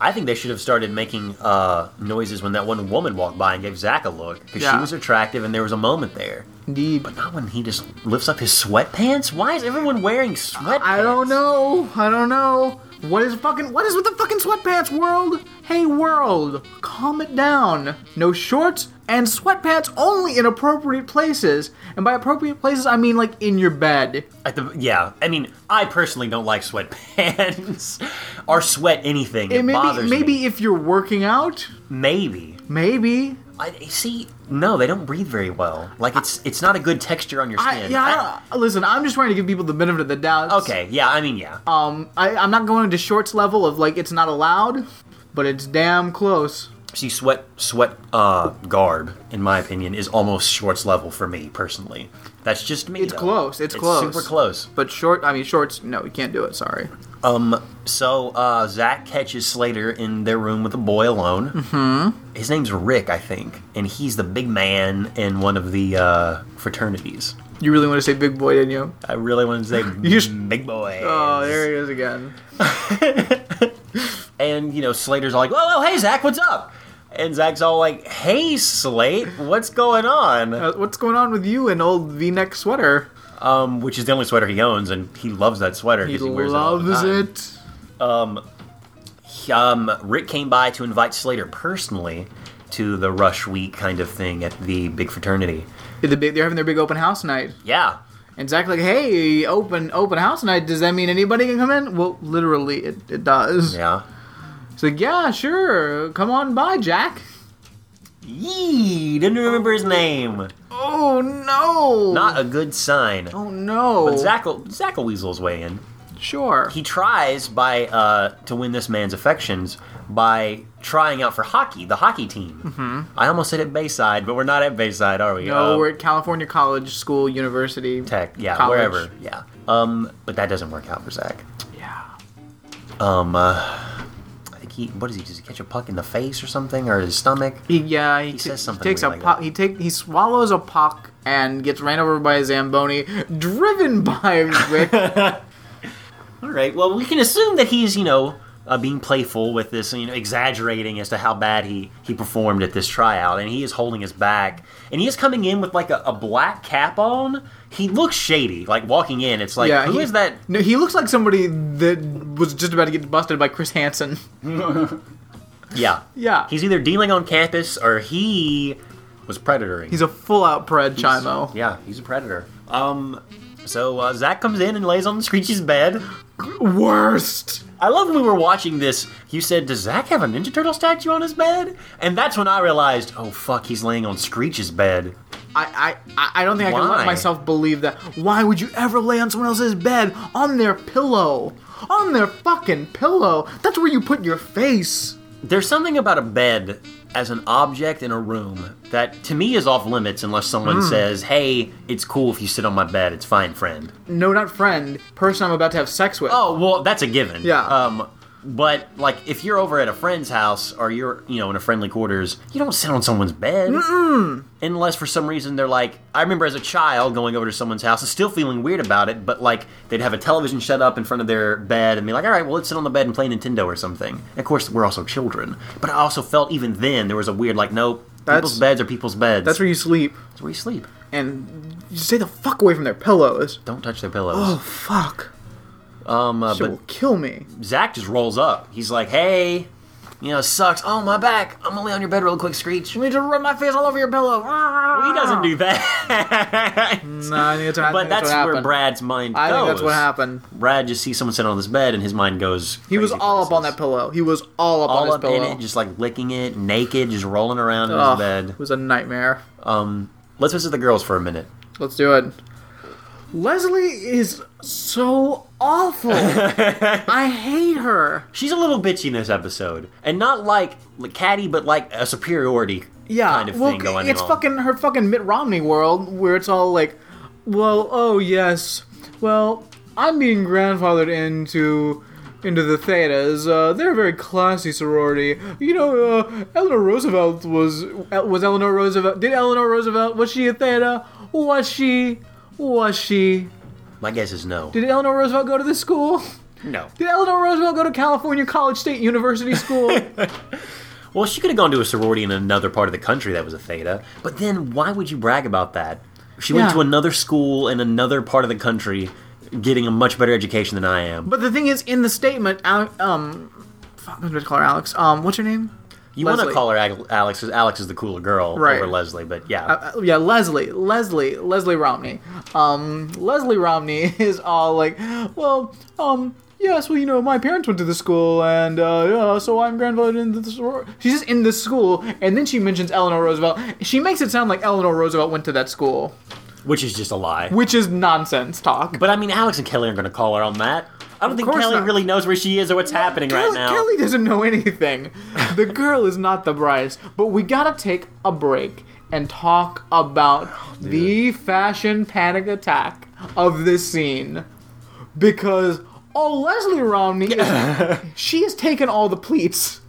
E: I think they should have started making uh, noises when that one woman walked by and gave Zach a look because she
D: Yeah.
E: was attractive, and there was a moment there.
D: Indeed.
E: Not when he just lifts up his sweatpants. Why is everyone wearing sweatpants?
D: I don't know. I don't know. What is fucking what is with the fucking sweatpants world? Hey world, calm it down. No shorts and sweatpants only in appropriate places. And by appropriate places I mean like in your bed.
E: At the yeah, I mean, I personally don't like sweatpants or sweat anything. It,
D: And maybe
E: bothers
D: maybe
E: me.
D: if you're working out,
E: Maybe
D: maybe.
E: I see. No, they don't breathe very well. Like it's it's not a good texture on your
D: I,
E: skin.
D: yeah, I don't- listen, I'm just trying to give people the benefit of the doubt.
E: I- okay. Yeah. I mean, yeah.
D: Um, I, I'm not going to shorts level of like it's not allowed, but it's damn close.
E: See, sweat sweat uh garb, in my opinion, is almost shorts level for me personally. That's just me.
D: It's
E: though.
D: close, it's close.
E: Super close.
D: But short, I mean shorts. No, you can't do it. Sorry.
E: Um. So uh, Zach catches Slater in their room with a boy alone. Mm-hmm. His name's Rick, I think, and he's the big man in one of the uh, fraternities.
D: You really want to say big boy, didn't you?
E: I really want to say
D: just-
E: big boy.
D: Oh, there he is again.
E: and you know Slater's all like, "Oh, oh, hey Zach, what's up?" And Zach's all like, "Hey Slate, what's going on?"
D: Uh, what's going on with you and old V-neck sweater?
E: Um, which is the only sweater he owns, and he loves that sweater.
D: He,
E: 'cause wears
D: loves
E: it. all the time.
D: it.
E: Um, Rick came by to invite Slater personally to the rush week kind of thing at the big fraternity.
D: The big, they're having their big open house night.
E: Yeah,
D: And Zach like, hey, open open house night. Does that mean anybody can come in? Well, literally, it, it does.
E: yeah.
D: It's like, yeah, sure, come on by, Jack.
E: Yee, didn't remember his name.
D: Oh no!
E: Not a good sign.
D: oh no!
E: But Zackle Zackleweasel's way in.
D: sure.
E: He tries by uh, to win this man's affections by trying out for hockey, the hockey team. Mm-hmm. I almost said at Bayside, but we're not at Bayside, are we?
D: no,
E: Uh,
D: we're at California College, school, university,
E: Tech, yeah,
D: college.
E: wherever, yeah. Um, but that doesn't work out for Zach.
D: Yeah.
E: Um, uh, I think he. What is he? Does he catch a puck in the face or something, or his stomach?
D: He, yeah, he, t-
E: says something
D: takes
E: weird
D: a
E: like
D: puck.
E: that.
D: He take he swallows a puck and gets ran over by a zamboni, driven by Rick.
E: All right. Well, we can assume that he's, you know, uh, being playful with this, you know, exaggerating as to how bad he he performed at this tryout, and he is holding his back, and he is coming in with like a, a black cap on. He looks shady, like walking in. It's like, who
D: yeah,
E: is
D: he-
E: that?
D: No, he looks like somebody that was just about to get busted by Chris Hansen.
E: Yeah,
D: Yeah, he's
E: he's either dealing on campus or he was predatoring.
D: he's a full out pred chimo.
E: yeah, he's a predator. Um, so uh, Zach comes in and lays on Screechy's bed.
D: Worst.
E: I love when we were watching this. You said, "Does Zach have a Ninja Turtle statue on his bed?" And that's when I realized, "Oh fuck, he's laying on Screech's bed."
D: I, I- I, I don't think I can
E: Why?
D: let myself believe that. Why would you ever lay on someone else's bed? On their pillow. On their fucking pillow. That's where you put your face.
E: There's something about a bed as an object in a room that, to me, is off limits unless someone says, "Hey, it's cool if you sit on my bed. It's fine, friend."
D: No, not friend. Person I'm about to have sex with.
E: Oh well, that's a given.
D: Yeah.
E: Um, but like, if you're over at a friend's house or you're, you know, in a friendly quarters, you don't sit on someone's bed. Unless for some reason they're like, I remember as a child going over to someone's house and still feeling weird about it, but like they'd have a television shut up in front of their bed and be like, all right, well, let's sit on the bed and play Nintendo or something. And of course, we're also children. But I also felt even then there was a weird like, nope,
D: That's-
E: people's beds are people's beds.
D: That's where you sleep.
E: That's where you sleep.
D: And you stay the fuck away from their pillows.
E: Don't touch their pillows.
D: Oh, fuck.
E: um, uh,
D: Shit
E: but
D: will kill me.
E: Zach just rolls up. He's like, "Hey, you know, sucks. Oh, my back. I'm gonna lay on your bed real quick, Screech."
D: You need to rub my face all over your pillow.
E: He doesn't do that.
D: No, I think that's what, I
E: but
D: think that's
E: that's
D: what happened.
E: where Brad's mind goes.
D: I think that's what happened.
E: Brad just sees someone sitting on his bed, and his mind goes.
D: He was
E: crazy
D: all up on that
E: places.
D: pillow. He was all up on
E: All
D: his
E: up
D: pillow.
E: in it, just like licking it, naked, just rolling around in
D: Ugh,
E: his bed.
D: It was a nightmare.
E: Um, let's visit the girls for a minute.
D: Let's do it. Leslie is so awful. I hate her.
E: She's a little bitchy in this episode, and not like like catty, but like a superiority
D: Yeah,
E: kind of
D: well,
E: thing going
D: it's
E: on.
D: fucking her fucking Mitt Romney world where it's all like, well, oh yes, well I'm being grandfathered into into the Thetas. Uh, they're a very classy sorority. You know, uh, Eleanor Roosevelt was was Eleanor Roosevelt. Did Eleanor Roosevelt was she a Theta? Was she? Was she?
E: My guess is no.
D: Did Eleanor Roosevelt go to this school?
E: No.
D: Did Eleanor Roosevelt go to California College State University School?
E: Well, she could have gone to a sorority in another part of the country that was a theta, but then why would you brag about that? She went
D: Yeah.
E: to another school in another part of the country, getting a much better education than I am.
D: but the thing is, in the statement, Ale- um, fuck, I'm gonna call her Alex. Um, what's her name?
E: you want to
D: Leslie.
E: call her Ag- Alex because Alex is the cooler girl
D: Right.
E: over Leslie, but yeah.
D: Uh, yeah, Leslie, Leslie, Leslie Romney. Um, Leslie Romney is all like, well, um, yes, well, you know, my parents went to the school, and uh, yeah, so I'm grandfathered into the soror-" She's just in this school, and then she mentions Eleanor Roosevelt. She makes it sound like Eleanor Roosevelt went to that school,
E: which is just a lie.
D: which is nonsense talk.
E: But I mean, Alex and Kelly aren't going to call her on that. I don't think
D: course
E: Kelly
D: not.
E: really knows where she is or what's happening right
D: Kelly,
E: now.
D: Kelly doesn't know anything. The girl is not the brightest. But we gotta take a break and talk about
E: Oh,
D: the fashion panic attack of this scene. Because oh Leslie Romney is, she has taken all the pleats.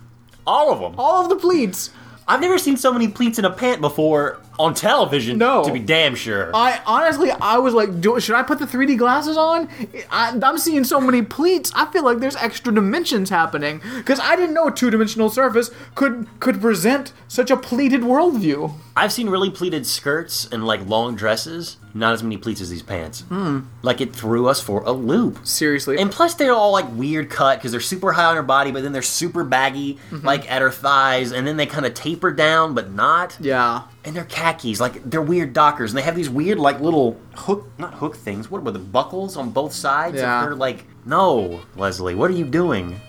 E: All of them.
D: All of the pleats.
E: I've never seen so many pleats in a pant before on television.
D: No.
E: to be damn sure.
D: I honestly, I was like, do, should I put the 3D glasses on? I, I'm seeing so many pleats. I feel like there's extra dimensions happening because I didn't know a two-dimensional surface could could present such a pleated worldview.
E: I've seen really pleated skirts and like long dresses. Not as many pleats as these pants.
D: Hmm.
E: Like it threw us for a loop.
D: Seriously,
E: And plus, they're all like weird cut because they're super high on her body, but then they're super baggy,
D: Mm-hmm.
E: like at her thighs, and then they kind of taper down, but not.
D: yeah,
E: And they're khakis, like they're weird dockers, and they have these weird like little hook, not hook things. What were the buckles on both sides?
D: Yeah.
E: And they're like, no, Leslie, what are you doing?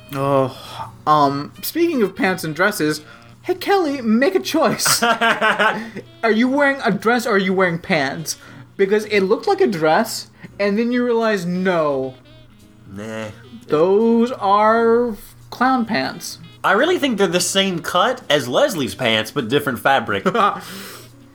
D: Um, speaking of pants and dresses, Hey Kelly, make a choice. are you wearing a dress or are you wearing pants? Because it looked like a dress, and then you realize no,
E: Nah.
D: those are clown pants.
E: I really think they're the same cut as Leslie's pants, but different fabric.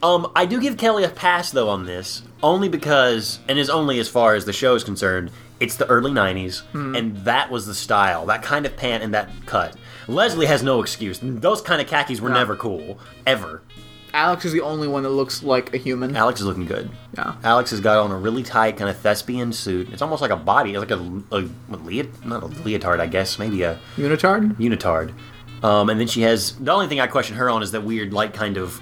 E: um, I do give Kelly a pass though on this, only because, and is only as far as the show is concerned, it's the early '90s, and that was the style, that kind of pant and that cut. Leslie has no excuse. Those kind of khakis were never cool, ever.
D: Alex is the only one that looks like a human.
E: Alex is looking good.
D: Yeah.
E: Alex has got on a really tight kind of thespian suit. It's almost like a body, like a, a, a leot, not a leotard, I guess, maybe a Mm-hmm.
D: Unitard?
E: unitard. Um, and then she has the only thing I question her on is that weird, like, kind of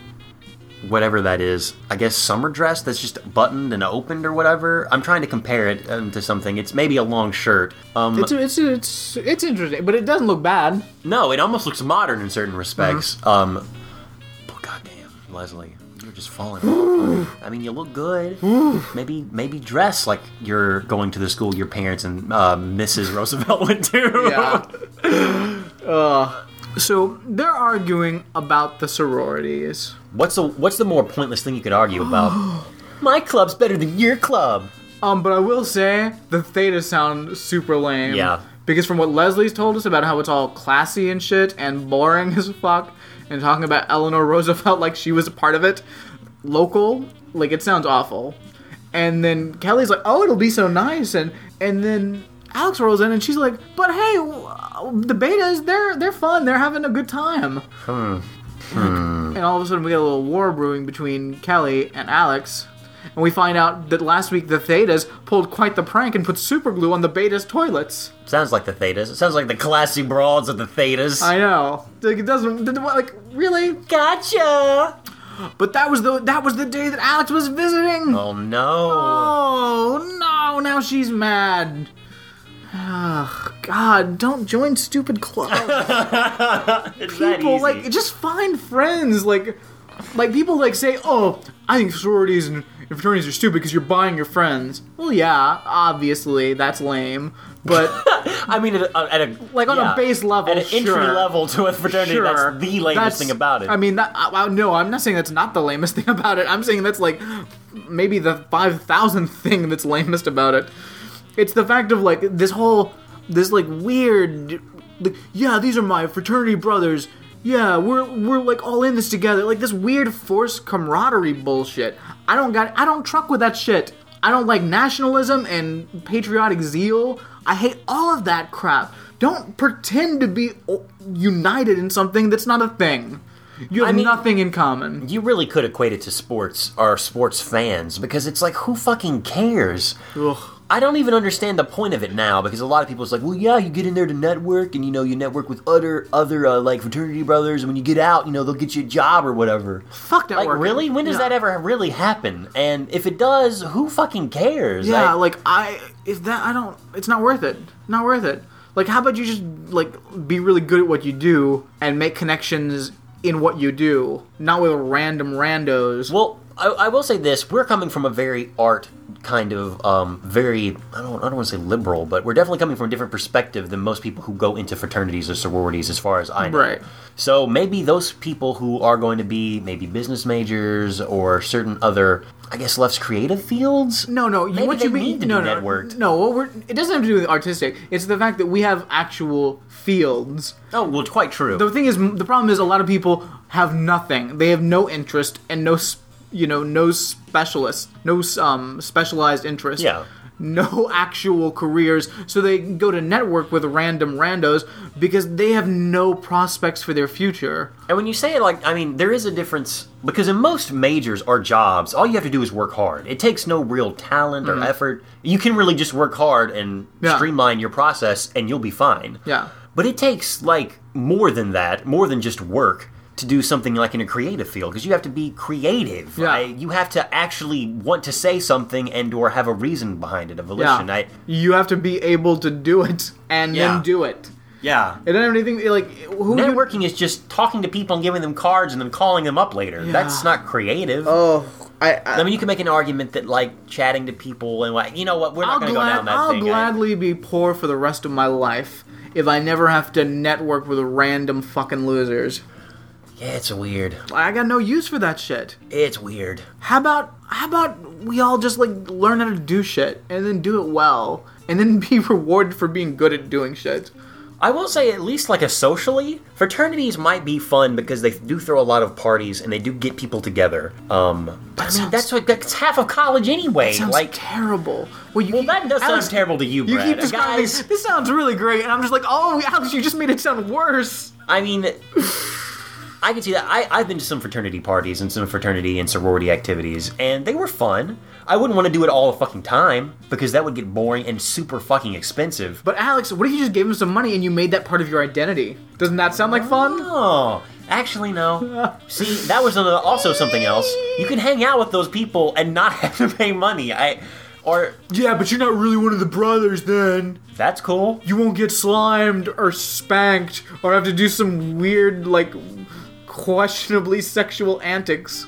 E: whatever that is. I guess summer dress that's just buttoned and opened or whatever. I'm trying to compare it um, to something. It's maybe a long shirt. Um,
D: It's it's it's it's interesting, but it doesn't look bad.
E: no, it almost looks modern in certain respects. Um, but goddamn, Leslie, you're just falling. I mean, you look good. maybe maybe dress like you're going to the school your parents and uh, Mrs. Roosevelt went to.
D: Yeah. So they're arguing about the sororities.
E: What's the what's the more pointless thing you could argue about? My club's better than your club.
D: Um, but I will say the theta sound super lame.
E: Yeah.
D: Because from what Leslie's told us about how it's all classy and shit and boring as fuck, and talking about Eleanor Roosevelt like she was a part of it, local, like it sounds awful. And then Kelly's like, "Oh, it'll be so nice," and and then Alex rolls in and she's like, "But hey, w- the betas, they're they're fun. They're having a good time." And all of a sudden, we get a little war brewing between Kelly and Alex. And we find out that last week the Thetas pulled quite the prank and put super glue on the Betas' toilets.
E: Sounds like the Thetas. It sounds like the classy broads of the Thetas.
D: I know. Like it doesn't. Like really.
E: gotcha.
D: But that was the that was the day that Alex was visiting.
E: Oh no.
D: Oh no! Now she's mad. Ugh, God, don't join stupid clubs.
E: It's that
D: people
E: easy.
D: like just find friends. Like, like people like say, "Oh, I think sororities and and fraternities are stupid because you're buying your friends." Well, yeah, obviously that's lame. But
E: I mean, at a, at a
D: like on
E: yeah,
D: a base level,
E: at an
D: sure.
E: entry level to a fraternity,
D: Sure.
E: that's the lamest
D: That's-
E: thing about it.
D: I mean, that, I, I- no, I'm not saying that's not the lamest thing about it. I'm saying that's like maybe the five thousandth thing that's lamest about it. It's the fact of like this whole this like weird like yeah, these are my fraternity brothers. Yeah, we're we're like all in this together. Like this weird forced camaraderie bullshit. I don't got I don't truck with that shit. I don't like nationalism and patriotic zeal. I hate all of that crap. Don't pretend to be o- united in something that's not a thing. You have
E: mean-
D: nothing in common.
E: you really could equate it to sports or sports fans because it's like who fucking cares? I don't even understand the point of it now because a lot of people is like, well, yeah, you get in there to network and you know you network with other other uh, like fraternity brothers, and when you get out, you know they'll get you a job or whatever.
D: Fuck that.
E: Like really? When does that ever really happen? And if it does, who fucking cares?
D: Yeah,
E: I-
D: like I if that I don't it's not worth it. Not worth it. Like how about you just like be really good at what you do and make connections in what you do, not with random randos.
E: Well, I, I will say this: we're coming from a very art kind of, um, very I don't I don't want to say liberal, but we're definitely coming from a different perspective than most people who go into fraternities or sororities, as far as I know.
D: Right.
E: So maybe those people who are going to be maybe business majors or certain other, I guess, left's creative fields.
D: No, no. You,
E: Maybe
D: what
E: they
D: you mean?
E: need to
D: no,
E: be
D: no,
E: networked.
D: No, what we're, it doesn't have to do with artistic. It's the fact that we have actual fields.
E: Oh, well, it's quite true.
D: The thing is, m- the problem is a lot of people have nothing. They have no interest and no, s- you know, no specialist, no um specialized interest.
E: Yeah.
D: No actual careers, so they go to network with random randos because they have no prospects for their future.
E: And when you say it like, I mean, there is a difference because in most majors or jobs, all you have to do is work hard. It takes no real talent or effort. You can really just work hard and
D: Mm-hmm. Yeah.
E: streamline your process and you'll be fine.
D: Yeah.
E: But it takes like more than that, more than just work to do something like in a creative field because you have to be creative.
D: Yeah.
E: right? You have to actually want to say something and or have a reason behind it, a
D: Yeah.
E: volition. I,
D: you have to be able to do it and
E: Yeah.
D: then do it.
E: yeah.
D: It doesn't have anything like who you-
E: Networking is just talking to people and giving them cards and then calling them up later. That's not creative.
D: Oh, I, I
E: I mean, you can make an argument that like chatting to people and like, you know what, we're
D: I'll,
E: not going to
D: glad-
E: go down that
D: I'll
E: thing. eh? I-
D: gladly be poor for the rest of my life if I never have to network with random fucking losers.
E: Yeah, it's weird.
D: I got no use for that shit.
E: It's weird.
D: How about how about we all just like learn how to do shit and then do it well and then be rewarded for being good at doing shit.
E: I will say, at least like a socially, fraternities might be fun because they do throw a lot of parties and they do get people together. Um, but I mean, that's what that's half of college anyway.
D: Sounds
E: like,
D: terrible. Well, you,
E: well, that does
D: Alex,
E: sound terrible to you,
D: You
E: Brad.
D: keep describing
E: Guys,
D: this sounds really great, and I'm just like, oh, Alex, you just made it sound worse.
E: I mean, I can see that. I, I've been to some fraternity parties and some fraternity and sorority activities, and they were fun. I wouldn't want to do it all the fucking time because that would get boring and super fucking expensive. But
D: But Alex, what if you just gave him some money and you made that part of your identity? Doesn't that sound like fun?
E: oh, actually, no. see, that was another, also something else. You can hang out with those people and not have to pay money. I. Or
D: Yeah, but you're not really one of the brothers then.
E: that's cool.
D: You won't get slimed or spanked or have to do some weird, like, questionably sexual antics.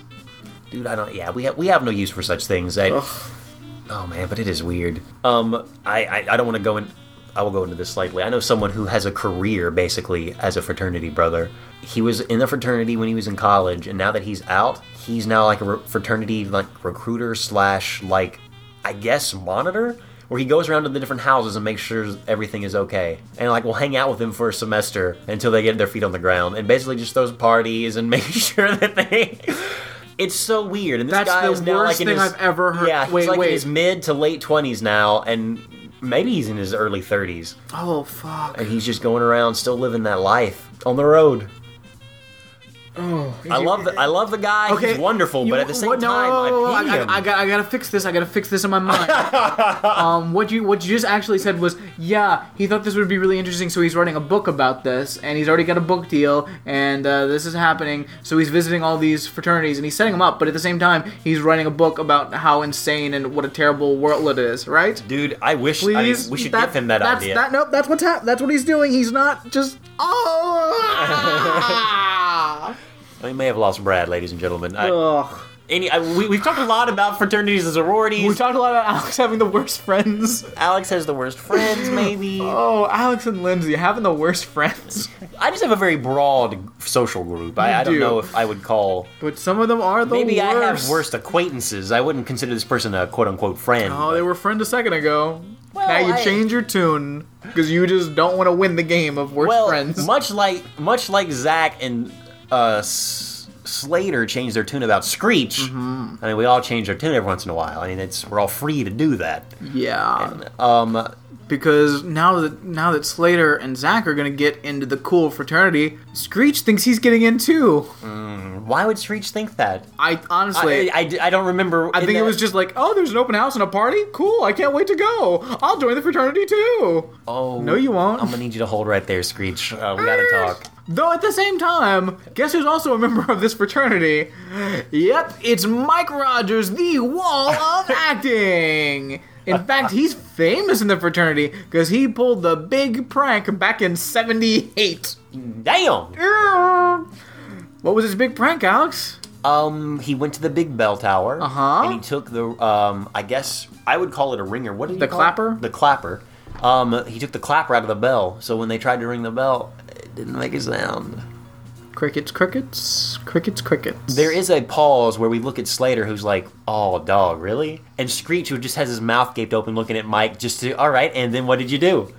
E: dude i don't yeah we have we have no use for such things I, oh man but it is weird um i i, I don't want to go in i will go into this slightly i know someone who has a career basically as a fraternity brother he was in the fraternity when he was in college and now that he's out he's now like a re- fraternity like recruiter slash like i guess monitor where he goes around to the different houses and makes sure everything is okay and like we'll hang out with them for a semester until they get their feet on the ground and basically just throws parties and makes sure that they it's so weird. And this
D: That's
E: guy
D: the
E: is now
D: worst
E: like in
D: thing
E: his,
D: I've ever heard.
E: Yeah, he's
D: Wait,
E: like
D: wait.
E: in his mid to late twenties now, and maybe he's in his early thirties,
D: Oh, fuck.
E: and he's just going around still living that life on the road.
D: Oh,
E: I love the I love the guy. he's wonderful,
D: you-
E: but at the same
D: what- no,
E: time,
D: whoa, whoa,
E: I pity
D: I,
E: him.
D: I, I, got, I gotta fix this. I gotta fix this in my mind. um, what you what you just actually said was, yeah, he thought this would be really interesting, so he's writing a book about this, and he's already got a book deal, and uh, this is happening. So he's visiting all these fraternities, and he's setting them up, but at the same time, he's writing a book about how insane and what a terrible world it is, right?
E: Dude, I wish I mean,
D: Please,
E: we should
D: that-
E: give him that
D: that's,
E: idea.
D: That, nope, that's what's hap- That's what he's doing. He's not just oh.
E: We may have lost Brad, ladies and gentlemen. I,
D: Ugh.
E: any, I, we, we've talked a lot about fraternities and sororities.
D: We talked a lot about Alex having the worst friends.
E: Alex has the worst friends, maybe.
D: Oh, Alex and Lindsay having the worst friends.
E: I just have a very broad social group. I, I don't
D: do.
E: know if I would call
D: But some of them are the
E: Maybe
D: worst.
E: I have worst acquaintances. I wouldn't consider this person a quote unquote friend.
D: Oh, they were friend a second ago. now you
E: I-
D: change your tune because you just don't want to win the game of worst
E: well,
D: friends.
E: much like much like Zach and uh, S- Slater changed their tune about Screech.
D: Mm-hmm.
E: I mean, we all change our tune every once in a while. I mean, it's we're all free to do that.
D: yeah,
E: Um,
D: because now that now that Slater and Zach are gonna get into the cool fraternity, Screech thinks he's getting in too.
E: why would Screech think that?
D: I honestly.
E: I,
D: I,
E: I, I don't remember. in
D: think it
E: that-
D: was just like, oh, there's an open house and a party? Cool, I can't wait to go. I'll join the fraternity too.
E: Oh
D: No, you won't.
E: I'm gonna need you to hold right there, Screech. Uh, we gotta talk.
D: Though at the same time, guess who's also a member of this fraternity? Yep, it's Mike Rogers, the wall of acting. In fact, he's famous in the fraternity because he pulled the big prank back in 78.
E: Damn.
D: What was his big prank, Alex?
E: Um, he went to the big bell tower.
D: Uh-huh.
E: And he took the um, I guess I would call it a ringer. What did
D: The
E: you call it?
D: clapper?
E: The clapper. Um, he took the clapper out of the bell. So when they tried to ring the bell, it didn't make a sound.
D: Crickets, crickets, crickets, crickets.
E: There is a pause where we look at Slater, who's like, "Oh, dog, really?" And Screech, who just has his mouth gaped open, looking at Mike, just to, "All right." And then what did you do?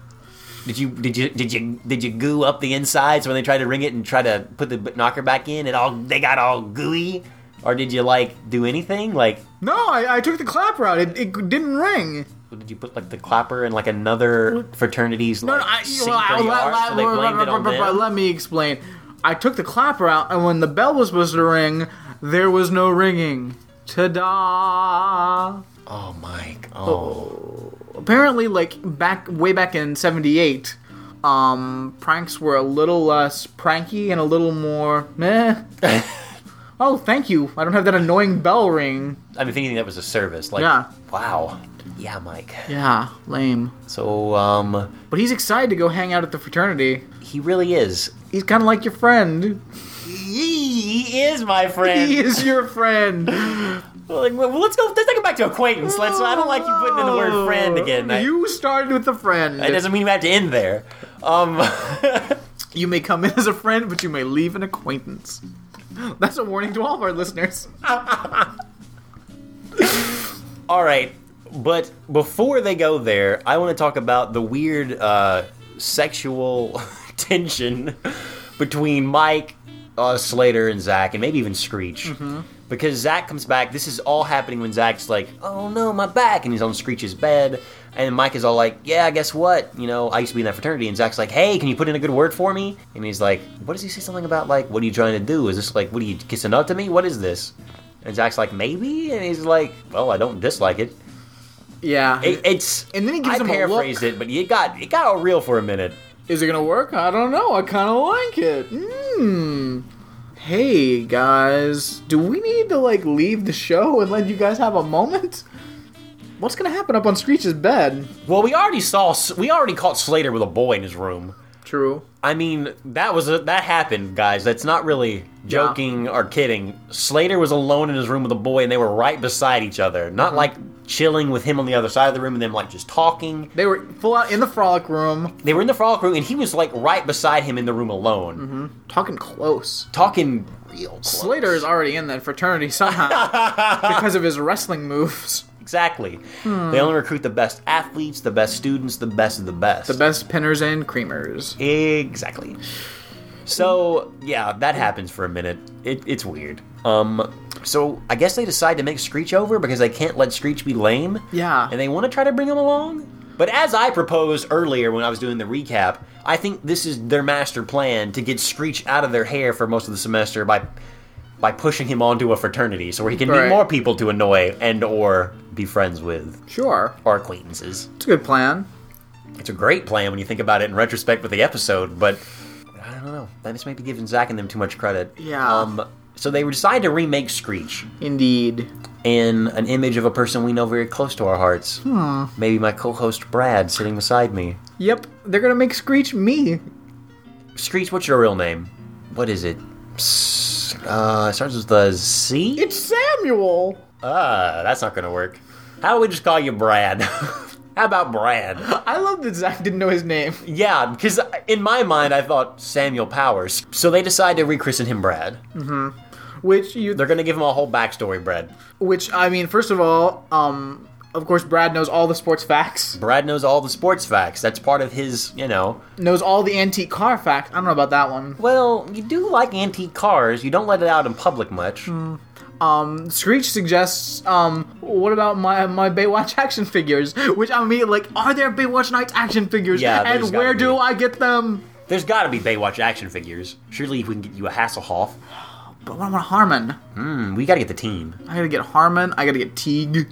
E: Did you did you did you did you goo up the insides when they tried to ring it and try to put the b- knocker back in? It all they got all gooey, or did you like do anything like?
D: No, I, I took the clap route. It, it didn't ring.
E: Did you put like the clapper in like another fraternity's
D: No,
E: like
D: no, I,
E: sink
D: well, I,
E: or
D: let,
E: yard,
D: let-
E: so they blamed it on
D: let-
E: them?
D: let me explain. I took the clapper out, and when the bell was supposed to ring, there was no ringing. Ta-da!
E: Oh Mike, oh,
D: Apparently, like back way back in '78, um, pranks were a little less pranky and a little more meh. oh, thank you. I don't have that annoying bell ring.
E: I mean, if anything, that was a service. Like,
D: Yeah.
E: wow, yeah, Mike.
D: Yeah, lame.
E: So um,
D: But he's excited to go hang out at the fraternity.
E: he really is.
D: He's kind of like your friend.
E: He is my friend.
D: He is your friend.
E: Like, well, let's go. Let's take it back to acquaintance. Let's. I don't like you putting in the word
D: Oh,
E: friend again. I-
D: You started with the friend.
E: It doesn't mean we have to end there. Um,
D: You may come in as a friend, but you may leave an acquaintance. That's a warning to all of our listeners.
E: All right, but before they go there, I want to talk about the weird uh, sexual tension between Mike, uh, Slater, and Zach, and maybe even Screech. Because Zach comes back, this is all happening when Zach's like, "Oh no, my back," and he's on Screech's bed, and Mike is all like, "Yeah, guess what? You know, I used to be in that fraternity." And Zach's like, "Hey, can you put in a good word for me?" And he's like, "What does he say? Something about like, what are you trying to do? Is this like, what are you kissing up to me? What is this?" And Zach's like, "Maybe," and he's like, "Well, I don't dislike it."
D: Yeah.
E: It, it's
D: And then he gives
E: I
D: him a look.
E: paraphrased it, but it got it got all real for a minute.
D: Is it gonna work? I don't know. I kind of like it. Mmm. Hey guys, do we need to like leave the show and let you guys have a moment? What's gonna happen up on Screech's bed?
E: Well, we already saw we already caught Slater with a boy in his room.
D: True.
E: I mean, that was a, that happened, guys. That's not really joking or kidding. Slater was alone in his room with a boy, and they were right beside each other, not like chilling with him on the other side of the room and them like just talking.
D: They were full out in the frolic room,
E: They were in the frolic room, and he was like right beside him in the room alone,
D: talking close.
E: talking real close.
D: Slater is already in that fraternity somehow because of his wrestling moves.
E: exactly. They only recruit the best athletes, the best students, the best of the best.
D: The best pinners and creamers.
E: Exactly. So yeah, that happens for a minute. It, it's weird. Um, so I guess they decide to make Screech over because they can't let Screech be lame.
D: Yeah.
E: and they want to try to bring him along. But as I proposed earlier when I was doing the recap, I think this is their master plan to get Screech out of their hair for most of the semester by by pushing him onto a fraternity, so where he can
D: Right.
E: meet more people to annoy and or be friends with
D: Sure.
E: or acquaintances.
D: It's a good plan.
E: It's a great plan when you think about it in retrospect with the episode, but I don't know. I just might be giving Zach and them too much credit.
D: Yeah.
E: Um, so they decide to remake Screech
D: Indeed.
E: in an image of a person we know very close to our hearts.
D: Hmm.
E: Maybe my co-host Brad sitting beside me.
D: Yep, they're gonna make Screech me.
E: Screech, what's your real name? What is it? S- Uh, it starts with the Z.
D: It's Samuel!
E: Uh, that's not gonna work. How about we just call you Brad? How about Brad?
D: I love that Zach didn't know his name.
E: Yeah, because in my mind, I thought Samuel Powers. So they decide to rechristen him Brad.
D: Which you
E: They're gonna give him a whole backstory, Brad.
D: which I mean, first of all, um of course Brad knows all the sports facts,
E: Brad knows all the sports facts. That's part of his, you know.
D: knows all the antique car facts. I don't know about that one.
E: Well, you do like antique cars. You don't let it out in public much.
D: Screech suggests, um, what about my my Baywatch action figures? Which I mean, like, are there Baywatch Nights action figures?
E: Yeah, there's
D: and where
E: gotta
D: do
E: be.
D: I get them?
E: There's got to be Baywatch action figures. Surely we can get you a Hasselhoff.
D: But what about Harmon?
E: Hmm, we got to get the team.
D: I gotta get Harmon. I gotta get Teague.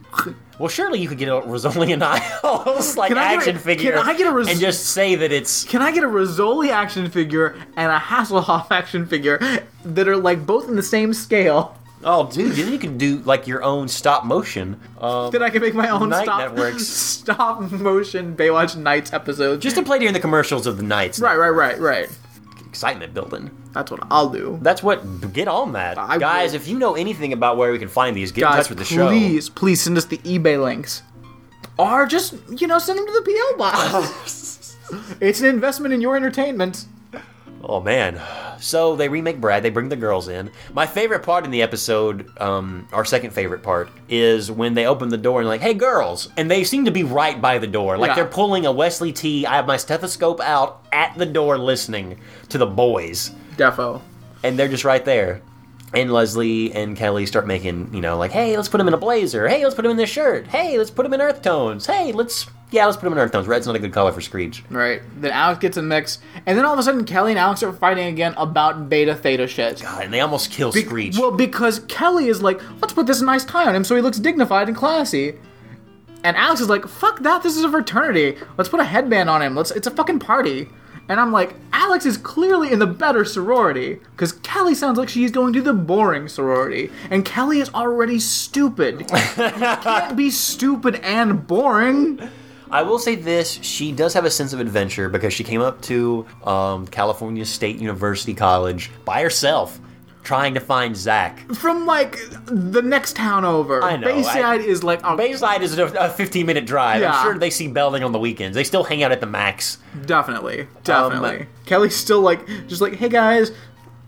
E: Well, surely you could get a Rosalian Isles like
D: Can I get a-
E: action figure.
D: can I get a Ros-
E: and just say that it's
D: Can I get a Rizzoli action figure and a Hasselhoff action figure that are like both in the same scale?
E: oh, dude. Then you can do like your own stop motion. Um,
D: Then I can make my own
E: Night
D: stop
E: Networks.
D: stop motion Baywatch Nights episodes.
E: just to play during the commercials of the nights.
D: right, right, right, right.
E: Excitement building.
D: That's what I'll do.
E: That's what. Get on that,
D: I
E: guys.
D: will.
E: If you know anything about where we can find these, get in
D: Guys,
E: touch with the show.
D: please, please send us the eBay links, or just you know send them to the PO box. it's an investment in your entertainment.
E: Oh man. So they remake Brad. They bring the girls in. My favorite part in the episode, um, our second favorite part, is when they open the door and like, "Hey, girls!" and they seem to be right by the door. Like
D: Yeah.
E: they're pulling a Wesley T. I have my stethoscope out at the door, listening to the boys,
D: Defo.
E: and they're just right there. And Leslie and Kelly start making, you know, like, "Hey, let's put him in a blazer. Hey, let's put him in this shirt. Hey, let's put him in earth tones. Hey, let's." Yeah, let's put him in earth tones. Red's not a good color for Screech.
D: Right. Then Alex gets a mix, and then all of a sudden Kelly and Alex are fighting again about beta theta shit.
E: God, and they almost kill Screech.
D: Well, because Kelly is like, let's put this nice tie on him so he looks dignified and classy. And Alex is like, fuck that, this is a fraternity. Let's put a headband on him. Let's it's a fucking party. And I'm like, Alex is clearly in the better sorority. Because Kelly sounds like she's going to the boring sorority. And Kelly is already stupid. you can't be stupid and boring.
E: I will say this: she does have a sense of adventure because she came up to um, California State University College by herself. trying to find Zach.
D: From like the next town over.
E: I know,
D: Bayside
E: I-
D: is like a
E: Bayside is a, a 15 minute drive.
D: Yeah.
E: I'm sure they see Belding on the weekends. They still hang out at the Max.
D: Definitely, definitely. Um, Kelly's still like, just like, hey guys,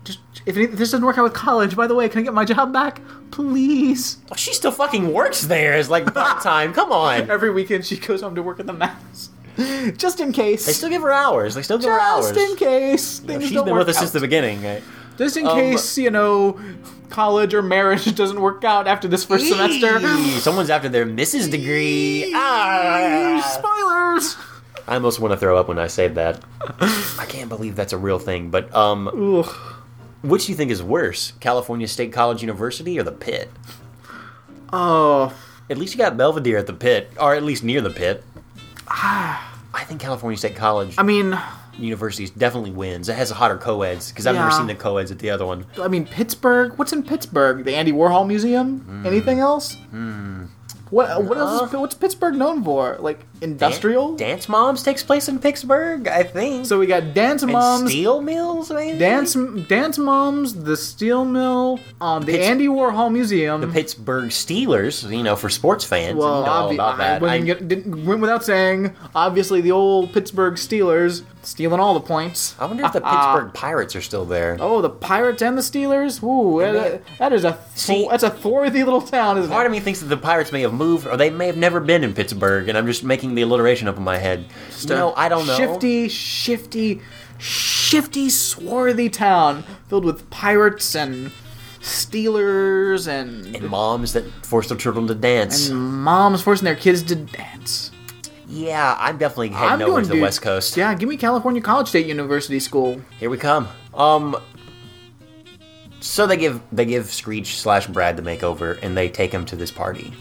D: just if any- this doesn't work out with college, by the way, can I get my job back, please?
E: Oh, She still fucking works there as like part time. Come on.
D: Every weekend she goes home to work at the mass, just in case.
E: They still give her hours. They still give her hours.
D: just in case
E: You know,
D: things
E: She's
D: don't
E: been
D: work
E: with us
D: out.
E: since the Um, beginning. Right?
D: just in case you know, college or marriage doesn't work out after this first semester.
E: Eee, Someone's after their Mrs. degree. Ah.
D: Spoilers.
E: I almost want to throw up when I say that. I can't believe that's a real thing. But um,
D: Ugh.
E: which do you think is worse, California State College University or the Pit?
D: Oh,
E: At least you got Belvedere at the Pit, or at least near the Pit.
D: Ah.
E: I think California State College
D: I mean,
E: University definitely wins. It has a hotter co-eds because I've
D: Yeah.
E: never seen the co-eds at the other one.
D: I mean Pittsburgh. What's in Pittsburgh? The Andy Warhol Museum.
E: Hmm.
D: Anything else? What what else? Is, what's Pittsburgh known for? Like industrial.
E: Dan- Dance Moms takes place in Pittsburgh, I think.
D: so we got dance
E: and
D: moms,
E: steel mills, maybe.
D: dance dance moms, the steel mill, um, the
E: Pitts-
D: Andy Warhol Museum.
E: Pittsburgh Steelers, you know, for sports fans,
D: well,
E: you know all
D: obvi-
E: about
D: I
E: that.
D: wouldn't
E: I,
D: get- didn't- went without saying. Obviously, the old Pittsburgh Steelers stealing all the points.
E: I wonder if the Pittsburgh Pirates are still there.
D: Oh, the Pirates and the Steelers. Ooh, that, that is a th-
E: See-
D: that's a thorny little town, isn't
E: Part
D: it?
E: of me thinks that the Pirates may have moved, or they may have never been in Pittsburgh, and I'm just making the alliteration up in my head.
D: just
E: you
D: a
E: know, I don't know.
D: Shifty, shifty, shifty, swarthy town filled with pirates and stealers and,
E: And moms that force their children to dance.
D: moms forcing their kids to dance.
E: yeah, I'm definitely heading over to the
D: dude,
E: West Coast.
D: Yeah, give me California College State University School.
E: Here we come. Um. So they give they give Screech slash Brad the makeover, and they take him to this party.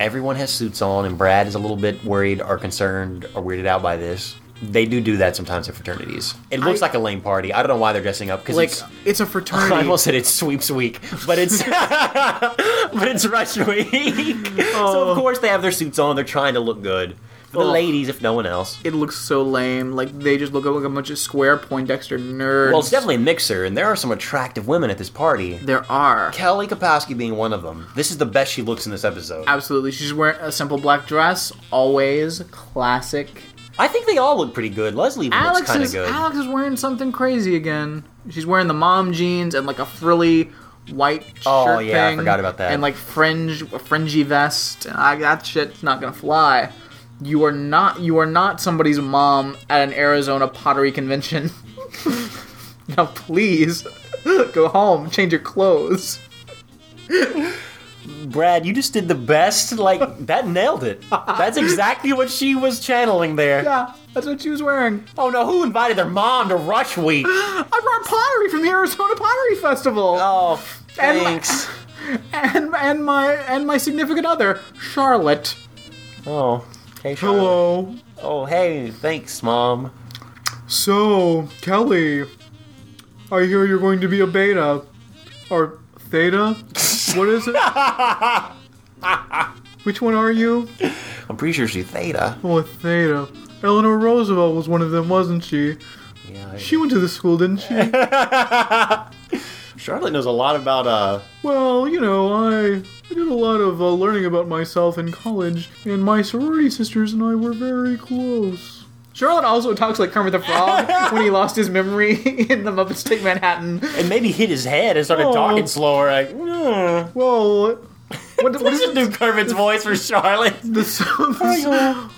E: Everyone has suits on, and Brad is a little bit worried or concerned or weirded out by this. They do do that sometimes at fraternities. It looks like a lame party. I don't know why they're dressing up because
D: Like it's
E: it's.
D: a
E: I
D: fraternity.
E: almost said it's sweeps week, but it's but it's rush week. So of course they have their suits on. They're trying to look good for the
D: Oh.
E: ladies, if no one else.
D: it looks so lame. Like they just look like a bunch of square Poindexter nerds.
E: Well, it's definitely a mixer, and there are some attractive women at this party.
D: there are.
E: Kelly Kapowski being one of them. This is the best she looks in this episode.
D: Absolutely, she's wearing a simple black dress. Always classic.
E: I think they all look pretty good. Leslie even looks
D: Alex
E: kind
D: is
E: of good.
D: Alex is wearing something crazy again. She's wearing the mom jeans and like a frilly white shirt
E: Oh, yeah, I
D: thing
E: forgot about that.
D: And like fringe, a fringy vest. And I, that shit's not gonna fly. You are not. You are not somebody's mom at an Arizona pottery convention. now please go home, change your clothes.
E: Brad, you just did the best. Like that nailed it. That's exactly what she was channeling there.
D: Yeah, that's what she was wearing.
E: Oh no, who invited their mom to Rush Week?
D: I brought pottery from the Arizona Pottery Festival.
E: Oh,
D: And-
E: thanks.
D: and and my and my significant other, Charlotte.
E: Oh, hey, Charlotte.
D: Hello.
E: Oh, hey, thanks, mom.
D: So, Kelly, I hear you're going to be a beta. Or theta? What is it? Which one are you?
E: I'm pretty sure she's Theta.
D: Oh, a theta. Eleanor Roosevelt was one of them, wasn't she?
E: Yeah, I-
D: She went to the school, didn't she?
E: Charlotte knows a lot about uh.
D: well, you know, I, I did a lot of uh, learning about myself in college, and my sorority sisters and I were very close. Charlotte also talks like Kermit the Frog when he lost his memory in the Muppets Take Manhattan.
E: And maybe hit his head and started
D: Oh.
E: talking slower. Like, mm.
D: Well, what, what is
E: What
D: it?
E: is new Kermit's voice for Charlotte?
D: The so, the so-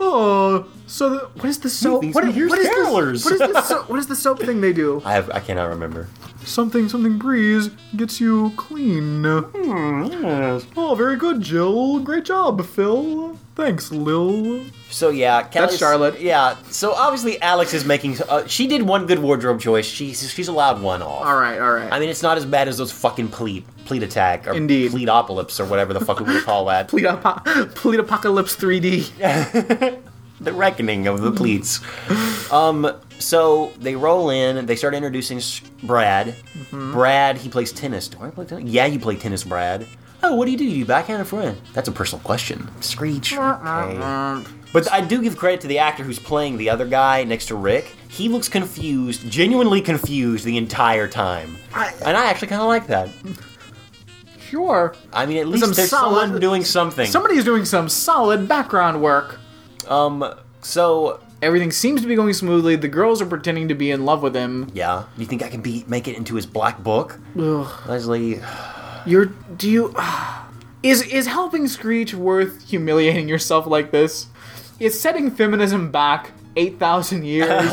D: oh, so the, what is the soap?
E: Movies,
D: What,
E: we hear
D: what, is
E: carolers.
D: this, what is the soap? What is the soap thing they do?
E: I have, I cannot remember.
D: Something something breeze gets you clean. Oh, very good, Jill. Great job, Phil. Thanks, Lil.
E: So yeah, Kelly's,
D: Charlotte.
E: Yeah. So obviously, Alex is making. Uh, she did one good wardrobe choice. She's she's allowed one off.
D: All right, all right.
E: I mean, it's not as bad as those fucking pleat pleat attack or
D: Indeed.
E: pleatopolis or whatever the fuck we would call that.
D: Pleat, apo- pleat apocalypse 3D.
E: the reckoning of the pleats. um. So they roll in. and They start introducing S- Brad.
D: Mm-hmm.
E: Brad. He plays tennis. Do I play tennis? Yeah, you play tennis, Brad. Oh, what do you do? You backhand or front? That's a personal question. Screech. Okay. But I do give credit to the actor who's playing the other guy next to Rick. He looks confused, genuinely confused the entire time.
D: I-
E: and I actually kind of like that.
D: Sure.
E: I mean, at least
D: Some
E: there's
D: solid-
E: someone doing something.
D: Somebody's doing some solid background work.
E: Um, so
D: Everything seems to be going smoothly. The girls are pretending to be in love with him.
E: yeah, you think I can be make it into his black book,
D: Ugh.
E: Leslie?
D: You're do you Is is helping Screech worth humiliating yourself like this? Is setting feminism back 8,000 years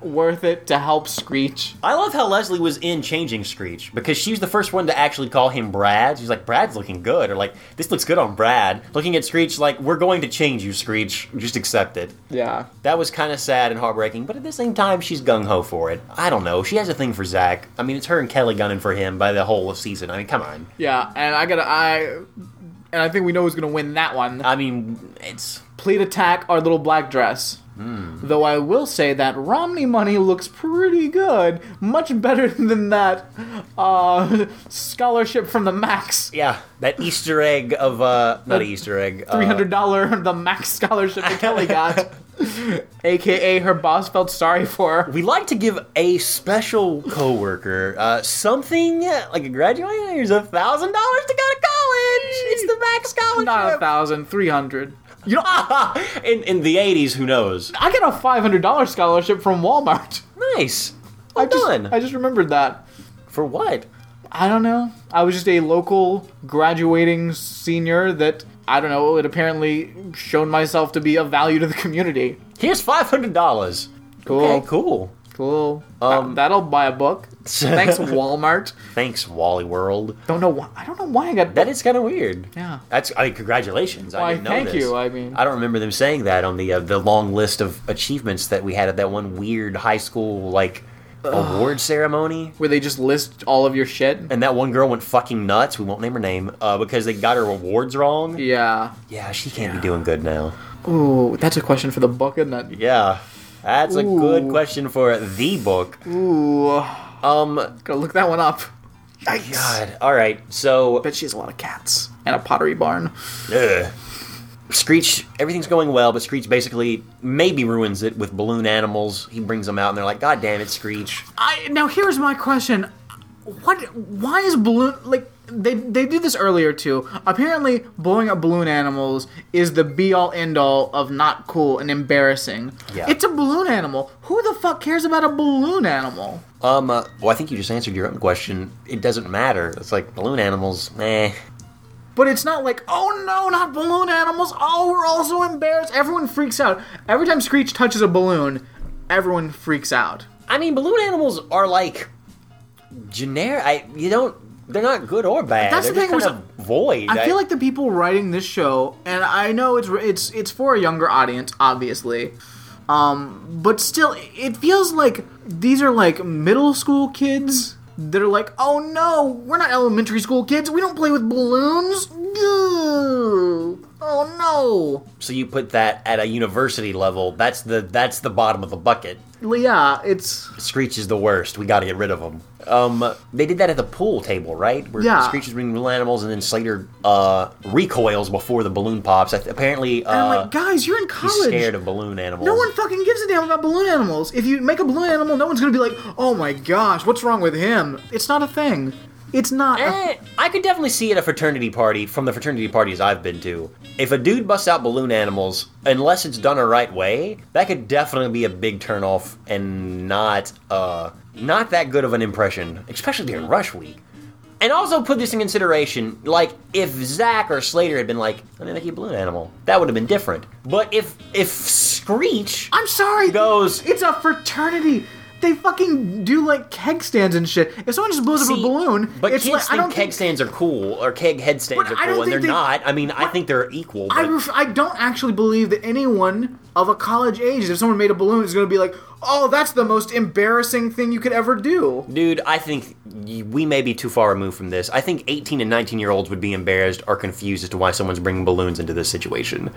D: worth it to help Screech?
E: I love how Leslie was in Changing Screech because she's the first one to actually call him Brad. She's like, Brad's looking good, or like, this looks good on Brad. Looking at Screech, like, we're going to change you, Screech. Just accept it.
D: Yeah.
E: That was kind of sad and heartbreaking, but at the same time, she's gung ho for it. I don't know. She has a thing for Zach. I mean, it's her and Kelly gunning for him by the whole season. I mean, come on.
D: Yeah, and I got to I and I think we know who's going to win that one.
E: I mean, it's.
D: Pleat attack our little black dress. Though I will say that Romney money looks pretty good, much better than that uh, scholarship from the Max.
E: Yeah, that Easter egg of, uh, not Easter egg. uh,
D: Three hundred dollar the max scholarship that Kelly got, aka her boss felt sorry for her.
E: we like to give a special coworker uh, something like a graduating here's a thousand dollars to go to college. It's the max scholarship.
D: Not a thousand, three hundred.
E: you know, in in the eighties, who knows?
D: I got a five hundred dollar scholarship from Walmart.
E: Nice. Well
D: I just,
E: done.
D: I just remembered that.
E: For what?
D: I don't know. I was just a local graduating senior that I don't know. It apparently shown myself to be of value to the community.
E: Here's five hundred dollars.
D: Cool,
E: Okay, cool.
D: cool. Um, that'll buy a book. Thanks, Walmart.
E: Thanks, Wally World.
D: Don't know why. I don't know why I got
E: That is kind of weird.
D: Yeah.
E: That's. I mean, congratulations. I
D: Why,
E: didn't know
D: thank
E: this.
D: you, I mean-
E: I don't remember them saying that on the uh, the long list of achievements that we had at that one weird high school like award ceremony.
D: where they just list all of your shit.
E: And that one girl went fucking nuts. We won't name her name uh, because they got her awards wrong. Yeah,
D: Yeah.
E: she can't be doing good now.
D: Ooh, that's a question for the book, isn't it?
E: Yeah, that's a
D: Ooh.
E: good question for the book.
D: Ooh,
E: Um,
D: gotta look that one up. Yikes!
E: God. All right. So,
D: Bet she has a lot of cats and a pottery barn.
E: ugh. Screech. Everything's going well, but Screech basically maybe ruins it with balloon animals. He brings them out, and they're like, "God damn it, Screech!"
D: I now here's my question: What? Why is balloon like? They, they did this earlier too. Apparently, blowing up balloon animals is the be all end all of not cool and embarrassing.
E: Yeah.
D: It's a balloon animal. Who the fuck cares about a balloon animal?
E: Um. Uh, well, I think you just answered your own question. It doesn't matter. It's like balloon animals. Eh.
D: But it's not like, oh no, not balloon animals. Oh, we're all so embarrassed. Everyone freaks out. Every time Screech touches a balloon, everyone freaks out.
E: I mean, balloon animals are like generic. I you don't. They're not good or bad.
D: That's the
E: they're just
D: thing, was-
E: Kind of void.
D: I feel like the people writing this show, and I know it's it's it's for a younger audience, obviously, um, but still, it feels like these are like middle school kids that are like, oh no, we're not elementary school kids. We don't play with balloons. Ew. Oh no.
E: so. You put that at a university level. That's the that's the bottom of the bucket.
D: Yeah, it's
E: Screech is the worst. We got to get rid of him. Um, they did that at the pool table, right? Where
D: Yeah.
E: Screech is bringing balloon animals, and then Slater uh, recoils before the balloon pops. I- Apparently,
D: and I'm
E: uh,
D: like, guys, you're in
E: he's
D: college.
E: scared of balloon animals.
D: No one fucking gives a damn about balloon animals. If you make a balloon animal, no one's gonna be like, oh my gosh, what's wrong with him? It's not a thing. It's not. a
E: Eh, I could definitely see at a fraternity party, from the fraternity parties I've been to, if a dude busts out balloon animals, unless it's done a right way, that could definitely be a big turnoff and not uh not that good of an impression, especially during rush week. And also put this in consideration, like if Zach or Slater had been like, "Let me make you a balloon animal," that would have been different. But if if Screech,
D: I'm sorry.
E: Goes-
D: It's a fraternity. They fucking do like keg stands and shit. If someone just blows up a
E: See,
D: balloon,
E: but
D: it's
E: kids
D: like
E: think
D: I don't
E: keg
D: think
E: stands are cool or keg head stands
D: But
E: are
D: I don't
E: cool, and
D: think
E: they're
D: they-
E: not. I mean, I
D: what-
E: think they're equal.
D: I
E: but-
D: ref- I don't actually believe that anyone of a college age, if someone made a balloon, is going to be like, Oh, that's the most embarrassing thing you could ever do.
E: Dude, I think y- we may be too far removed from this. I think 18 and 19 year olds would be embarrassed or confused as to why someone's bringing balloons into this situation.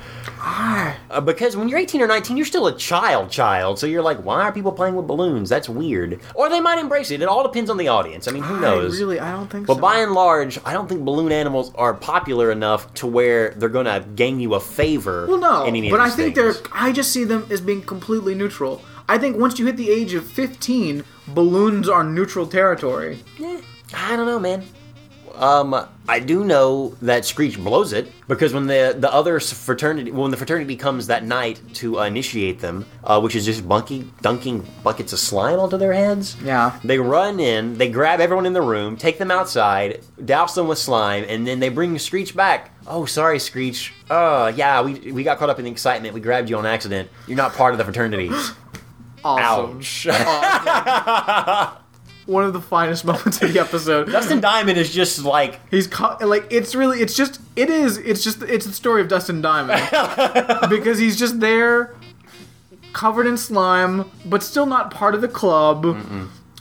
E: Uh, because when you're 18 or 19, you're still a child, child. So you're like, why are people playing with balloons? That's weird. Or they might embrace it. It all depends on the audience. I mean, who knows?
D: I really, I don't think
E: But
D: so.
E: by and large, I don't think balloon animals are popular enough to where they're going to gain you a favor.
D: Well, no,
E: in any of
D: but I
E: these
D: think
E: things.
D: they're. I just see them as being completely neutral. I think once you hit the age of 15, balloons are neutral territory.
E: I don't know, man. Um, I do know that Screech blows it because when the the other s- fraternity, when the fraternity comes that night to uh, initiate them, uh, which is just bunky, dunking buckets of slime onto their heads.
D: Yeah.
E: They run in, they grab everyone in the room, take them outside, douse them with slime, and then they bring Screech back. Oh, sorry, Screech. Uh, yeah, we we got caught up in the excitement. We grabbed you on accident. You're not part of the fraternity.
D: Awesome.
E: Ouch.
D: One of the finest moments of the episode.
E: Dustin Diamond is just like
D: He's co- like it's really it's just it is it's just it's the story of Dustin Diamond because he's just there covered in slime but still not part of the club.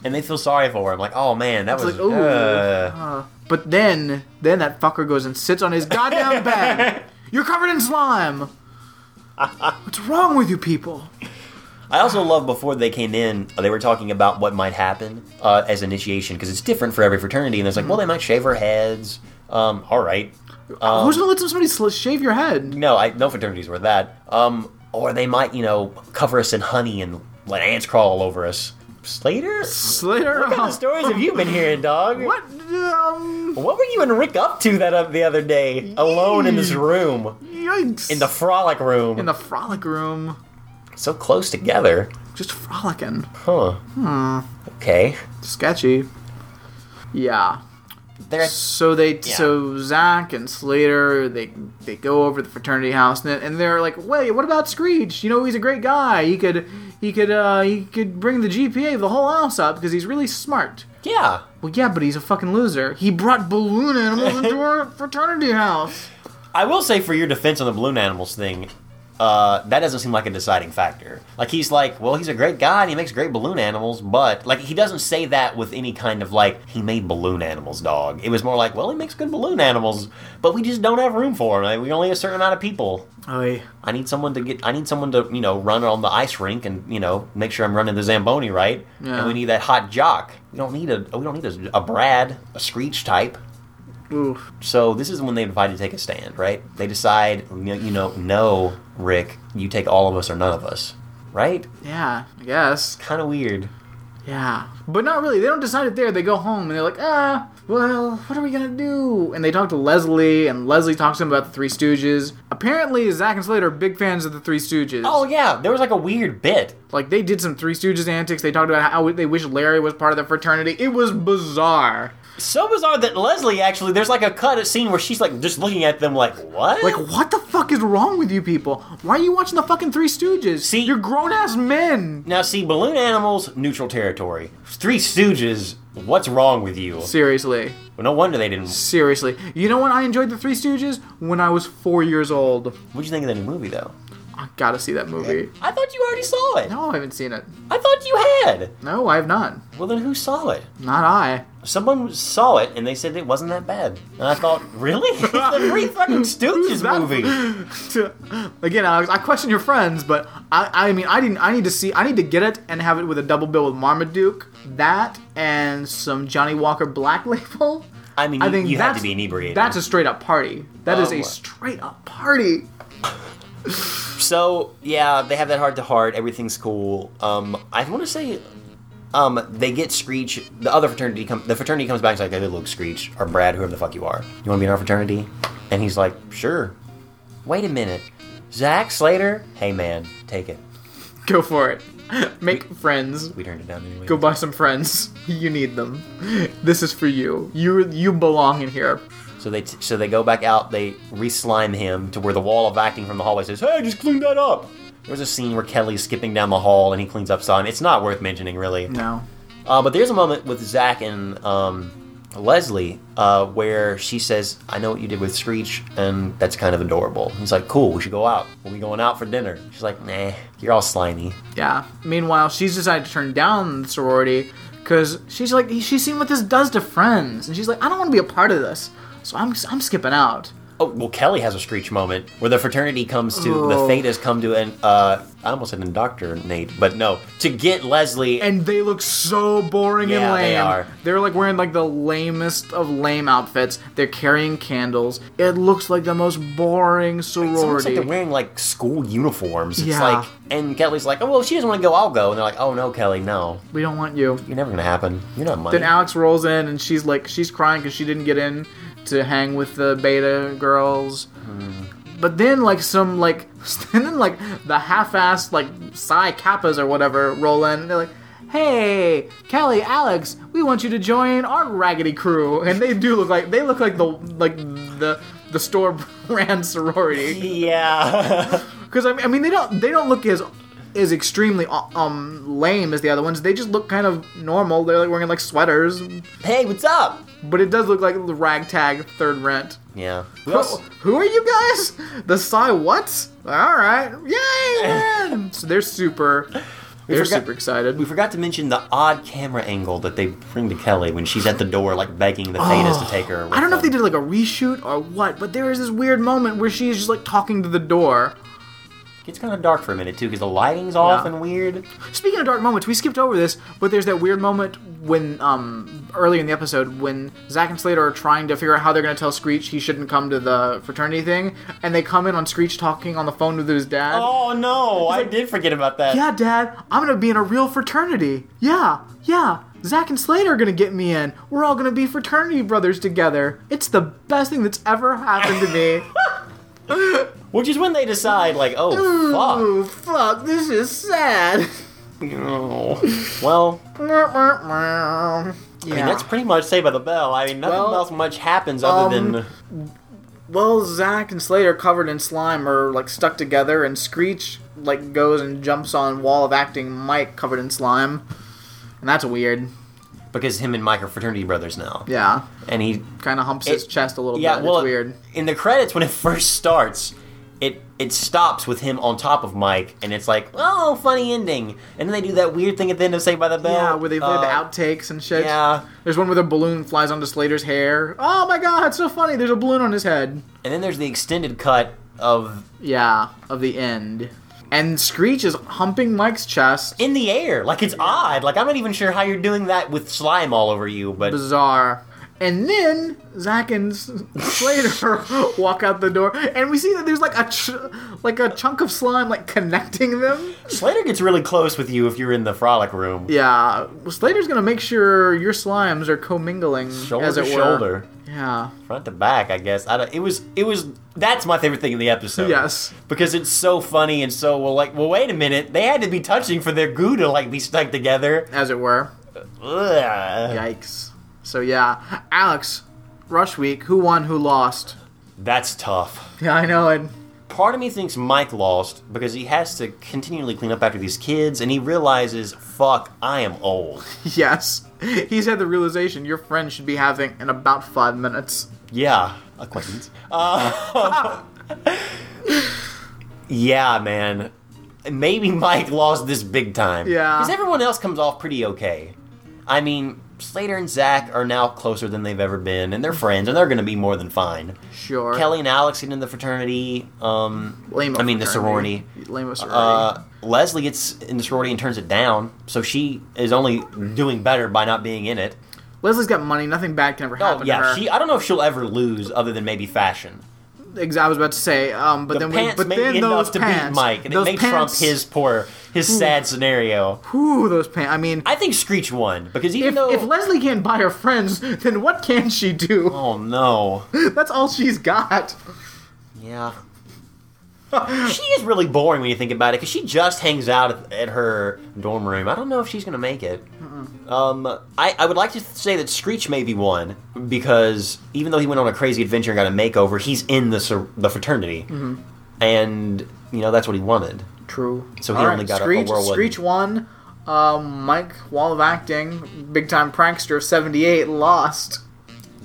E: and they feel sorry for him. Like, oh man, that was
D: like, ooh.
E: uh."
D: But then then that fucker goes and sits on his goddamn bed. You're covered in slime. What's wrong with you people?
E: I also love before they came in, uh, they were talking about what might happen uh, as initiation because it's different for every fraternity, and it's
D: Mm-hmm.
E: like, well, they might shave our heads. Um, all right,
D: Who's gonna let somebody sl- shave your head?
E: no, I, no fraternities were that. Um, or they might, you know, cover us in honey and let ants crawl all over us. Slater,
D: Slater.
E: what kind of stories have you been hearing, dog?
D: What? Um,
E: What were you and Rick up to that uh, the other day, alone in this room,
D: yikes.
E: in the frolic room,
D: in the frolic room,
E: so close together?
D: just frolicking.
E: Huh.
D: Hmm.
E: Okay.
D: Sketchy. Yeah.
E: They're
D: So they, so Zach and Slater, they they go over to the fraternity house and, and they're like, wait, what about Screech? You know, he's a great guy. He could, he could, uh, he could bring the GPA of the whole house up because he's really smart.
E: yeah.
D: Well, yeah, but he's a fucking loser. He brought balloon animals into our fraternity house.
E: I will say for your defense on the balloon animals thing, uh, that doesn't seem like a deciding factor. Like he's like, well, he's a great guy and he makes great balloon animals, but like he doesn't say that with any kind of like he made balloon animals, dog. It was more like, well, he makes good balloon animals, but we just don't have room for him. Like, we only have a certain amount of people.
D: Oy.
E: I need someone to get. I need someone to you know run on the ice rink and you know make sure I'm running the zamboni right.
D: Yeah.
E: And we need that hot jock. We don't need a. We don't need a, a Brad, a Screech type.
D: Oof.
E: So this is when they decide to take a stand, right? They decide, you know- you know, no, Rick, you take all of us or none of us, right?
D: Yeah, I guess.
E: Kind of weird.
D: Yeah. But not really. They don't decide it there. They go home and they're like, ah, well, what are we going to do? And they talk to Leslie, and Leslie talks to them about the Three Stooges. Apparently, Zack and Slater are big fans of the Three Stooges.
E: Oh yeah, there was like a weird bit.
D: Like, they did some Three Stooges antics. They talked about how they wish Larry was part of the fraternity. It was bizarre.
E: So bizarre that Leslie actually, there's like a cut a scene where she's like just looking at them like what?
D: Like, what the fuck is wrong with you people? Why are you watching the fucking Three Stooges?
E: See-
D: You're grown ass men.
E: now see, balloon animals, neutral territory. Three Stooges, what's wrong with you?
D: Seriously.
E: No wonder they didn't.
D: Seriously. You know when I enjoyed the Three Stooges? When I was four years old.
E: What'd you think of the new movie though?
D: I gotta see that movie.
E: I thought you already saw it.
D: No, I haven't seen it.
E: I thought you had.
D: No, I have not.
E: Well then, who saw it?
D: Not I.
E: Someone saw it and they said it wasn't that bad. And I thought, really? It's the free fucking Stooges
D: that?
E: movie.
D: Again, Alex, I question your friends, but I, I mean, I didn't. I need to see. I need to get it and have it with a double bill with Marmaduke, that, and some Johnny Walker Black Label.
E: I mean,
D: I
E: you,
D: think
E: you had
D: that's,
E: to be inebriated.
D: That's a straight up party. That is
E: Um,
D: a straight up party.
E: so yeah, they have that heart to heart. Everything's cool. Um, I want to say, um, they get Screech. The other fraternity comes. The fraternity comes back and is like, "Hey, look, Screech or Brad, whoever the fuck you are, you want to be in our fraternity?" And he's like, "Sure." Wait a minute, Zach Slater. Hey man, take it.
D: Go for it. Make friends.
E: We turned it down anyway.
D: Go buy some friends. You need them. This is for you. You you belong in here.
E: So they t- so they go back out. They re-slime him to where the wall of acting from the hallway says, "Hey, I just clean that up." There's a scene where Kelly's skipping down the hall and he cleans up slime. It's not worth mentioning, really.
D: No.
E: Uh, but there's a moment with Zach and um, Leslie, uh, where she says, I know what you did with Screech, and that's kind of adorable. He's like, Cool, we should go out. We'll be going out for dinner. She's like, Nah, you're all slimy.
D: Yeah. Meanwhile, she's decided to turn down the sorority because she's like, she's seen what this does to friends, and she's like, I don't want to be a part of this, so I'm I'm skipping out.
E: Oh, well, Kelly has a Screech moment where the fraternity comes to, the Thetas come to an, uh, I almost said indoctrinate, but no, to get Leslie.
D: And they look so boring and
E: Yeah,
D: lame.
E: they are.
D: They're like wearing like the lamest of lame outfits. They're carrying candles. It looks like the most boring
E: It's almost like
D: sorority.
E: they're wearing like school uniforms. It's
D: Yeah.
E: like, and Kelly's like, oh, well, if she doesn't want to go, I'll go. And they're like, oh, no, Kelly, no.
D: we don't want you.
E: You're never going to happen. You're not money.
D: Then Alex rolls in and she's like, she's crying because she didn't get in to hang with the beta girls. But then like some like, and then like the half-assed like Psi Kappas or whatever roll in and they're like, hey, Kelly, Alex, we want you to join our raggedy crew. And they do look like they look like the like the the store brand sorority.
E: yeah.
D: Because I mean, I mean, they don't they don't look as as extremely uh, um lame as the other ones. They just look kind of normal. They're like wearing like sweaters,
E: hey, what's up?
D: but it does look like the ragtag third rent.
E: Yeah. Who
D: Who,
E: else?
D: who are you guys? The Psy what? All right, yay! Man! so they're super, they're
E: forgot-
D: super excited.
E: We forgot to mention the odd camera angle that they bring to Kelly when she's at the door, like begging the Thetas to take her. with
D: Oh, I don't know if they
E: them.
D: did like a reshoot or what, but there is this weird moment where she is just like talking to the door.
E: It's kind of dark for a minute too, because the lighting's off
D: Yeah.
E: and weird.
D: Speaking of dark moments, we skipped over this, but there's that weird moment when um early in the episode when Zack and Slater are trying to figure out how they're gonna tell Screech he shouldn't come to the fraternity thing, and they come in on Screech talking on the phone with his dad.
E: Oh no, I did forget about that.
D: Yeah, Dad, I'm gonna be in a real fraternity. Yeah, yeah. Zack and Slater are gonna get me in. We're all gonna be fraternity brothers together. It's the best thing that's ever happened to me.
E: Which is when they decide, like, oh
D: Ooh, fuck, this is sad.
E: fuck. Well,
D: yeah.
E: I mean, that's pretty much Saved by the Bell. I mean, nothing
D: Well,
E: else much happens other
D: um,
E: than
D: Well, Zack and Slater covered in slime are like stuck together, and Screech like goes and jumps on wall of acting Mike covered in slime, and that's weird.
E: because him and Mike are fraternity brothers now,
D: Yeah,
E: and he
D: kind of humps his
E: It-
D: chest a little
E: Yeah,
D: bit.
E: well,
D: it's weird.
E: In the credits, when it first starts, it it stops with him on top of Mike, and it's like, oh, funny ending. And then they do that weird thing at the end of Saved by the Bell.
D: Yeah, where they play the
E: uh,
D: outtakes and shit.
E: Yeah,
D: There's one where the balloon flies onto Slater's hair. Oh my god, it's so funny. There's a balloon on his head.
E: and then there's the extended cut of
D: Yeah, of the end. And Screech is humping Mike's chest.
E: in the air, like it's odd. Like I'm not even sure how you're doing that with slime all over you, but
D: bizarre. And then Zack and S- Slater walk out the door, and we see that there's like a ch- like a chunk of slime like connecting them.
E: Slater gets really close with you if you're in the frolic room.
D: Yeah, Slater's gonna make sure your slimes are commingling,
E: Shoulder
D: as it
E: to
D: were.
E: shoulder,
D: Yeah,
E: front to back, I guess. I don't, it was, it was. That's my favorite thing in the episode.
D: Yes.
E: because it's so funny and so well. Like, well, wait a minute. They had to be touching for their goo to like be stuck together.
D: as it were.
E: Ugh.
D: Yikes. So yeah, Alex, Rush Week. Who won? Who lost?
E: That's tough.
D: Yeah, I know. And
E: Part of me thinks Mike lost because he has to continually clean up after these kids, and he realizes, "Fuck, I am old."
D: yes, he's had the realization your friend should be having in about five minutes.
E: Yeah, acquaintance. Uh, yeah, man. Maybe Mike lost this big time.
D: Yeah.
E: Because everyone else comes off pretty okay. I mean, Slater and Zach are now closer than they've ever been, and they're friends, and they're going to be more than fine.
D: Sure.
E: Kelly and Alex get in the fraternity. Um,
D: Lame
E: I mean, the
D: fraternity. Lame sorority.
E: uh, Leslie gets in the sorority and turns it down, so she is only doing better by not being in it.
D: Leslie's got money. Nothing bad can ever happen
E: Oh,
D: to
E: yeah.
D: her.
E: She, I don't know if she'll ever lose other than maybe fashion.
D: Ex- I was about to say, um, but
E: the
D: then
E: pants
D: we, but
E: may
D: then
E: be
D: those
E: enough to
D: pants,
E: beat Mike, and it
D: those
E: may
D: pants, Hmm.
E: trump his poor, his sad scenario.
D: Ooh, those pants. I mean,
E: I think Screech won because even
D: if,
E: though,
D: if Leslie can't buy her friends, then what can she do?
E: oh no,
D: That's all she's got.
E: yeah, she is really boring when you think about it because she just hangs out at, at her dorm room. I don't know if she's gonna make it. Um, I, I would like to say that Screech maybe won because even though he went on a crazy adventure and got a makeover, he's in the sor- the fraternity,
D: Mm-hmm.
E: and you know that's what he wanted.
D: True.
E: So he only got a- a
D: Screech,
E: whirlwind.
D: Screech won. Um, Mike, wall of acting, big time prankster of '78, lost.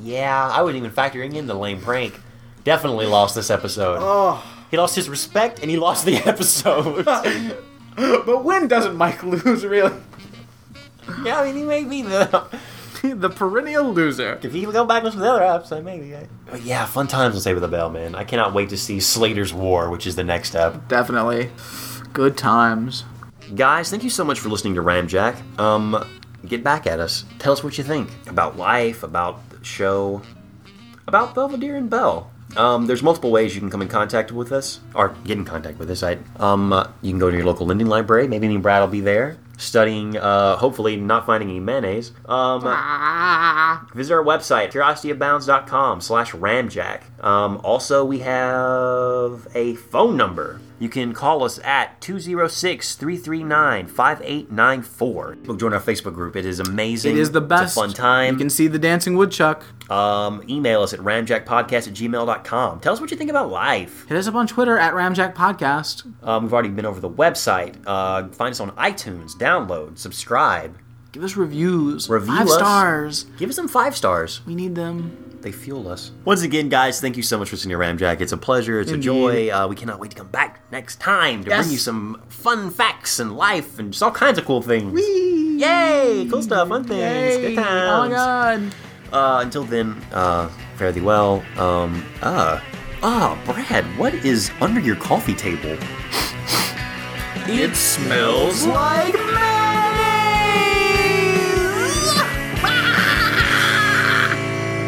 C: Yeah, I wasn't even factoring in the lame prank. Definitely lost this episode. He lost his respect and he lost the episode.
D: But when doesn't Mike lose, really?
C: yeah, I mean, he made me the.
D: the perennial loser.
C: If you go back and listen to the other episode, maybe. I... But yeah, fun times on Save with the Bell, man. I cannot wait to see Slater's War, which is the next step.
D: Definitely. Good times.
E: Guys, thank you so much for listening to Ram Jack. Um, get back at us. Tell us what you think about life, about the show, about Belvedere and Bell. Um, there's multiple ways you can come in contact with us or get in contact with us. I, um, uh, you can go to your local lending library. Maybe me and Brad will be there studying. Uh, hopefully, not finding any mayonnaise. Um, uh, visit our website curiosityabounds.com slash ramjack um, also we have a phone number you can call us at 206-339-5894 Look, join our facebook group it is amazing
D: It is the
E: It's a
D: best.
E: fun time
D: You can see the dancing woodchuck.
E: um, email us at ramjackpodcast at gmail.com tell us what you think about life
D: Hit us up on Twitter at Ramjack Podcast.
E: um, we've already been over the website uh, find us on itunes download subscribe
D: Give us reviews.
E: Review
D: Five
E: us.
D: stars.
E: give us some five stars
D: We need them.
E: they fuel us. Once again, guys, thank you so much for listening to Ramjack. It's a pleasure. It's
D: Indeed.
E: a joy. Uh, we cannot wait to come back next time to bring you some fun facts and life and just all kinds of cool things. Yay! Cool stuff, fun things, good
D: Oh my
E: times.
D: god.
E: Uh, until then, uh, fare thee well. Um, uh, ah, Brad, what is under your coffee table? it smells like mayonnaise.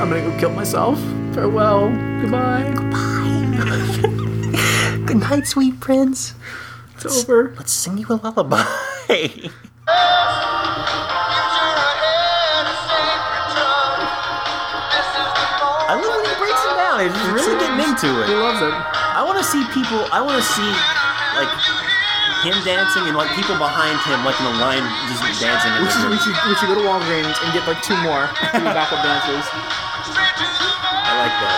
D: I'm gonna go kill myself. Farewell. Goodbye.
E: Good night, sweet prince.
D: It's over.
E: Let's sing you a lullaby. I love when he breaks it down. He's just really getting into
D: He
E: it.
D: loves it.
E: I want to see people. I want to see like him dancing and like people behind him, like in a line, just dancing. in
D: We
E: with
D: should,
E: him.
D: we, should, we should go to Walgreens and get like two more to be backup dancers.
E: I like that.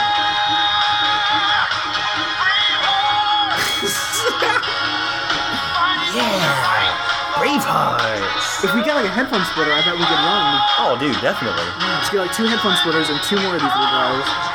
E: yeah, Braveheart.
D: If we got like a headphone splitter, I bet we could run.
E: Oh, dude, definitely.
D: Let's get like two headphone splitters and two more of these little guys.